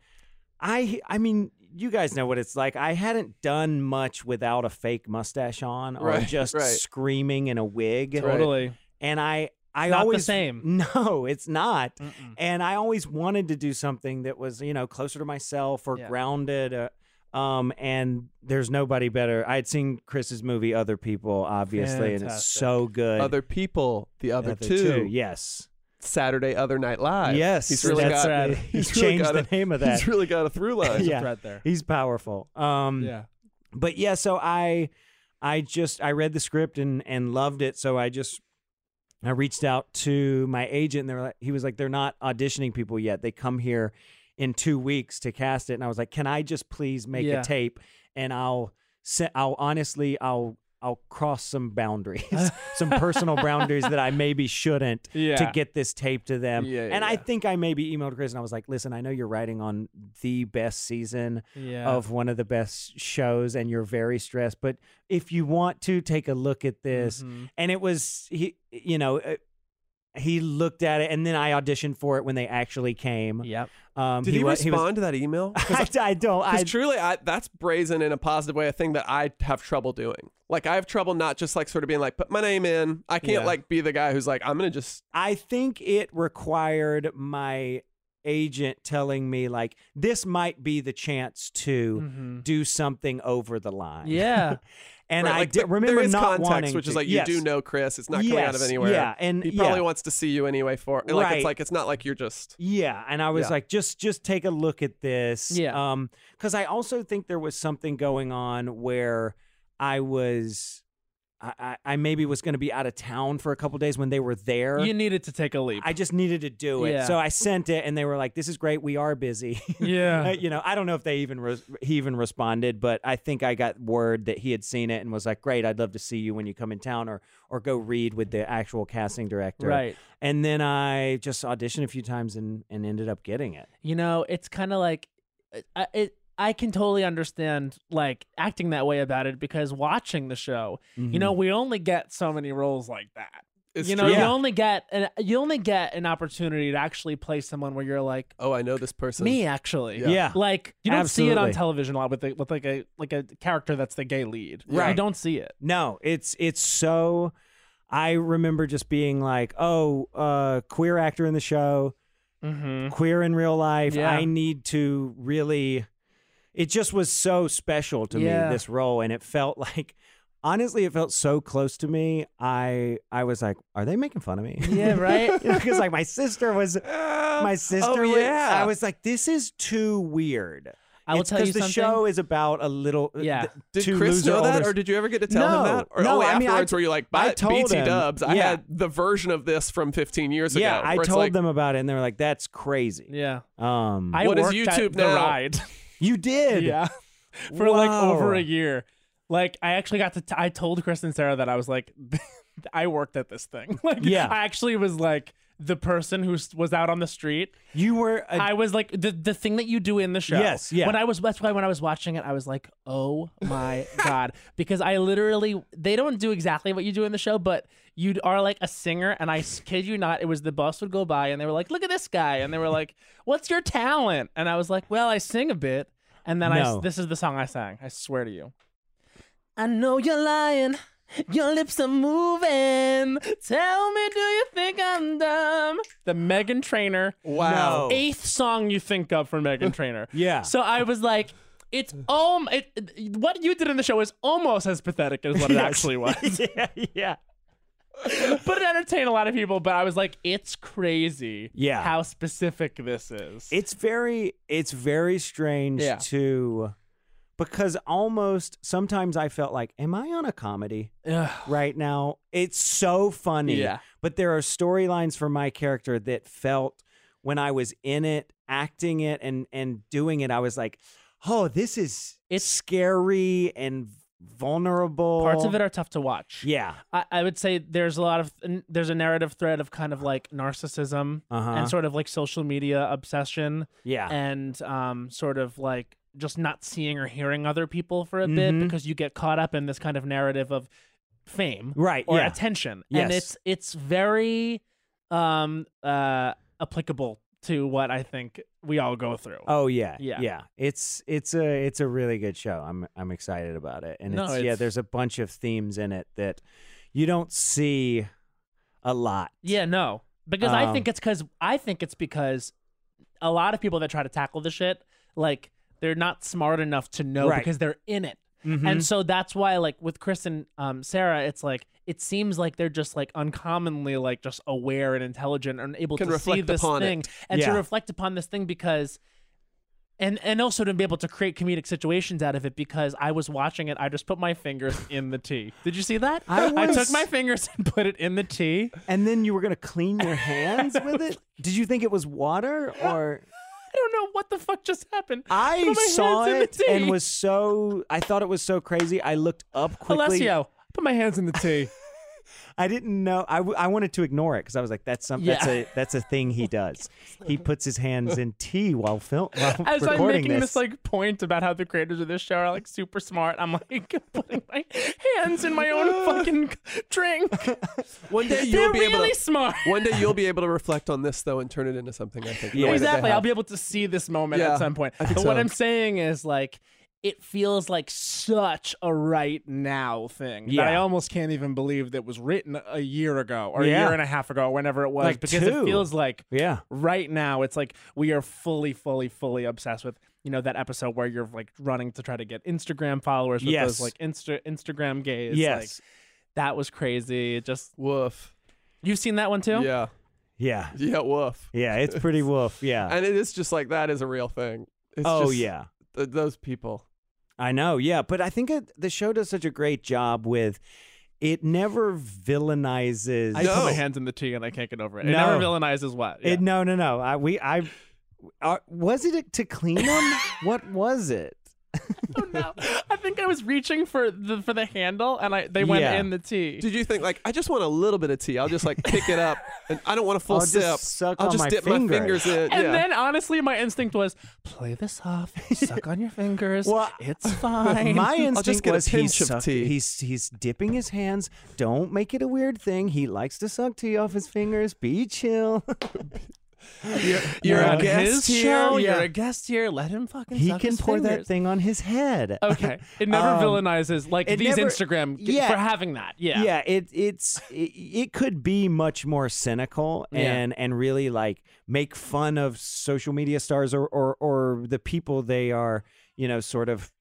[SPEAKER 2] I, I mean, you guys know what it's like. I hadn't done much without a fake mustache on or
[SPEAKER 4] Right,
[SPEAKER 2] just
[SPEAKER 4] right.
[SPEAKER 2] screaming in a wig.
[SPEAKER 4] Totally.
[SPEAKER 2] And I, I
[SPEAKER 4] Not the
[SPEAKER 2] always
[SPEAKER 4] same.
[SPEAKER 2] No, it's not. And I always wanted to do something that was, you know, closer to myself or
[SPEAKER 4] Yeah.
[SPEAKER 2] grounded. Uh, um, and there's nobody better. I had seen Chris's movie, Other People, obviously, and it's
[SPEAKER 9] Fantastic.
[SPEAKER 2] so good.
[SPEAKER 9] Other people, the other,
[SPEAKER 2] Other
[SPEAKER 9] two.
[SPEAKER 2] Two, yes.
[SPEAKER 9] Saturday Other Night Live.
[SPEAKER 2] Yes,
[SPEAKER 9] he's really
[SPEAKER 2] that's
[SPEAKER 9] got.
[SPEAKER 2] right.
[SPEAKER 9] He's,
[SPEAKER 2] He's
[SPEAKER 9] really
[SPEAKER 2] changed
[SPEAKER 9] got
[SPEAKER 2] the name of that.
[SPEAKER 9] He's really got a through line.
[SPEAKER 2] yeah, he's powerful. Um,
[SPEAKER 9] Yeah.
[SPEAKER 2] but yeah, so I, I just I read the script and and loved it. So I just I reached out to my agent and they were like, he was like, they're not auditioning people yet. They come here in two weeks to cast it. And I was like, can I just please make
[SPEAKER 4] Yeah.
[SPEAKER 2] a tape and I'll se- I'll honestly, I'll, I'll cross some boundaries, some personal boundaries that I maybe shouldn't to
[SPEAKER 4] Yeah.
[SPEAKER 2] get this tape to them.
[SPEAKER 4] Yeah, yeah,
[SPEAKER 2] and I
[SPEAKER 4] yeah.
[SPEAKER 2] think I maybe emailed Chris and I was like, listen, I know you're writing on the best season
[SPEAKER 4] Yeah.
[SPEAKER 2] of one of the best shows and you're very stressed, but if you want to take a look at this,
[SPEAKER 4] Mhm.
[SPEAKER 2] and it was he you know uh, he looked at it and then i auditioned for it when they actually came
[SPEAKER 4] yep
[SPEAKER 2] um
[SPEAKER 9] Did he,
[SPEAKER 2] wa-
[SPEAKER 9] respond to that email?
[SPEAKER 2] I, I don't. I
[SPEAKER 9] Because truly, I, that's brazen in a positive way. A thing that I have trouble doing. Like I have trouble not just like sort of being like, put my name in. I can't
[SPEAKER 2] Yeah.
[SPEAKER 9] like be the guy who's like, I'm gonna just.
[SPEAKER 2] I think it required my agent telling me like this might be the chance to
[SPEAKER 4] Mhm.
[SPEAKER 2] do something over the line
[SPEAKER 4] Yeah.
[SPEAKER 9] Mm-hmm.
[SPEAKER 2] and
[SPEAKER 9] Right,
[SPEAKER 2] i
[SPEAKER 9] like,
[SPEAKER 2] did,
[SPEAKER 9] th-
[SPEAKER 2] remember
[SPEAKER 9] there is
[SPEAKER 2] not
[SPEAKER 9] context,
[SPEAKER 2] wanting
[SPEAKER 9] which is
[SPEAKER 2] to-
[SPEAKER 9] like
[SPEAKER 2] yes.
[SPEAKER 9] you do know Chris. It's not coming out of
[SPEAKER 2] Yes,
[SPEAKER 9] anywhere.
[SPEAKER 2] yeah, and-
[SPEAKER 9] he probably
[SPEAKER 2] yeah.
[SPEAKER 9] wants to see you anyway. For like,
[SPEAKER 2] Right.
[SPEAKER 9] it's like it's not like you're just.
[SPEAKER 2] Yeah, and I was
[SPEAKER 9] Yeah.
[SPEAKER 2] like, just just take a look at this.
[SPEAKER 9] Yeah.
[SPEAKER 2] Um, because I also think there was something going on where I was, I I, I maybe was going to be out of town for a couple days when they were there.
[SPEAKER 4] You needed to take a leap.
[SPEAKER 2] I just needed to do it,
[SPEAKER 4] Yeah.
[SPEAKER 2] so I sent it, and they were like, "This is great. We are busy."
[SPEAKER 4] Yeah.
[SPEAKER 2] you know, I don't know if they even res- he even responded, but I think I got word that he had seen it and was like, "Great, I'd love to see you when you come in town, or or go read with the actual casting director."
[SPEAKER 4] Right.
[SPEAKER 2] And then I just auditioned a few times and and ended up getting it.
[SPEAKER 4] you know it's kind of like uh, I, it, I can totally understand like acting that way about it because watching the show you
[SPEAKER 2] Mm-hmm.
[SPEAKER 4] know we only get so many roles like that
[SPEAKER 9] It's
[SPEAKER 4] you know
[SPEAKER 9] true.
[SPEAKER 4] you
[SPEAKER 9] Yeah.
[SPEAKER 4] only get an you only get an opportunity to actually play someone where you're like
[SPEAKER 9] Oh, I know this person.
[SPEAKER 4] me actually
[SPEAKER 9] Yeah. Yeah.
[SPEAKER 4] like you don't see it on
[SPEAKER 2] Absolutely.
[SPEAKER 4] television a lot with the, with like a like a character that's the gay lead you
[SPEAKER 2] Right.
[SPEAKER 4] don't see it
[SPEAKER 2] No, it's it's so. I remember just being like, "Oh, uh, queer actor in the show,
[SPEAKER 4] Mm-hmm.
[SPEAKER 9] Mm-hmm.
[SPEAKER 2] queer in real life.
[SPEAKER 4] Yeah.
[SPEAKER 2] I need to really." It just was so special to
[SPEAKER 4] Yeah.
[SPEAKER 2] me this role, and it felt like, honestly, it felt so close to me. I I was like, "Are they making fun of me?"
[SPEAKER 4] yeah right
[SPEAKER 2] Because like my sister was, my sister. was-
[SPEAKER 4] Oh, yeah.
[SPEAKER 2] I was like, "This is too weird."
[SPEAKER 4] I will
[SPEAKER 2] It's
[SPEAKER 4] tell you
[SPEAKER 2] 'cause the
[SPEAKER 4] something.
[SPEAKER 2] show is about a little. uh,
[SPEAKER 4] Yeah.
[SPEAKER 9] Did
[SPEAKER 2] two
[SPEAKER 9] Chris
[SPEAKER 2] loser
[SPEAKER 9] know that,
[SPEAKER 2] older-
[SPEAKER 9] or did you ever get to tell
[SPEAKER 2] no,
[SPEAKER 9] him that, or
[SPEAKER 2] no,
[SPEAKER 9] only
[SPEAKER 2] I mean, I
[SPEAKER 9] afterwards
[SPEAKER 2] t-
[SPEAKER 9] were you like,
[SPEAKER 2] I
[SPEAKER 9] "But
[SPEAKER 2] told
[SPEAKER 9] BT
[SPEAKER 2] him.
[SPEAKER 9] Dubs, I
[SPEAKER 2] Yeah.
[SPEAKER 9] had the version of this from 15 years
[SPEAKER 2] yeah,
[SPEAKER 9] ago."
[SPEAKER 2] I
[SPEAKER 9] where it's
[SPEAKER 2] told
[SPEAKER 9] like,
[SPEAKER 2] them about it, and they were like, "That's crazy."
[SPEAKER 4] Yeah.
[SPEAKER 2] Um,
[SPEAKER 4] I
[SPEAKER 9] What is
[SPEAKER 4] worked at
[SPEAKER 9] YouTube
[SPEAKER 4] the
[SPEAKER 9] now?
[SPEAKER 4] ride
[SPEAKER 2] you did.
[SPEAKER 4] Yeah. for like over
[SPEAKER 2] Wow.
[SPEAKER 4] a year. Like I actually got to. T- I told Chris and Sarah that I was like, I worked at this thing. Like
[SPEAKER 2] Yeah.
[SPEAKER 4] I actually was like the person who s- was out on the street.
[SPEAKER 2] You were.
[SPEAKER 4] I was like the the thing that you do in the show.
[SPEAKER 2] Yes, yeah.
[SPEAKER 4] When I was that's why when I was watching it, I was like, oh my god, because I literally they don't do exactly what you do in the show, but you are like a singer, and I s- kid you not, it was the bus would go by, and they were like, look at this guy, and they were like, what's your talent? And I was like, well, I sing a bit, and then I s-
[SPEAKER 2] No.
[SPEAKER 4] this is the song I sang. I swear to you.
[SPEAKER 8] I know you're lying. Your lips are moving. Tell me, do you think I'm dumb?
[SPEAKER 4] The Megan Trainer.
[SPEAKER 8] Wow. No.
[SPEAKER 4] Eighth song you think of for Megan Trainer.
[SPEAKER 2] yeah.
[SPEAKER 4] So I was like, it's um, it, what you did in the show is almost as pathetic as what it
[SPEAKER 2] Yes.
[SPEAKER 4] actually was.
[SPEAKER 2] yeah, yeah.
[SPEAKER 4] but it entertained a lot of people. But I was like, it's crazy.
[SPEAKER 2] Yeah.
[SPEAKER 4] How specific this is.
[SPEAKER 2] It's very it's very strange
[SPEAKER 4] Yeah.
[SPEAKER 2] to because almost sometimes I felt like, am I on a comedy
[SPEAKER 4] Ugh.
[SPEAKER 2] right now? It's so funny.
[SPEAKER 4] Yeah.
[SPEAKER 2] But there are storylines for my character that felt when I was in it, acting it and and doing it, I was like, oh, this is it's scary and vulnerable.
[SPEAKER 4] Parts of it are tough to watch.
[SPEAKER 2] Yeah.
[SPEAKER 4] I, I would say there's a lot of n- there's a narrative thread of kind of like narcissism
[SPEAKER 2] Uh-huh.
[SPEAKER 4] and sort of like social media obsession.
[SPEAKER 2] Yeah.
[SPEAKER 4] and um, sort of like just not seeing or hearing other people for a bit
[SPEAKER 2] Mhm.
[SPEAKER 4] because you get caught up in this kind of narrative of fame,
[SPEAKER 2] Right,
[SPEAKER 4] or
[SPEAKER 2] yeah.
[SPEAKER 4] attention,
[SPEAKER 2] Yes.
[SPEAKER 4] and it's it's very um uh applicable to what I think we all go through.
[SPEAKER 2] Oh yeah,
[SPEAKER 4] Yeah.
[SPEAKER 2] yeah. It's it's a it's a really good show. I'm I'm excited about it, and
[SPEAKER 4] No,
[SPEAKER 2] it's, yeah,
[SPEAKER 4] it's-
[SPEAKER 2] there's a bunch of themes in it that you don't see a lot.
[SPEAKER 4] Yeah, no. Because I
[SPEAKER 2] Um,
[SPEAKER 4] think it's because I think it's because a lot of people that try to tackle the shit, like they're not smart enough to know
[SPEAKER 2] Right.
[SPEAKER 4] because they're in it.
[SPEAKER 2] Mhm.
[SPEAKER 4] And so that's why, like with Chris and um, Sarah, it's like it seems like they're just like uncommonly like just aware and intelligent and able
[SPEAKER 9] Can
[SPEAKER 4] to see
[SPEAKER 9] reflect
[SPEAKER 4] this
[SPEAKER 9] upon
[SPEAKER 4] thing
[SPEAKER 9] it.
[SPEAKER 4] and to
[SPEAKER 9] Yeah.
[SPEAKER 4] reflect upon this thing because and and also to be able to create comedic situations out of it because I was watching it. I just put my fingers in the tea. Did you see that?
[SPEAKER 2] I
[SPEAKER 4] took
[SPEAKER 2] was-
[SPEAKER 4] my fingers and put it in the tea.
[SPEAKER 2] And then you were gonna clean your hands with it. Did you think it was water or?
[SPEAKER 4] I don't know what the fuck just happened. Put
[SPEAKER 2] I
[SPEAKER 4] my hands
[SPEAKER 2] saw
[SPEAKER 4] in the
[SPEAKER 2] it and
[SPEAKER 4] tea.
[SPEAKER 2] was so. I thought it was so crazy. I looked up quickly.
[SPEAKER 4] Alessio, put my hands in the tea.
[SPEAKER 2] I didn't know. I, w- I wanted to ignore it because I was like, "That's some. That's
[SPEAKER 4] Yeah. Oh
[SPEAKER 2] a that's a thing he does. He puts his hands in tea while film while
[SPEAKER 4] As
[SPEAKER 2] recording
[SPEAKER 4] I'm making this.
[SPEAKER 2] this
[SPEAKER 4] like point about how the creators of this show are like super smart, I'm like putting my hands in my own fucking drink.
[SPEAKER 9] One day
[SPEAKER 4] They're
[SPEAKER 9] you'll be able
[SPEAKER 4] really
[SPEAKER 9] to,
[SPEAKER 4] smart.
[SPEAKER 9] One day you'll be able to reflect on this though and turn it into something. I think. the way that they
[SPEAKER 4] Exactly. I'll
[SPEAKER 9] have.
[SPEAKER 4] be able to see this moment
[SPEAKER 9] Yeah,
[SPEAKER 4] at some point.
[SPEAKER 9] I think
[SPEAKER 4] But what
[SPEAKER 9] so.
[SPEAKER 4] I'm saying is like it feels like such a right now thing
[SPEAKER 2] Yeah.
[SPEAKER 4] that I almost can't even believe that was written a year ago or
[SPEAKER 2] Yeah.
[SPEAKER 4] a year and a half ago, whenever it was,
[SPEAKER 2] Like
[SPEAKER 4] because
[SPEAKER 2] two.
[SPEAKER 4] it feels like
[SPEAKER 2] yeah.
[SPEAKER 4] right now it's like we are fully fully fully obsessed with you know that episode where you're like running to try to get instagram followers with
[SPEAKER 2] Yes.
[SPEAKER 4] those like insta instagram gays like
[SPEAKER 2] Yes.
[SPEAKER 4] that was crazy It just
[SPEAKER 9] woof
[SPEAKER 4] you've seen that one too
[SPEAKER 9] Yeah.
[SPEAKER 4] Ah.
[SPEAKER 2] yeah.
[SPEAKER 9] Yeah. Woof.
[SPEAKER 2] Yeah, it's pretty woof. Yeah.
[SPEAKER 9] And it is just like that is a real thing. It's
[SPEAKER 2] Oh,
[SPEAKER 9] just
[SPEAKER 2] yeah.
[SPEAKER 9] th- those people.
[SPEAKER 2] I know. Yeah, but I think it, the show does such a great job with it never villainizes.
[SPEAKER 4] i put my hands in the tea and i can't get over it it
[SPEAKER 2] No.
[SPEAKER 4] never villainizes what Yeah.
[SPEAKER 2] It, no, no, no. I we I uh, was it to clean them? what was it?
[SPEAKER 4] i think i was reaching for the for the handle and i they went
[SPEAKER 9] Yeah.
[SPEAKER 4] in the tea
[SPEAKER 9] Did you think like I just want a little bit of tea? I'll just like pick it up, and I don't want a full
[SPEAKER 2] I'll just
[SPEAKER 9] sip.
[SPEAKER 2] suck
[SPEAKER 9] I'll
[SPEAKER 2] on
[SPEAKER 9] just
[SPEAKER 2] my
[SPEAKER 9] dip
[SPEAKER 2] finger.
[SPEAKER 9] my fingers in.
[SPEAKER 4] and
[SPEAKER 9] yeah.
[SPEAKER 4] then honestly my instinct was play this off suck on your fingers
[SPEAKER 2] Well,
[SPEAKER 4] it's fine
[SPEAKER 2] My
[SPEAKER 9] I'll just
[SPEAKER 2] instinct
[SPEAKER 9] get a
[SPEAKER 2] was he's,
[SPEAKER 9] pinch of
[SPEAKER 2] suck-
[SPEAKER 9] tea.
[SPEAKER 2] he's he's dipping his hands. Don't make it a weird thing. He likes to suck tea off his fingers. Be chill.
[SPEAKER 4] You're
[SPEAKER 2] Yeah.
[SPEAKER 4] a guest
[SPEAKER 2] His
[SPEAKER 4] here.
[SPEAKER 2] show,
[SPEAKER 4] You're
[SPEAKER 2] yeah.
[SPEAKER 4] a guest here. Let him fucking.
[SPEAKER 2] he
[SPEAKER 4] suck
[SPEAKER 2] can
[SPEAKER 4] his
[SPEAKER 2] pour that
[SPEAKER 4] fingers.
[SPEAKER 2] thing on his head.
[SPEAKER 4] Okay, it never
[SPEAKER 2] Um,
[SPEAKER 4] villainizes like
[SPEAKER 2] it
[SPEAKER 4] these
[SPEAKER 2] never-
[SPEAKER 4] Instagram g-
[SPEAKER 2] yeah.
[SPEAKER 4] for having that. Yeah,
[SPEAKER 2] yeah it it's it, it could be much more cynical
[SPEAKER 4] Yeah.
[SPEAKER 2] and and really like make fun of social media stars or or or the people they are you know sort of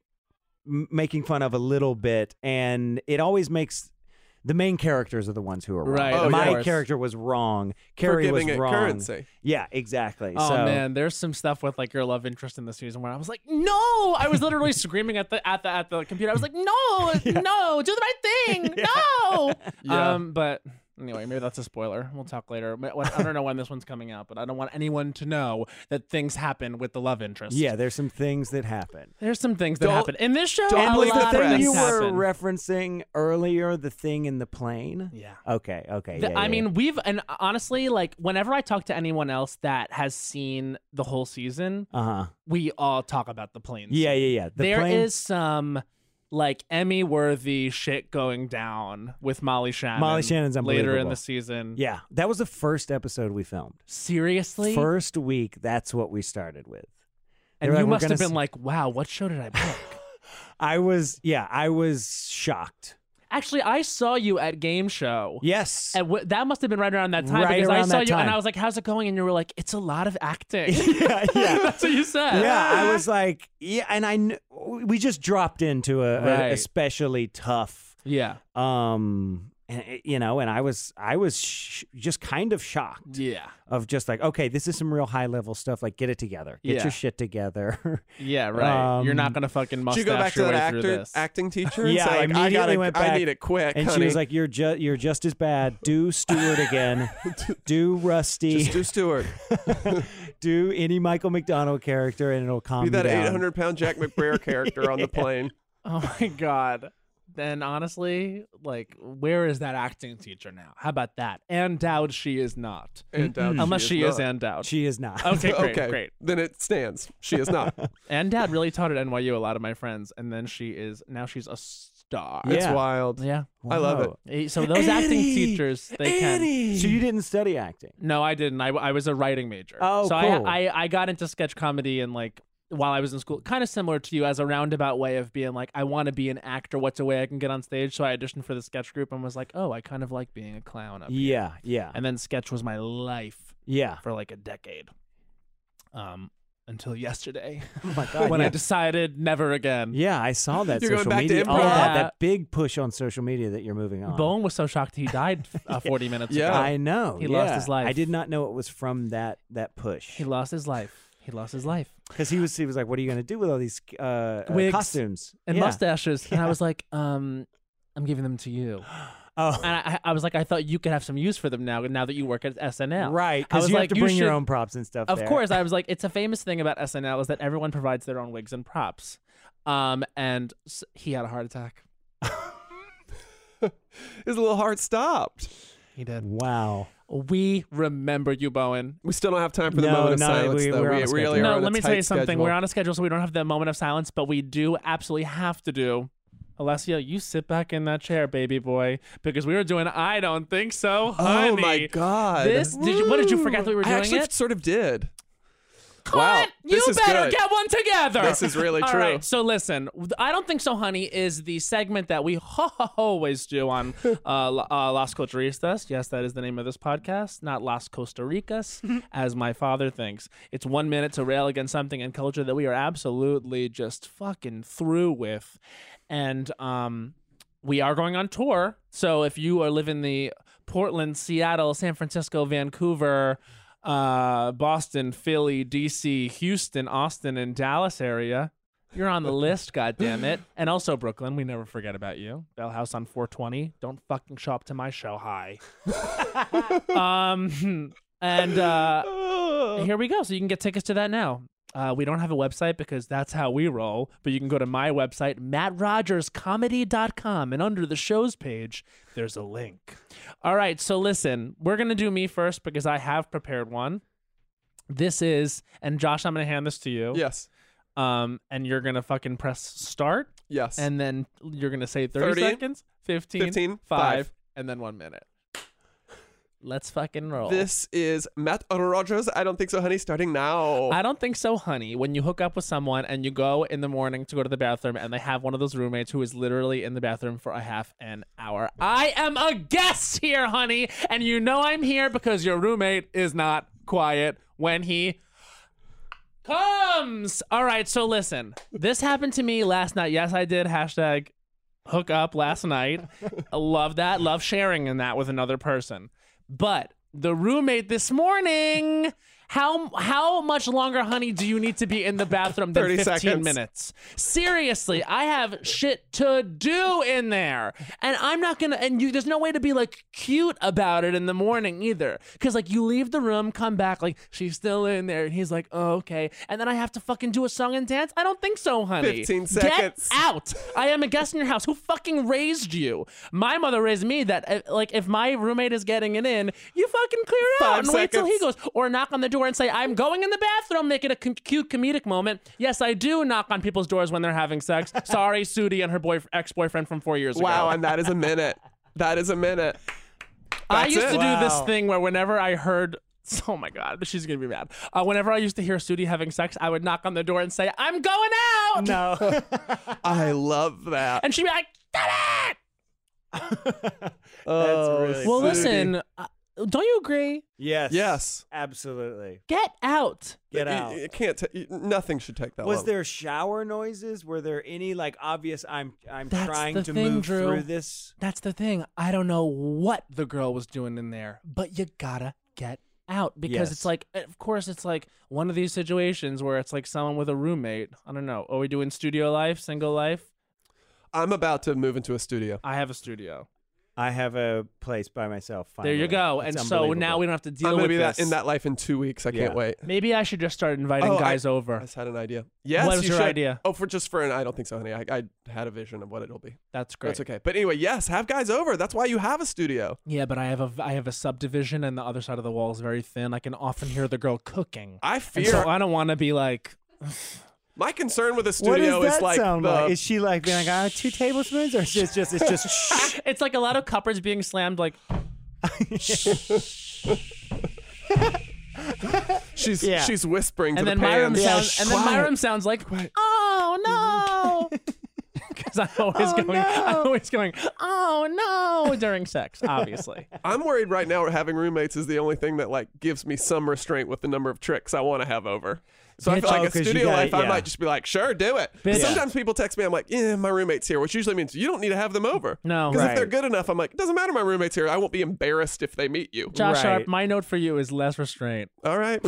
[SPEAKER 2] m- making fun of a little bit and it always makes the main characters are the ones who are wrong.
[SPEAKER 4] Right, of
[SPEAKER 2] My
[SPEAKER 4] course.
[SPEAKER 2] character was wrong. Carrie was
[SPEAKER 9] giving Oh, it
[SPEAKER 2] wrong.
[SPEAKER 9] currency.
[SPEAKER 2] Yeah, exactly.
[SPEAKER 4] Oh
[SPEAKER 2] so,
[SPEAKER 4] man, there's some stuff with like your love interest in the season where I was like, no! I was literally screaming at the at the at the computer. I was like, no, no, do the right thing, no.
[SPEAKER 9] Yeah.
[SPEAKER 4] Um, but Anyway, maybe that's a spoiler. We'll talk later. Ma- what- I don't know when this one's coming out, but I don't want anyone to know that things happen with the love interest.
[SPEAKER 2] Yeah, there's some things that happen.
[SPEAKER 4] There's some things that
[SPEAKER 2] Don't-
[SPEAKER 4] happen in this show.
[SPEAKER 2] Don't
[SPEAKER 4] a
[SPEAKER 2] believe the
[SPEAKER 4] lot of
[SPEAKER 2] thing
[SPEAKER 4] things
[SPEAKER 2] you were
[SPEAKER 4] happen.
[SPEAKER 2] referencing earlier, the thing in the plane.
[SPEAKER 4] Yeah.
[SPEAKER 2] Okay. Okay.
[SPEAKER 4] The-
[SPEAKER 2] yeah,
[SPEAKER 4] I
[SPEAKER 2] yeah,
[SPEAKER 4] mean, we've and honestly, like whenever I talk to anyone else that has seen the whole season,
[SPEAKER 2] yeah. uh huh.
[SPEAKER 4] we all talk about the planes.
[SPEAKER 2] Yeah, yeah, yeah. The
[SPEAKER 4] There is
[SPEAKER 2] plane-
[SPEAKER 4] some like Emmy worthy shit going down with Molly Shannon.
[SPEAKER 2] Molly Shannon's
[SPEAKER 4] later in
[SPEAKER 2] unbelievable.
[SPEAKER 4] the season.
[SPEAKER 2] Yeah, that was the first episode we filmed.
[SPEAKER 4] Seriously?
[SPEAKER 2] First week, that's what we started with. They
[SPEAKER 4] and you
[SPEAKER 2] were like, "We're
[SPEAKER 4] must have
[SPEAKER 2] gonna
[SPEAKER 4] been
[SPEAKER 2] s-"
[SPEAKER 4] like, "Wow, what show did I pick?"
[SPEAKER 2] I was, yeah, I was shocked.
[SPEAKER 4] Actually, I saw you at game show.
[SPEAKER 2] Yes,
[SPEAKER 4] and w- that must have been right around that time
[SPEAKER 2] Right
[SPEAKER 4] because I
[SPEAKER 2] around
[SPEAKER 4] saw you
[SPEAKER 2] that
[SPEAKER 4] and
[SPEAKER 2] time.
[SPEAKER 4] I was like, "How's it going?" And you were like, "It's a lot of acting."
[SPEAKER 2] yeah, yeah.
[SPEAKER 4] that's what you said.
[SPEAKER 2] Yeah, I was like, yeah, and I, kn- we just dropped into a, a-
[SPEAKER 4] Right.
[SPEAKER 2] especially tough,
[SPEAKER 4] yeah,
[SPEAKER 2] um, and, it- you know, and I was, I was sh- just kind of shocked,
[SPEAKER 4] Yeah.
[SPEAKER 2] of just like, okay, this is some real high level stuff. Like, get it together, get
[SPEAKER 4] Yeah.
[SPEAKER 2] your shit together.
[SPEAKER 4] Yeah, right. You're not
[SPEAKER 2] Um,
[SPEAKER 4] gonna fucking
[SPEAKER 9] Did
[SPEAKER 4] mustache
[SPEAKER 9] you go back to
[SPEAKER 4] your
[SPEAKER 9] that
[SPEAKER 4] way through
[SPEAKER 9] actor,
[SPEAKER 4] this.
[SPEAKER 9] acting teacher? and
[SPEAKER 2] Yeah,
[SPEAKER 9] say,
[SPEAKER 2] I
[SPEAKER 9] like,
[SPEAKER 2] immediately
[SPEAKER 9] I, gotta,
[SPEAKER 2] went
[SPEAKER 9] I
[SPEAKER 2] back.
[SPEAKER 9] need it quick.
[SPEAKER 2] And she
[SPEAKER 9] honey.
[SPEAKER 2] was like, "You're just you're just as bad. Do Stewart again. do Rusty.
[SPEAKER 9] Just do Stewart.
[SPEAKER 2] do any Michael McDonald character, and it'll calm
[SPEAKER 9] be
[SPEAKER 2] you
[SPEAKER 9] that
[SPEAKER 2] down."
[SPEAKER 9] 800 pound Jack McBrayer character on the plane.
[SPEAKER 4] Oh my god. Then honestly, like, where is that acting teacher now? How about that? And Dowd, she is not.
[SPEAKER 9] And Dowd,
[SPEAKER 4] unless she, is,
[SPEAKER 9] not.
[SPEAKER 4] and Dowd.
[SPEAKER 2] She is not.
[SPEAKER 4] Okay, great,
[SPEAKER 9] okay,
[SPEAKER 4] great.
[SPEAKER 9] Then it stands. She is not.
[SPEAKER 4] And Dowd really taught at NYU a lot of my friends, and then she is now she's a star.
[SPEAKER 9] It's wild.
[SPEAKER 4] Yeah,
[SPEAKER 9] I love it.
[SPEAKER 2] Wow.
[SPEAKER 4] Eh, So those acting
[SPEAKER 2] Eddie!
[SPEAKER 4] teachers, they can.
[SPEAKER 2] So you didn't study acting.
[SPEAKER 4] No, I didn't. I, I was a writing major.
[SPEAKER 2] Oh,
[SPEAKER 4] so
[SPEAKER 2] cool.
[SPEAKER 4] I, I I got into sketch comedy and like while I was in school, kind of similar to you, as a roundabout way of being like, I want to be an actor. What's a way I can get on stage? So I auditioned for the sketch group and was like, oh, I kind of like being a clown. Up here.
[SPEAKER 2] Yeah, yeah,
[SPEAKER 4] And then sketch was my life
[SPEAKER 2] yeah.
[SPEAKER 4] for like a decade. Um. Until yesterday,
[SPEAKER 2] Oh my god.
[SPEAKER 4] when I
[SPEAKER 2] yeah.
[SPEAKER 4] decided never again.
[SPEAKER 2] Yeah, I saw that
[SPEAKER 9] You're going
[SPEAKER 2] social
[SPEAKER 9] back to
[SPEAKER 2] media.
[SPEAKER 9] improv?
[SPEAKER 2] Oh, that,
[SPEAKER 4] Yeah.
[SPEAKER 2] that big push on social media that you're moving on.
[SPEAKER 4] Bowen was so shocked he died uh, 40 minutes
[SPEAKER 9] Yeah.
[SPEAKER 4] ago.
[SPEAKER 2] I know.
[SPEAKER 4] He lost
[SPEAKER 2] yeah.
[SPEAKER 4] his life.
[SPEAKER 2] I did not know it was from that that push
[SPEAKER 4] He lost his life. He lost his life.
[SPEAKER 2] because he was he was like, "What are you going to do with all these uh, uh,
[SPEAKER 4] Wigs
[SPEAKER 2] costumes
[SPEAKER 4] and
[SPEAKER 2] Yeah.
[SPEAKER 4] mustaches. And I was like, um, I'm giving them to you.
[SPEAKER 2] Oh,
[SPEAKER 4] And I, I was like, I thought you could have some use for them now, now that you work at SNL.
[SPEAKER 2] right.
[SPEAKER 4] I
[SPEAKER 2] Because
[SPEAKER 4] was
[SPEAKER 2] you
[SPEAKER 4] like,
[SPEAKER 2] have to bring your
[SPEAKER 4] should-
[SPEAKER 2] own props and stuff.
[SPEAKER 4] Of
[SPEAKER 2] there.
[SPEAKER 4] course, I was like, it's a famous thing about SNL is that everyone provides their own wigs and props. Um, and s- he had a heart attack.
[SPEAKER 9] His little heart stopped.
[SPEAKER 4] He did.
[SPEAKER 2] Wow.
[SPEAKER 4] We remember you, Bowen.
[SPEAKER 9] We still don't have time for the
[SPEAKER 2] No,
[SPEAKER 9] moment of
[SPEAKER 2] no,
[SPEAKER 9] silence,
[SPEAKER 2] we-
[SPEAKER 9] though.
[SPEAKER 2] we're on
[SPEAKER 9] We really
[SPEAKER 2] a schedule.
[SPEAKER 9] are
[SPEAKER 4] no,
[SPEAKER 9] on a
[SPEAKER 4] let me
[SPEAKER 9] tight
[SPEAKER 4] tell you something.
[SPEAKER 9] schedule.
[SPEAKER 4] We're on a schedule, so we don't have that moment of silence, but we do absolutely have to do. Alessia, you sit back in that chair, baby boy, because we were doing. I don't think so, honey.
[SPEAKER 9] Oh my god!
[SPEAKER 4] This did you, what did you forget that we were
[SPEAKER 9] I
[SPEAKER 4] doing
[SPEAKER 9] actually
[SPEAKER 4] it?
[SPEAKER 9] sort of did.
[SPEAKER 4] Cut!
[SPEAKER 9] Wow,
[SPEAKER 4] you
[SPEAKER 9] this is
[SPEAKER 4] better
[SPEAKER 9] good.
[SPEAKER 4] get one together.
[SPEAKER 9] This is really
[SPEAKER 4] All
[SPEAKER 9] true.
[SPEAKER 4] right, so listen, I don't think so, honey. Is the segment that we always do on uh, La- uh, Las Costaristas? Yes, that is the name of this podcast, not Las Costa Ricas, as my father thinks. It's one minute to rail against something in culture that we are absolutely just fucking through with, and um, we are going on tour. So if you are living the Portland, Seattle, San Francisco, Vancouver, uh, Boston, Philly, DC, Houston, Austin, and Dallas area, you're on the list, God damn it! And also Brooklyn, we never forget about you. Bell House on 420. Don't fucking show up to my show high. um, and uh, here we go. So you can get tickets to that now. Uh, we don't have a website because that's how we roll, but you can go to my website, mattrogerscomedy.com, and under the shows page, there's a link. All right, so listen, we're going to do me first because I have prepared one. This is, and Josh, I'm going to hand this to you.
[SPEAKER 9] Yes,
[SPEAKER 4] Um, and you're going to fucking press start,
[SPEAKER 9] yes.
[SPEAKER 4] and then you're going to say 30,
[SPEAKER 9] 30,
[SPEAKER 4] seconds, 15,
[SPEAKER 9] 15,
[SPEAKER 4] 5,
[SPEAKER 9] five.
[SPEAKER 4] and then one minute. Let's fucking roll.
[SPEAKER 9] This is Matt Rogers. I don't think so, honey. Starting now.
[SPEAKER 4] I don't think so, honey. When you hook up with someone and you go in the morning to go to the bathroom and they have one of those roommates who is literally in the bathroom for a half an hour. I am a guest here, honey, and you know I'm here because your roommate is not quiet when he comes. All right, so listen. This happened to me last night. Yes, I did. Hashtag hook up last night. I love that. Love sharing in that with another person. But the roommate this morning How how much longer, honey, do you need to be in the bathroom than
[SPEAKER 9] 30
[SPEAKER 4] 15
[SPEAKER 9] seconds.
[SPEAKER 4] minutes? Seriously, I have shit to do in there. And I'm not gonna and you there's no way to be like cute about it in the morning either. Cause like you leave the room, come back, like she's still in there, and he's like, oh, okay. And then I have to fucking do a song and dance? I don't think so, honey.
[SPEAKER 9] 15
[SPEAKER 4] Get
[SPEAKER 9] seconds.
[SPEAKER 4] out. I am a guest in your house. Who fucking raised you? My mother raised me that, uh, like, if my roommate is getting it in, you fucking clear out
[SPEAKER 9] Five
[SPEAKER 4] and wait till he goes.
[SPEAKER 9] seconds.
[SPEAKER 4] Or knock on the door and say, I'm going in the bathroom, make it a com- cute comedic moment. Yes, I do knock on people's doors when they're having sex. Sorry, Sudi and her boyf- ex boyfriend from four years ago.
[SPEAKER 9] Wow, and that is a minute. That is a minute.
[SPEAKER 4] I
[SPEAKER 9] That's
[SPEAKER 4] used
[SPEAKER 9] it.
[SPEAKER 4] to do this
[SPEAKER 9] Wow.
[SPEAKER 4] thing where whenever I heard, oh my god, she's gonna be mad. Uh, whenever I used to hear Sudi having sex, I would knock on the door and say, "I'm going out."
[SPEAKER 2] No,
[SPEAKER 9] I love that.
[SPEAKER 4] and she'd be like,
[SPEAKER 9] oh,
[SPEAKER 4] "Well,
[SPEAKER 9] Sudi.
[SPEAKER 4] listen, uh, don't you agree?
[SPEAKER 2] Yes.
[SPEAKER 9] Yes.
[SPEAKER 2] Absolutely.
[SPEAKER 4] Get out."
[SPEAKER 2] Get
[SPEAKER 9] You-
[SPEAKER 2] out.
[SPEAKER 9] you can't. ta- you- nothing should take that
[SPEAKER 2] was
[SPEAKER 9] long.
[SPEAKER 2] there shower noises? Were there any like obvious? I'm I'm
[SPEAKER 4] That's
[SPEAKER 2] trying
[SPEAKER 4] the
[SPEAKER 2] to
[SPEAKER 4] thing,
[SPEAKER 2] move
[SPEAKER 4] Drew.
[SPEAKER 2] through this.
[SPEAKER 4] That's the thing. I don't know what the girl was doing in there, but you gotta get out because
[SPEAKER 2] Yes.
[SPEAKER 4] it's like, eh, of course, it's like one of these situations where it's like someone with a roommate. I don't know. Are we doing studio life, single life?
[SPEAKER 9] I'm about to move into a studio.
[SPEAKER 4] I have a studio.
[SPEAKER 2] I have a place by myself. Finally.
[SPEAKER 4] There you go.
[SPEAKER 2] It's
[SPEAKER 4] And so now
[SPEAKER 2] unbelievable.
[SPEAKER 4] we don't have to deal
[SPEAKER 9] I'm gonna
[SPEAKER 4] with
[SPEAKER 9] be that
[SPEAKER 4] this.
[SPEAKER 9] in that life in two weeks. I can't
[SPEAKER 4] Yeah.
[SPEAKER 9] wait.
[SPEAKER 4] Maybe I should just start inviting
[SPEAKER 9] Oh, I-
[SPEAKER 4] guys over.
[SPEAKER 9] I just had an idea. Yes,
[SPEAKER 4] What was
[SPEAKER 9] you
[SPEAKER 4] your
[SPEAKER 9] should.
[SPEAKER 4] idea?
[SPEAKER 9] Oh, for just for an. I don't think so, honey. I, I had a vision of what it'll be.
[SPEAKER 4] That's great.
[SPEAKER 9] That's okay. But anyway, yes, have guys over. That's why you have a studio.
[SPEAKER 4] Yeah, but I have a I have a subdivision, and the other side of the wall is very thin. I can often hear the girl cooking.
[SPEAKER 9] I
[SPEAKER 4] And
[SPEAKER 9] fear.
[SPEAKER 4] so I don't want to be like
[SPEAKER 9] my concern with a
[SPEAKER 2] What
[SPEAKER 9] studio
[SPEAKER 2] does that
[SPEAKER 9] is like,
[SPEAKER 2] sound
[SPEAKER 9] the,
[SPEAKER 4] uh,
[SPEAKER 2] like? Is she like being like ah, two tablespoons, or it's just just it's just
[SPEAKER 4] it's like a lot of cupboards being slammed. Like
[SPEAKER 9] she's
[SPEAKER 4] Yeah.
[SPEAKER 9] she's whispering
[SPEAKER 4] and
[SPEAKER 9] to
[SPEAKER 4] then
[SPEAKER 9] the
[SPEAKER 4] my room
[SPEAKER 9] pans.
[SPEAKER 4] sounds and then my room sounds like oh no because I'm always
[SPEAKER 9] Oh,
[SPEAKER 4] going
[SPEAKER 9] no.
[SPEAKER 4] I'm always going oh no during sex obviously.
[SPEAKER 9] I'm worried right now. Having roommates is the only thing that like gives me some restraint with the number of tricks I want to have over. So I
[SPEAKER 4] Bitch,
[SPEAKER 9] feel like
[SPEAKER 4] oh,
[SPEAKER 9] a
[SPEAKER 4] 'cause you
[SPEAKER 9] studio
[SPEAKER 4] gotta-
[SPEAKER 9] life, I
[SPEAKER 4] yeah.
[SPEAKER 9] might just be like, sure, do it. But
[SPEAKER 4] Bitch.
[SPEAKER 9] Sometimes people text me, I'm like, yeah, my roommate's here, which usually means you don't need to have them over.
[SPEAKER 4] No.
[SPEAKER 9] because if
[SPEAKER 4] Right.
[SPEAKER 9] they're good enough, I'm like, doesn't matter, my roommate's here. I won't be embarrassed if they meet you.
[SPEAKER 4] Josh Sharp, my note for you is less restraint.
[SPEAKER 9] All right.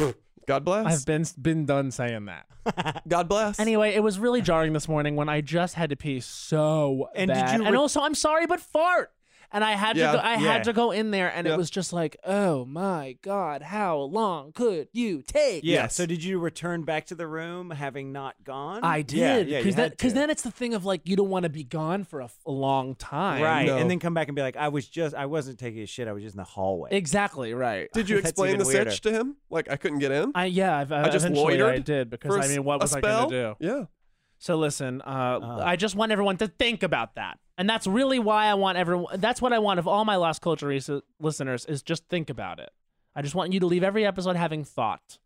[SPEAKER 9] God bless.
[SPEAKER 4] I've been been done saying that.
[SPEAKER 9] God bless.
[SPEAKER 4] Anyway, it was really jarring this morning when I just had to pee so
[SPEAKER 2] And did
[SPEAKER 4] bad.
[SPEAKER 2] you
[SPEAKER 4] and
[SPEAKER 2] re-
[SPEAKER 4] also, I'm sorry, but fart. And I had
[SPEAKER 2] Yeah.
[SPEAKER 4] to go, I
[SPEAKER 2] Yeah.
[SPEAKER 4] had to go in there, and
[SPEAKER 2] Yeah.
[SPEAKER 4] it was just like, oh my god, how long could you take?
[SPEAKER 2] yeah. So did you return back to the room having not gone?
[SPEAKER 4] I
[SPEAKER 2] Yeah,
[SPEAKER 4] did
[SPEAKER 2] yeah, you
[SPEAKER 4] because
[SPEAKER 2] had to.
[SPEAKER 4] then it's the thing of like you don't want to be gone for a, f- a long time,
[SPEAKER 2] right, and then come back and be like, I was just I wasn't taking a shit. I was just in the hallway.
[SPEAKER 4] exactly right.
[SPEAKER 9] Did you
[SPEAKER 2] That's
[SPEAKER 9] explain
[SPEAKER 2] even
[SPEAKER 9] the
[SPEAKER 2] weirder.
[SPEAKER 9] search to him? Like I couldn't get in.
[SPEAKER 4] I yeah, I've, uh,
[SPEAKER 9] I just
[SPEAKER 4] eventually
[SPEAKER 9] loitered.
[SPEAKER 4] I did because
[SPEAKER 9] for a
[SPEAKER 4] I
[SPEAKER 9] s-
[SPEAKER 4] mean, what
[SPEAKER 9] a
[SPEAKER 4] was I
[SPEAKER 9] spell?
[SPEAKER 4] going to do?
[SPEAKER 9] Yeah.
[SPEAKER 4] So listen, uh, I just want everyone to think about that, and that's really why I want everyone. That's what I want of all my Lost Culture res- listeners is just think about it. I just want you to leave every episode having thought.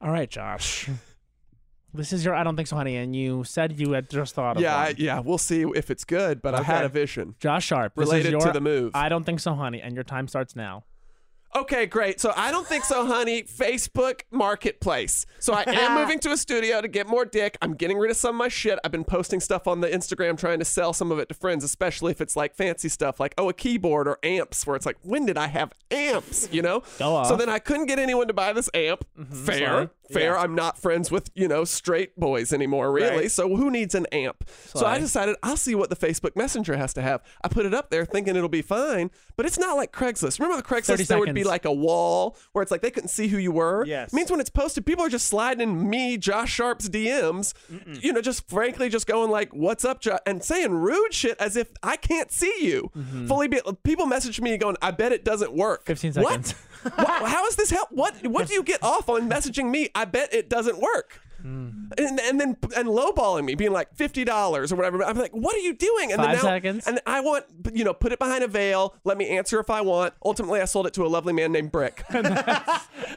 [SPEAKER 4] All right, Josh. This is your I don't think so, honey, and you said you had just thought of
[SPEAKER 9] Yeah,
[SPEAKER 4] one.
[SPEAKER 9] I, yeah. We'll see if it's good, but I had
[SPEAKER 4] Okay.
[SPEAKER 9] a vision.
[SPEAKER 4] Josh Sharp. this is
[SPEAKER 9] Related to
[SPEAKER 4] your
[SPEAKER 9] the move.
[SPEAKER 4] I don't think so, honey, and your time starts now.
[SPEAKER 9] Okay, great. So I don't think so, honey. Facebook Marketplace. So I
[SPEAKER 4] Ah.
[SPEAKER 9] am moving to a studio to get more dick. I'm getting rid of some of my shit. I've been posting stuff on the Instagram trying to sell some of it to friends, especially if it's like fancy stuff like, oh, a keyboard or amps, where it's like, when did I have amps? You know?
[SPEAKER 4] Go off. Mm-hmm.
[SPEAKER 9] So then I couldn't get anyone to buy this amp. fair,
[SPEAKER 4] sorry.
[SPEAKER 9] fair.
[SPEAKER 4] Yeah.
[SPEAKER 9] I'm not friends with, you know, straight boys anymore, really.
[SPEAKER 4] Right.
[SPEAKER 9] So who needs an amp? So I
[SPEAKER 4] Sorry.
[SPEAKER 9] decided I'll see what the Facebook Messenger has to have. I put it up there thinking it'll be fine, but it's not like Craigslist. Remember the Craigslist?
[SPEAKER 4] 30
[SPEAKER 9] there would be
[SPEAKER 4] seconds.
[SPEAKER 9] like a wall where it's like they couldn't see who you were.
[SPEAKER 2] Yes.
[SPEAKER 9] means when it's posted, people are just sliding in me, Josh Sharp's DMs, you know, just frankly just going like, what's up, Josh? And saying rude shit as if I can't see you. Fully be- people message me going, I bet it doesn't work.
[SPEAKER 4] 15 seconds.
[SPEAKER 9] What? what? How is this help? What, what do you get off on messaging me? I bet it doesn't work. And, and then and lowballing me, being like fifty dollars or whatever. I'm like, what are you doing? And
[SPEAKER 4] Five
[SPEAKER 9] then now,
[SPEAKER 4] seconds.
[SPEAKER 9] And I want you know, put it behind a veil. Let me answer if I want. Ultimately, I sold it to a lovely man named Brick.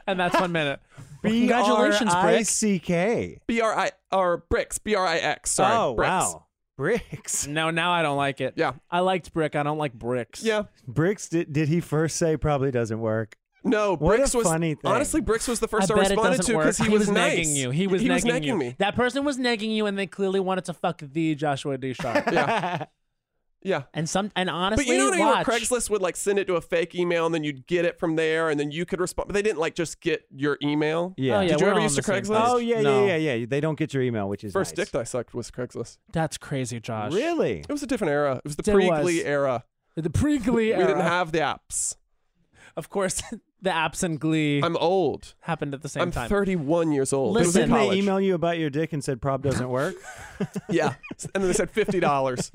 [SPEAKER 4] And that's one minute. Well, Congratulations, Brick.
[SPEAKER 2] B-R-I-C-K.
[SPEAKER 9] B R I or Bricks. B R I X. Sorry.
[SPEAKER 2] Oh,
[SPEAKER 9] Bricks.
[SPEAKER 2] wow. Bricks.
[SPEAKER 4] No, now I don't like it.
[SPEAKER 9] Yeah.
[SPEAKER 4] I liked Brick. I don't like bricks.
[SPEAKER 9] Yeah.
[SPEAKER 2] Bricks did, did he first say probably doesn't work?
[SPEAKER 9] No,
[SPEAKER 2] What
[SPEAKER 9] Bricks
[SPEAKER 2] a
[SPEAKER 9] was
[SPEAKER 2] funny thing.
[SPEAKER 9] honestly Bricks was the first
[SPEAKER 4] I
[SPEAKER 9] I,
[SPEAKER 4] bet it
[SPEAKER 9] responded
[SPEAKER 4] doesn't
[SPEAKER 9] to
[SPEAKER 4] work.
[SPEAKER 9] because he,
[SPEAKER 4] was,
[SPEAKER 9] nice.
[SPEAKER 4] nagging you. He was,
[SPEAKER 9] was
[SPEAKER 4] nagging,
[SPEAKER 9] nagging
[SPEAKER 4] you.
[SPEAKER 9] me.
[SPEAKER 4] That person was nagging you, and they clearly wanted to fuck the Joshua D. Sharp.
[SPEAKER 9] Yeah. Yeah.
[SPEAKER 14] And some and honestly,
[SPEAKER 9] but you know, how
[SPEAKER 14] watch.
[SPEAKER 9] Craigslist would like send it to a fake email, and then you'd get it from there, and then you could respond. But they didn't like just get your email.
[SPEAKER 2] Oh,
[SPEAKER 4] Oh,
[SPEAKER 2] Yeah.
[SPEAKER 9] Did you ever use to Craigslist?
[SPEAKER 2] Oh yeah, yeah, yeah, yeah. They don't get your email, which is
[SPEAKER 9] First
[SPEAKER 2] nice.
[SPEAKER 9] dick that I sucked was Craigslist.
[SPEAKER 4] That's crazy, Josh.
[SPEAKER 2] Really?
[SPEAKER 9] It was a different era. It was the
[SPEAKER 4] There
[SPEAKER 9] pre
[SPEAKER 4] was.
[SPEAKER 9] Glee era.
[SPEAKER 4] The pre Glee
[SPEAKER 9] We
[SPEAKER 4] era.
[SPEAKER 9] didn't have the apps.
[SPEAKER 4] Of course, the apps and Glee.
[SPEAKER 9] I'm old.
[SPEAKER 4] Happened at the same
[SPEAKER 9] I'm
[SPEAKER 4] time.
[SPEAKER 9] 31 years old. It was in
[SPEAKER 2] Didn't they
[SPEAKER 9] college.
[SPEAKER 2] email you about your dick and said prob doesn't work?
[SPEAKER 9] yeah. And then they said fifty dollars.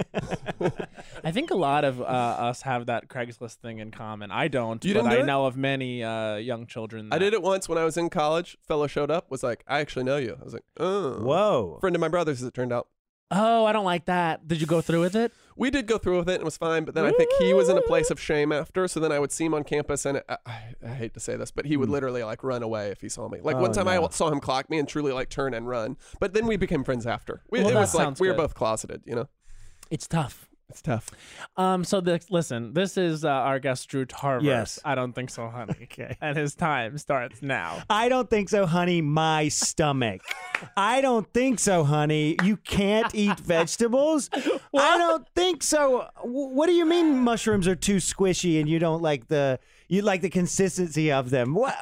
[SPEAKER 4] I think a lot of uh, us have that Craigslist thing in common. I don't,
[SPEAKER 9] You
[SPEAKER 4] but
[SPEAKER 9] didn't
[SPEAKER 4] I
[SPEAKER 9] do it?
[SPEAKER 4] know of many uh, young children.
[SPEAKER 9] I did it once when I was in college. Fellow showed up, was like, "I actually know you." I was like, "Oh,
[SPEAKER 2] whoa!"
[SPEAKER 9] Friend of my brother's, as it turned out.
[SPEAKER 4] Oh, I don't like that. Did you go through with it?
[SPEAKER 9] We did go through with it and it was fine, but then I think he was in a place of shame after. So then I would see him on campus, and uh, I, I, I hate to say this, but he
[SPEAKER 4] Hmm.
[SPEAKER 9] would literally like run away if he saw me. Like one
[SPEAKER 2] Oh,
[SPEAKER 9] time
[SPEAKER 2] no.
[SPEAKER 9] I saw him clock me and truly like turn and run. But then we became friends after. We,
[SPEAKER 4] Well,
[SPEAKER 9] it
[SPEAKER 4] that
[SPEAKER 9] was like
[SPEAKER 4] sounds
[SPEAKER 9] we were
[SPEAKER 4] good.
[SPEAKER 9] both closeted, you know.
[SPEAKER 4] It's tough.
[SPEAKER 9] It's tough.
[SPEAKER 4] Um. So the, listen, this is uh, our guest Drew Tarver.
[SPEAKER 2] Yes.
[SPEAKER 4] I don't think so, honey. okay. And his time starts now.
[SPEAKER 2] I don't think so, honey. My stomach. I don't think so, honey. You can't eat vegetables. I don't think so. Wh- What do you mean mushrooms are too squishy and you don't like the you like the consistency of them? What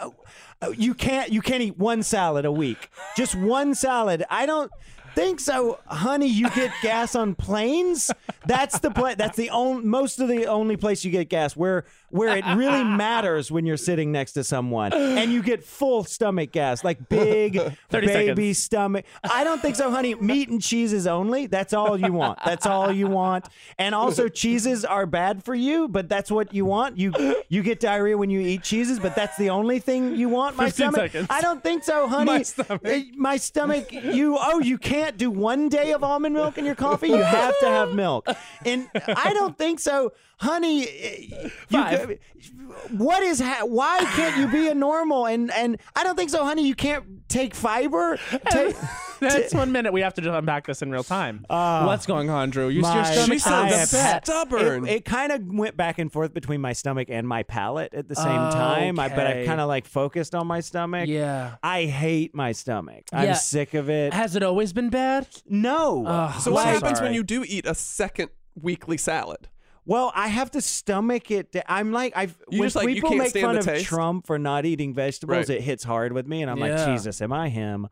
[SPEAKER 2] you can't you can't eat one salad a week. Just one salad. I don't think so, honey. You get gas on planes. That's the pla- That's the only most of the only place you get gas where where it really matters when you're sitting next to someone and you get full stomach gas, like big
[SPEAKER 4] 30
[SPEAKER 2] baby
[SPEAKER 4] seconds.
[SPEAKER 2] stomach. I don't think so, honey. Meat and cheeses only. That's all you want. That's all you want. And also, cheeses are bad for you, but that's what you want. You you get diarrhea when you eat cheeses, but that's the only thing you want. My
[SPEAKER 4] 15
[SPEAKER 2] stomach.
[SPEAKER 4] seconds.
[SPEAKER 2] I don't think so, honey.
[SPEAKER 4] My
[SPEAKER 2] Uh, My stomach. You oh, you can't do one day of almond milk in your coffee. You have to have milk. And I don't think so, honey. uh, You
[SPEAKER 4] Five.
[SPEAKER 2] go- what is ha- why can't you be a normal? And and I don't think so, honey. You can't take fiber. Take,
[SPEAKER 4] That's one minute. We have to just unpack this in real time. What's going on, Drew? You, your
[SPEAKER 2] my-
[SPEAKER 4] stomach
[SPEAKER 2] I am-
[SPEAKER 9] stubborn.
[SPEAKER 2] It, kind of went back and forth between my stomach and my palate at the same time. I, but I
[SPEAKER 4] Okay.
[SPEAKER 2] kind of like focused on my stomach.
[SPEAKER 4] Yeah.
[SPEAKER 2] I hate my stomach.
[SPEAKER 4] Yeah.
[SPEAKER 2] I'm sick of it.
[SPEAKER 4] Has it always been bad?
[SPEAKER 2] No.
[SPEAKER 9] so what happens when you do eat a second weekly salad?
[SPEAKER 2] Well, I have to stomach it. da- I'm like, I've
[SPEAKER 9] You
[SPEAKER 2] when
[SPEAKER 9] just, like, you
[SPEAKER 2] people
[SPEAKER 9] can't
[SPEAKER 2] make
[SPEAKER 9] stand
[SPEAKER 2] fun
[SPEAKER 9] the
[SPEAKER 2] of
[SPEAKER 9] taste?
[SPEAKER 2] Trump for not eating vegetables,
[SPEAKER 4] Right.
[SPEAKER 2] it hits hard with me, and I'm
[SPEAKER 4] Yeah.
[SPEAKER 2] like, Jesus, am I him?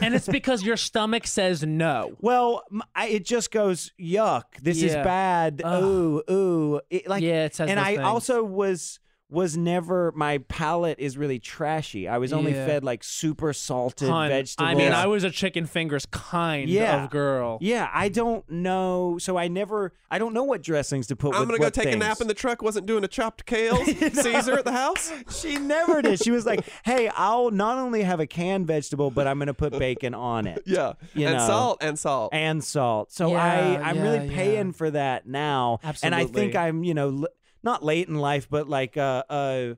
[SPEAKER 4] and it's because your stomach says no.
[SPEAKER 2] Well, m- I, it just goes yuck. This is
[SPEAKER 4] Yeah.
[SPEAKER 2] bad. Ooh, ooh. It, like,
[SPEAKER 4] Yeah, it says
[SPEAKER 2] and
[SPEAKER 4] those
[SPEAKER 2] I
[SPEAKER 4] things.
[SPEAKER 2] also was was never my palate is really trashy. I was only
[SPEAKER 4] Yeah.
[SPEAKER 2] fed like super salted
[SPEAKER 4] Hun,
[SPEAKER 2] vegetables.
[SPEAKER 4] I mean, I was a chicken fingers kind
[SPEAKER 2] Yeah.
[SPEAKER 4] of girl.
[SPEAKER 2] yeah, I don't know. So I never, I don't know what dressings to put.
[SPEAKER 9] I'm
[SPEAKER 2] with
[SPEAKER 9] gonna go
[SPEAKER 2] what
[SPEAKER 9] take a
[SPEAKER 2] things.
[SPEAKER 9] nap in the truck. Wasn't doing a chopped kale Caesar at the house.
[SPEAKER 2] She never did. She was like, "Hey, I'll not only have a canned vegetable, but I'm going to put bacon on it."
[SPEAKER 9] Yeah,
[SPEAKER 2] You
[SPEAKER 9] and
[SPEAKER 2] know.
[SPEAKER 9] salt and salt.
[SPEAKER 2] and salt. So
[SPEAKER 9] Yeah,
[SPEAKER 2] I I'm
[SPEAKER 9] yeah,
[SPEAKER 2] really
[SPEAKER 9] yeah.
[SPEAKER 2] paying for that now. And I think
[SPEAKER 9] Absolutely.
[SPEAKER 2] I'm you know l- not late in life, but like uh uh.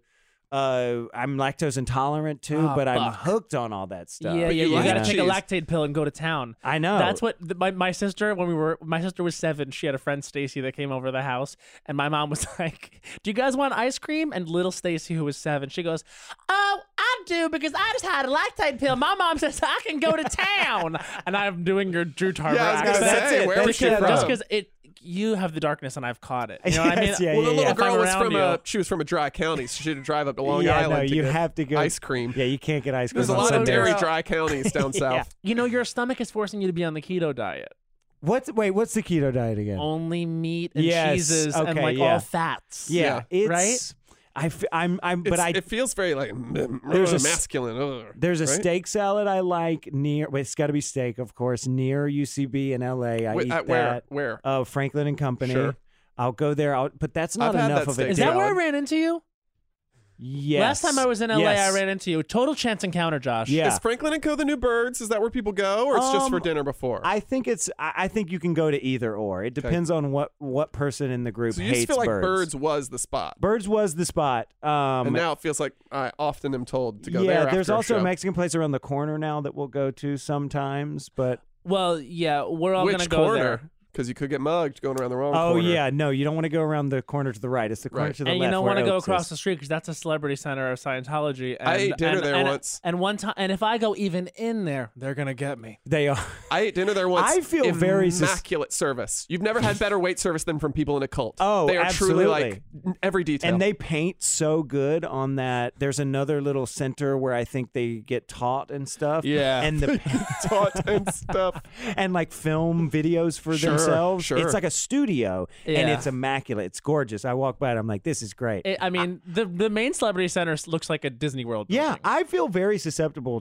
[SPEAKER 2] Uh, I'm lactose intolerant too,
[SPEAKER 4] Ah,
[SPEAKER 2] but I'm
[SPEAKER 4] fuck.
[SPEAKER 2] hooked on all that stuff.
[SPEAKER 4] Yeah, yeah, you, gotta take a
[SPEAKER 2] know?
[SPEAKER 4] lactate pill and go to town.
[SPEAKER 2] I know.
[SPEAKER 4] That's what th- my, my sister when we were my sister was seven. She had a friend Stacy that came over the house, and my mom was like, "Do you guys want ice cream?" And little Stacy, who was seven, she goes, "Oh, I do because I just had a lactate pill. My mom says I can go to
[SPEAKER 9] Oh.
[SPEAKER 4] town, and I'm doing your Drew Tarver
[SPEAKER 9] Yeah, I was gonna
[SPEAKER 4] accent.
[SPEAKER 9] say, where was she
[SPEAKER 4] Because- Just
[SPEAKER 9] from?
[SPEAKER 4] because it, you have the darkness, and I've caught it. You know what I mean?
[SPEAKER 2] Yes, yeah,
[SPEAKER 9] well, the little
[SPEAKER 4] If I'm
[SPEAKER 9] girl was
[SPEAKER 4] around
[SPEAKER 9] from
[SPEAKER 4] you-
[SPEAKER 9] a she was from a dry county, so she had to drive up to Long
[SPEAKER 2] yeah,
[SPEAKER 9] Island.
[SPEAKER 2] No,
[SPEAKER 9] to
[SPEAKER 2] you
[SPEAKER 9] get-
[SPEAKER 2] have to go
[SPEAKER 9] ice cream.
[SPEAKER 2] Yeah, you can't get ice cream.
[SPEAKER 9] There's a
[SPEAKER 2] on
[SPEAKER 9] lot of
[SPEAKER 2] Sundays.
[SPEAKER 9] dairy dry counties down south.
[SPEAKER 4] You know, your stomach is forcing you to be on the keto diet.
[SPEAKER 2] What's wait? What's the keto diet again?
[SPEAKER 4] Only meat and
[SPEAKER 2] Yes,
[SPEAKER 4] cheeses and
[SPEAKER 2] okay,
[SPEAKER 4] like
[SPEAKER 2] yeah.
[SPEAKER 4] all fats.
[SPEAKER 2] Yeah, it's,
[SPEAKER 4] right.
[SPEAKER 2] I f- I'm I'm but
[SPEAKER 9] It's-
[SPEAKER 2] I
[SPEAKER 9] it feels very like
[SPEAKER 2] There's
[SPEAKER 9] there's
[SPEAKER 2] a
[SPEAKER 9] a
[SPEAKER 2] s-
[SPEAKER 9] masculine. ugh,
[SPEAKER 2] There's a
[SPEAKER 9] right?
[SPEAKER 2] steak salad I like near. Well, it's got to be steak, of course, near UCB in LA. I
[SPEAKER 9] Wait,
[SPEAKER 2] eat
[SPEAKER 9] at
[SPEAKER 2] that.
[SPEAKER 9] where? Where?
[SPEAKER 2] Uh, Franklin and Company.
[SPEAKER 9] Sure.
[SPEAKER 2] I'll go there. I'll, but that's
[SPEAKER 9] I've
[SPEAKER 2] not
[SPEAKER 9] had
[SPEAKER 2] enough
[SPEAKER 9] that
[SPEAKER 2] of it.
[SPEAKER 9] steak
[SPEAKER 4] Is that where I ran into you?
[SPEAKER 2] Yes.
[SPEAKER 4] Last time I was in LA,
[SPEAKER 2] Yes.
[SPEAKER 4] I ran into you. Total chance encounter, Josh.
[SPEAKER 2] Yeah.
[SPEAKER 9] Is Franklin and Co. the new birds? Is that where people go, or it's just for
[SPEAKER 2] Um,
[SPEAKER 9] dinner before?
[SPEAKER 2] I think it's. I I think you can go to either or. It depends on what what person in the group
[SPEAKER 9] so you
[SPEAKER 2] hates
[SPEAKER 9] just feel like
[SPEAKER 2] birds.
[SPEAKER 9] birds. was the spot,
[SPEAKER 2] Birds was the spot. Um,
[SPEAKER 9] and now it feels like I often am told to go
[SPEAKER 2] yeah,
[SPEAKER 9] there.
[SPEAKER 2] there's
[SPEAKER 9] after
[SPEAKER 2] also
[SPEAKER 9] a
[SPEAKER 2] a
[SPEAKER 9] show.
[SPEAKER 2] Mexican place around the corner now that we'll go to sometimes. But
[SPEAKER 4] Well, yeah, we're all
[SPEAKER 9] Which
[SPEAKER 4] gonna go
[SPEAKER 9] corner?
[SPEAKER 4] there.
[SPEAKER 9] because you could get mugged going around the wrong
[SPEAKER 2] Oh
[SPEAKER 9] corner.
[SPEAKER 2] yeah, no, you don't want to go around the corner to the right. It's the corner to the
[SPEAKER 4] and
[SPEAKER 2] left.
[SPEAKER 4] you don't
[SPEAKER 2] where
[SPEAKER 4] want to go
[SPEAKER 2] Oaks
[SPEAKER 4] across
[SPEAKER 2] is.
[SPEAKER 4] the street because that's a celebrity center of Scientology. And,
[SPEAKER 9] I ate dinner
[SPEAKER 4] and-
[SPEAKER 9] there
[SPEAKER 4] and-
[SPEAKER 9] once.
[SPEAKER 4] And one time, and if I go even in there, they're gonna get me.
[SPEAKER 2] They are.
[SPEAKER 9] I ate dinner there once.
[SPEAKER 4] I feel very sus-
[SPEAKER 9] immaculate service. You've never had better wait service than from people in a cult.
[SPEAKER 2] Oh,
[SPEAKER 9] they are truly like
[SPEAKER 2] absolutely.
[SPEAKER 9] every detail.
[SPEAKER 2] And they paint so good on that. There's another little center where I think they get taught and stuff.
[SPEAKER 9] Yeah.
[SPEAKER 2] and the
[SPEAKER 9] taught and stuff,
[SPEAKER 2] and like film videos for
[SPEAKER 9] Sure,
[SPEAKER 2] themselves.
[SPEAKER 9] sure.
[SPEAKER 2] It's like a studio, and
[SPEAKER 4] Yeah.
[SPEAKER 2] it's immaculate. It's gorgeous. I walk by it. I'm like, this is great.
[SPEAKER 4] It- I mean, the the main celebrity center s- looks like a Disney World.
[SPEAKER 2] yeah, I feel very susceptible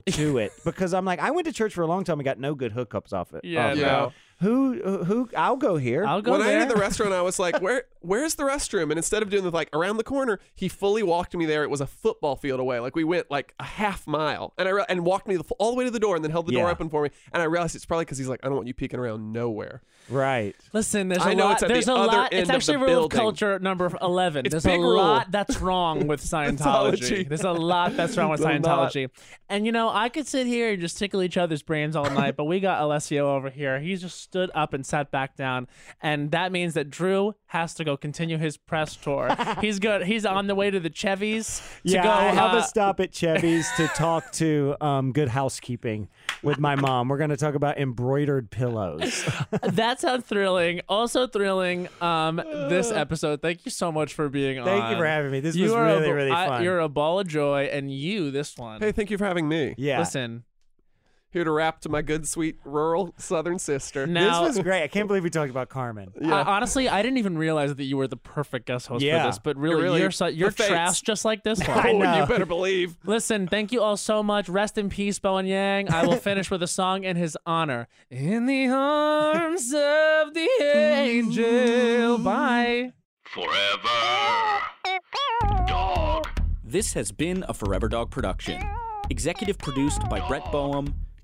[SPEAKER 2] to it because I'm like, I went to church for a long time and got no good hookups off it.
[SPEAKER 4] Yeah,
[SPEAKER 2] off it.
[SPEAKER 9] no.
[SPEAKER 2] Who who? I'll go here. I'll
[SPEAKER 9] when I entered the restaurant, I was like, "Where? Where's the restroom?" And instead of doing the like around the corner, he fully walked me there. It was a football field away. Like we went like a half mile, and I re- and walked me the, f- all the way to the door, and then held the door
[SPEAKER 2] Yeah.
[SPEAKER 9] open for me. And I realized it's probably because he's like, "I don't want you peeking around nowhere."
[SPEAKER 2] Right.
[SPEAKER 4] Listen, there's a
[SPEAKER 9] I know
[SPEAKER 4] lot.
[SPEAKER 9] it's at
[SPEAKER 4] there's
[SPEAKER 9] the
[SPEAKER 4] a
[SPEAKER 9] other
[SPEAKER 4] lot.
[SPEAKER 9] end of
[SPEAKER 4] It's
[SPEAKER 9] the
[SPEAKER 4] actually rule of
[SPEAKER 9] building.
[SPEAKER 4] culture number eleven.
[SPEAKER 9] It's
[SPEAKER 4] there's a
[SPEAKER 9] big rule.
[SPEAKER 4] lot that's wrong with Scientology.
[SPEAKER 9] Scientology.
[SPEAKER 4] there's a lot that's wrong with
[SPEAKER 9] There's a lot.
[SPEAKER 4] Scientology. And you know, I could sit here and just tickle each other's brains all night, but we got Alessio over here. He's just stood up and sat back down, and that means that Drew has to go continue his press tour. he's good. He's on the way to the Chevys to
[SPEAKER 2] yeah,
[SPEAKER 4] go
[SPEAKER 2] I have
[SPEAKER 4] uh,
[SPEAKER 2] a stop at Chevy's to talk to um, Good Housekeeping with my mom. We're going to talk about embroidered pillows.
[SPEAKER 4] that sounds thrilling. Also thrilling. Um, this episode. Thank you so much for being on.
[SPEAKER 2] Thank you for having me. This was
[SPEAKER 4] are a
[SPEAKER 2] really,
[SPEAKER 4] b-
[SPEAKER 2] really
[SPEAKER 4] I-
[SPEAKER 2] fun.
[SPEAKER 4] you're a ball of joy, and you this one.
[SPEAKER 9] Hey, thank you for having me.
[SPEAKER 2] Yeah.
[SPEAKER 4] Listen,
[SPEAKER 9] Here to rap to my good, sweet rural Southern sister.
[SPEAKER 4] Now-
[SPEAKER 2] this was great. I can't believe we talked about Carmen.
[SPEAKER 4] I- honestly, I didn't even realize that you were the perfect guest host
[SPEAKER 2] Yeah.
[SPEAKER 4] for this. But really,
[SPEAKER 2] You're really
[SPEAKER 4] you're so, you're
[SPEAKER 2] the fates.
[SPEAKER 4] trash just like this one.
[SPEAKER 2] I know.
[SPEAKER 9] Oh, you better believe.
[SPEAKER 4] Listen, thank you all so much. Rest in peace, Bowen Yang. I will finish with a song in his honor. In the arms of the angel. Bye.
[SPEAKER 14] This has been a Forever Dog production. Executive produced by Brett Boehm,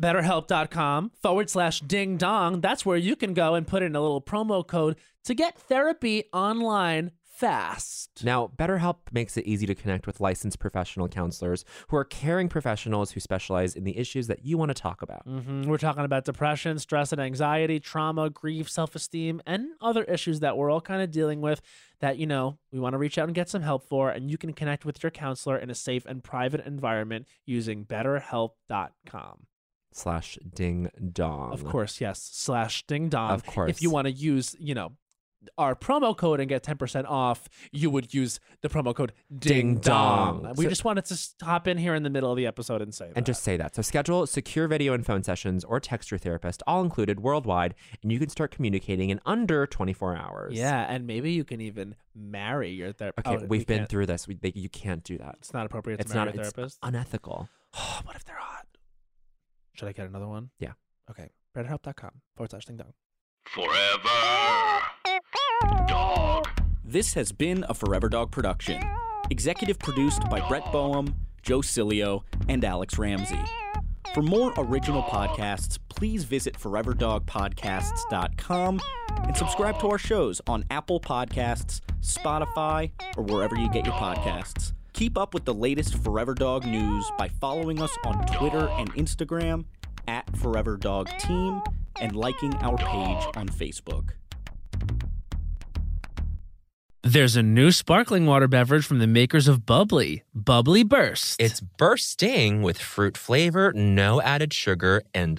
[SPEAKER 4] betterhelp.com forward slash ding dong. That's where you can go and put in a little promo code to get therapy online fast.
[SPEAKER 7] Now, BetterHelp makes it easy to connect with licensed professional counselors who are caring professionals who specialize in the issues that you want to talk about.
[SPEAKER 4] hmm We're talking about depression, stress and anxiety, trauma, grief, self esteem, and other issues that we're all kind of dealing with that, you know, we want to reach out and get some help for. And you can connect with your counselor in a safe and private environment using betterhelp.com.
[SPEAKER 7] Slash ding dong.
[SPEAKER 4] Of course, yes. Slash ding dong.
[SPEAKER 7] Of course.
[SPEAKER 4] If you want to use, you know, our promo code and get 10% off, you would use the promo code
[SPEAKER 7] Ding
[SPEAKER 4] ding, dong.
[SPEAKER 7] dong.
[SPEAKER 4] We
[SPEAKER 7] So-
[SPEAKER 4] just wanted to s- hop in here in the middle of the episode and say that.
[SPEAKER 7] And just say that. So schedule secure video and phone sessions or text your therapist, all included worldwide, and you can start communicating in under 24 hours.
[SPEAKER 4] Yeah, and maybe you can even marry your therapist.
[SPEAKER 7] Okay, we've been through this. oh, We, they, you can't do that.
[SPEAKER 4] It's not appropriate to
[SPEAKER 7] It's
[SPEAKER 4] marry
[SPEAKER 7] not.
[SPEAKER 4] a
[SPEAKER 7] it's
[SPEAKER 4] therapist?
[SPEAKER 7] unethical.
[SPEAKER 4] what if they're hot? Should I get another one?
[SPEAKER 7] Yeah.
[SPEAKER 4] Okay. BetterHelp.com forward slash ding dong.
[SPEAKER 14] This has been a Forever Dog production, executive produced by Brett Boehm, Joe Cilio, and Alex Ramsey. For more original podcasts, please visit foreverdogpodcasts.com and subscribe to our shows on Apple Podcasts, Spotify, or wherever you get your podcasts. Keep up with the latest Forever Dog news by following us on Twitter and Instagram at Forever Dog Team and liking our page on Facebook.
[SPEAKER 11] There's a new sparkling water beverage from the makers of Bubbly, Bubbly Burst.
[SPEAKER 10] It's bursting with fruit flavor, no added sugar, and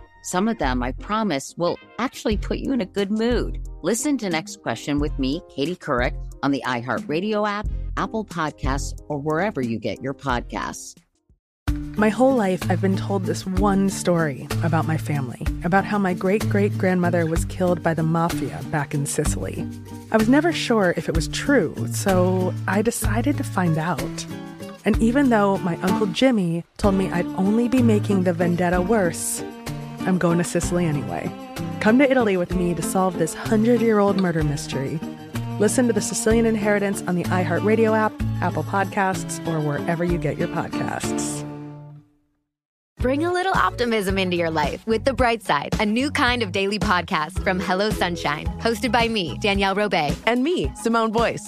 [SPEAKER 15] Some of them, I promise, will actually put you in a good mood. Listen to Next Question with me, Katie Couric, on the iHeartRadio app, Apple Podcasts, or wherever you get your podcasts.
[SPEAKER 16] My whole life, I've been told this one story about my family, about how my great great grandmother was killed by the mafia back in Sicily. I was never sure if it was true, so I decided to find out. And even though my Uncle Jimmy told me I'd only be making the vendetta worse, I'm going to Sicily anyway. Come to Italy with me to solve this 100 year old murder mystery. Listen to the Sicilian Inheritance on the iHeartRadio app, Apple Podcasts, or wherever you get your podcasts.
[SPEAKER 17] Bring a little optimism into your life with The Bright Side, a new kind of daily podcast from Hello Sunshine, hosted by me, Danielle Robay,
[SPEAKER 18] and me, Simone Boyce.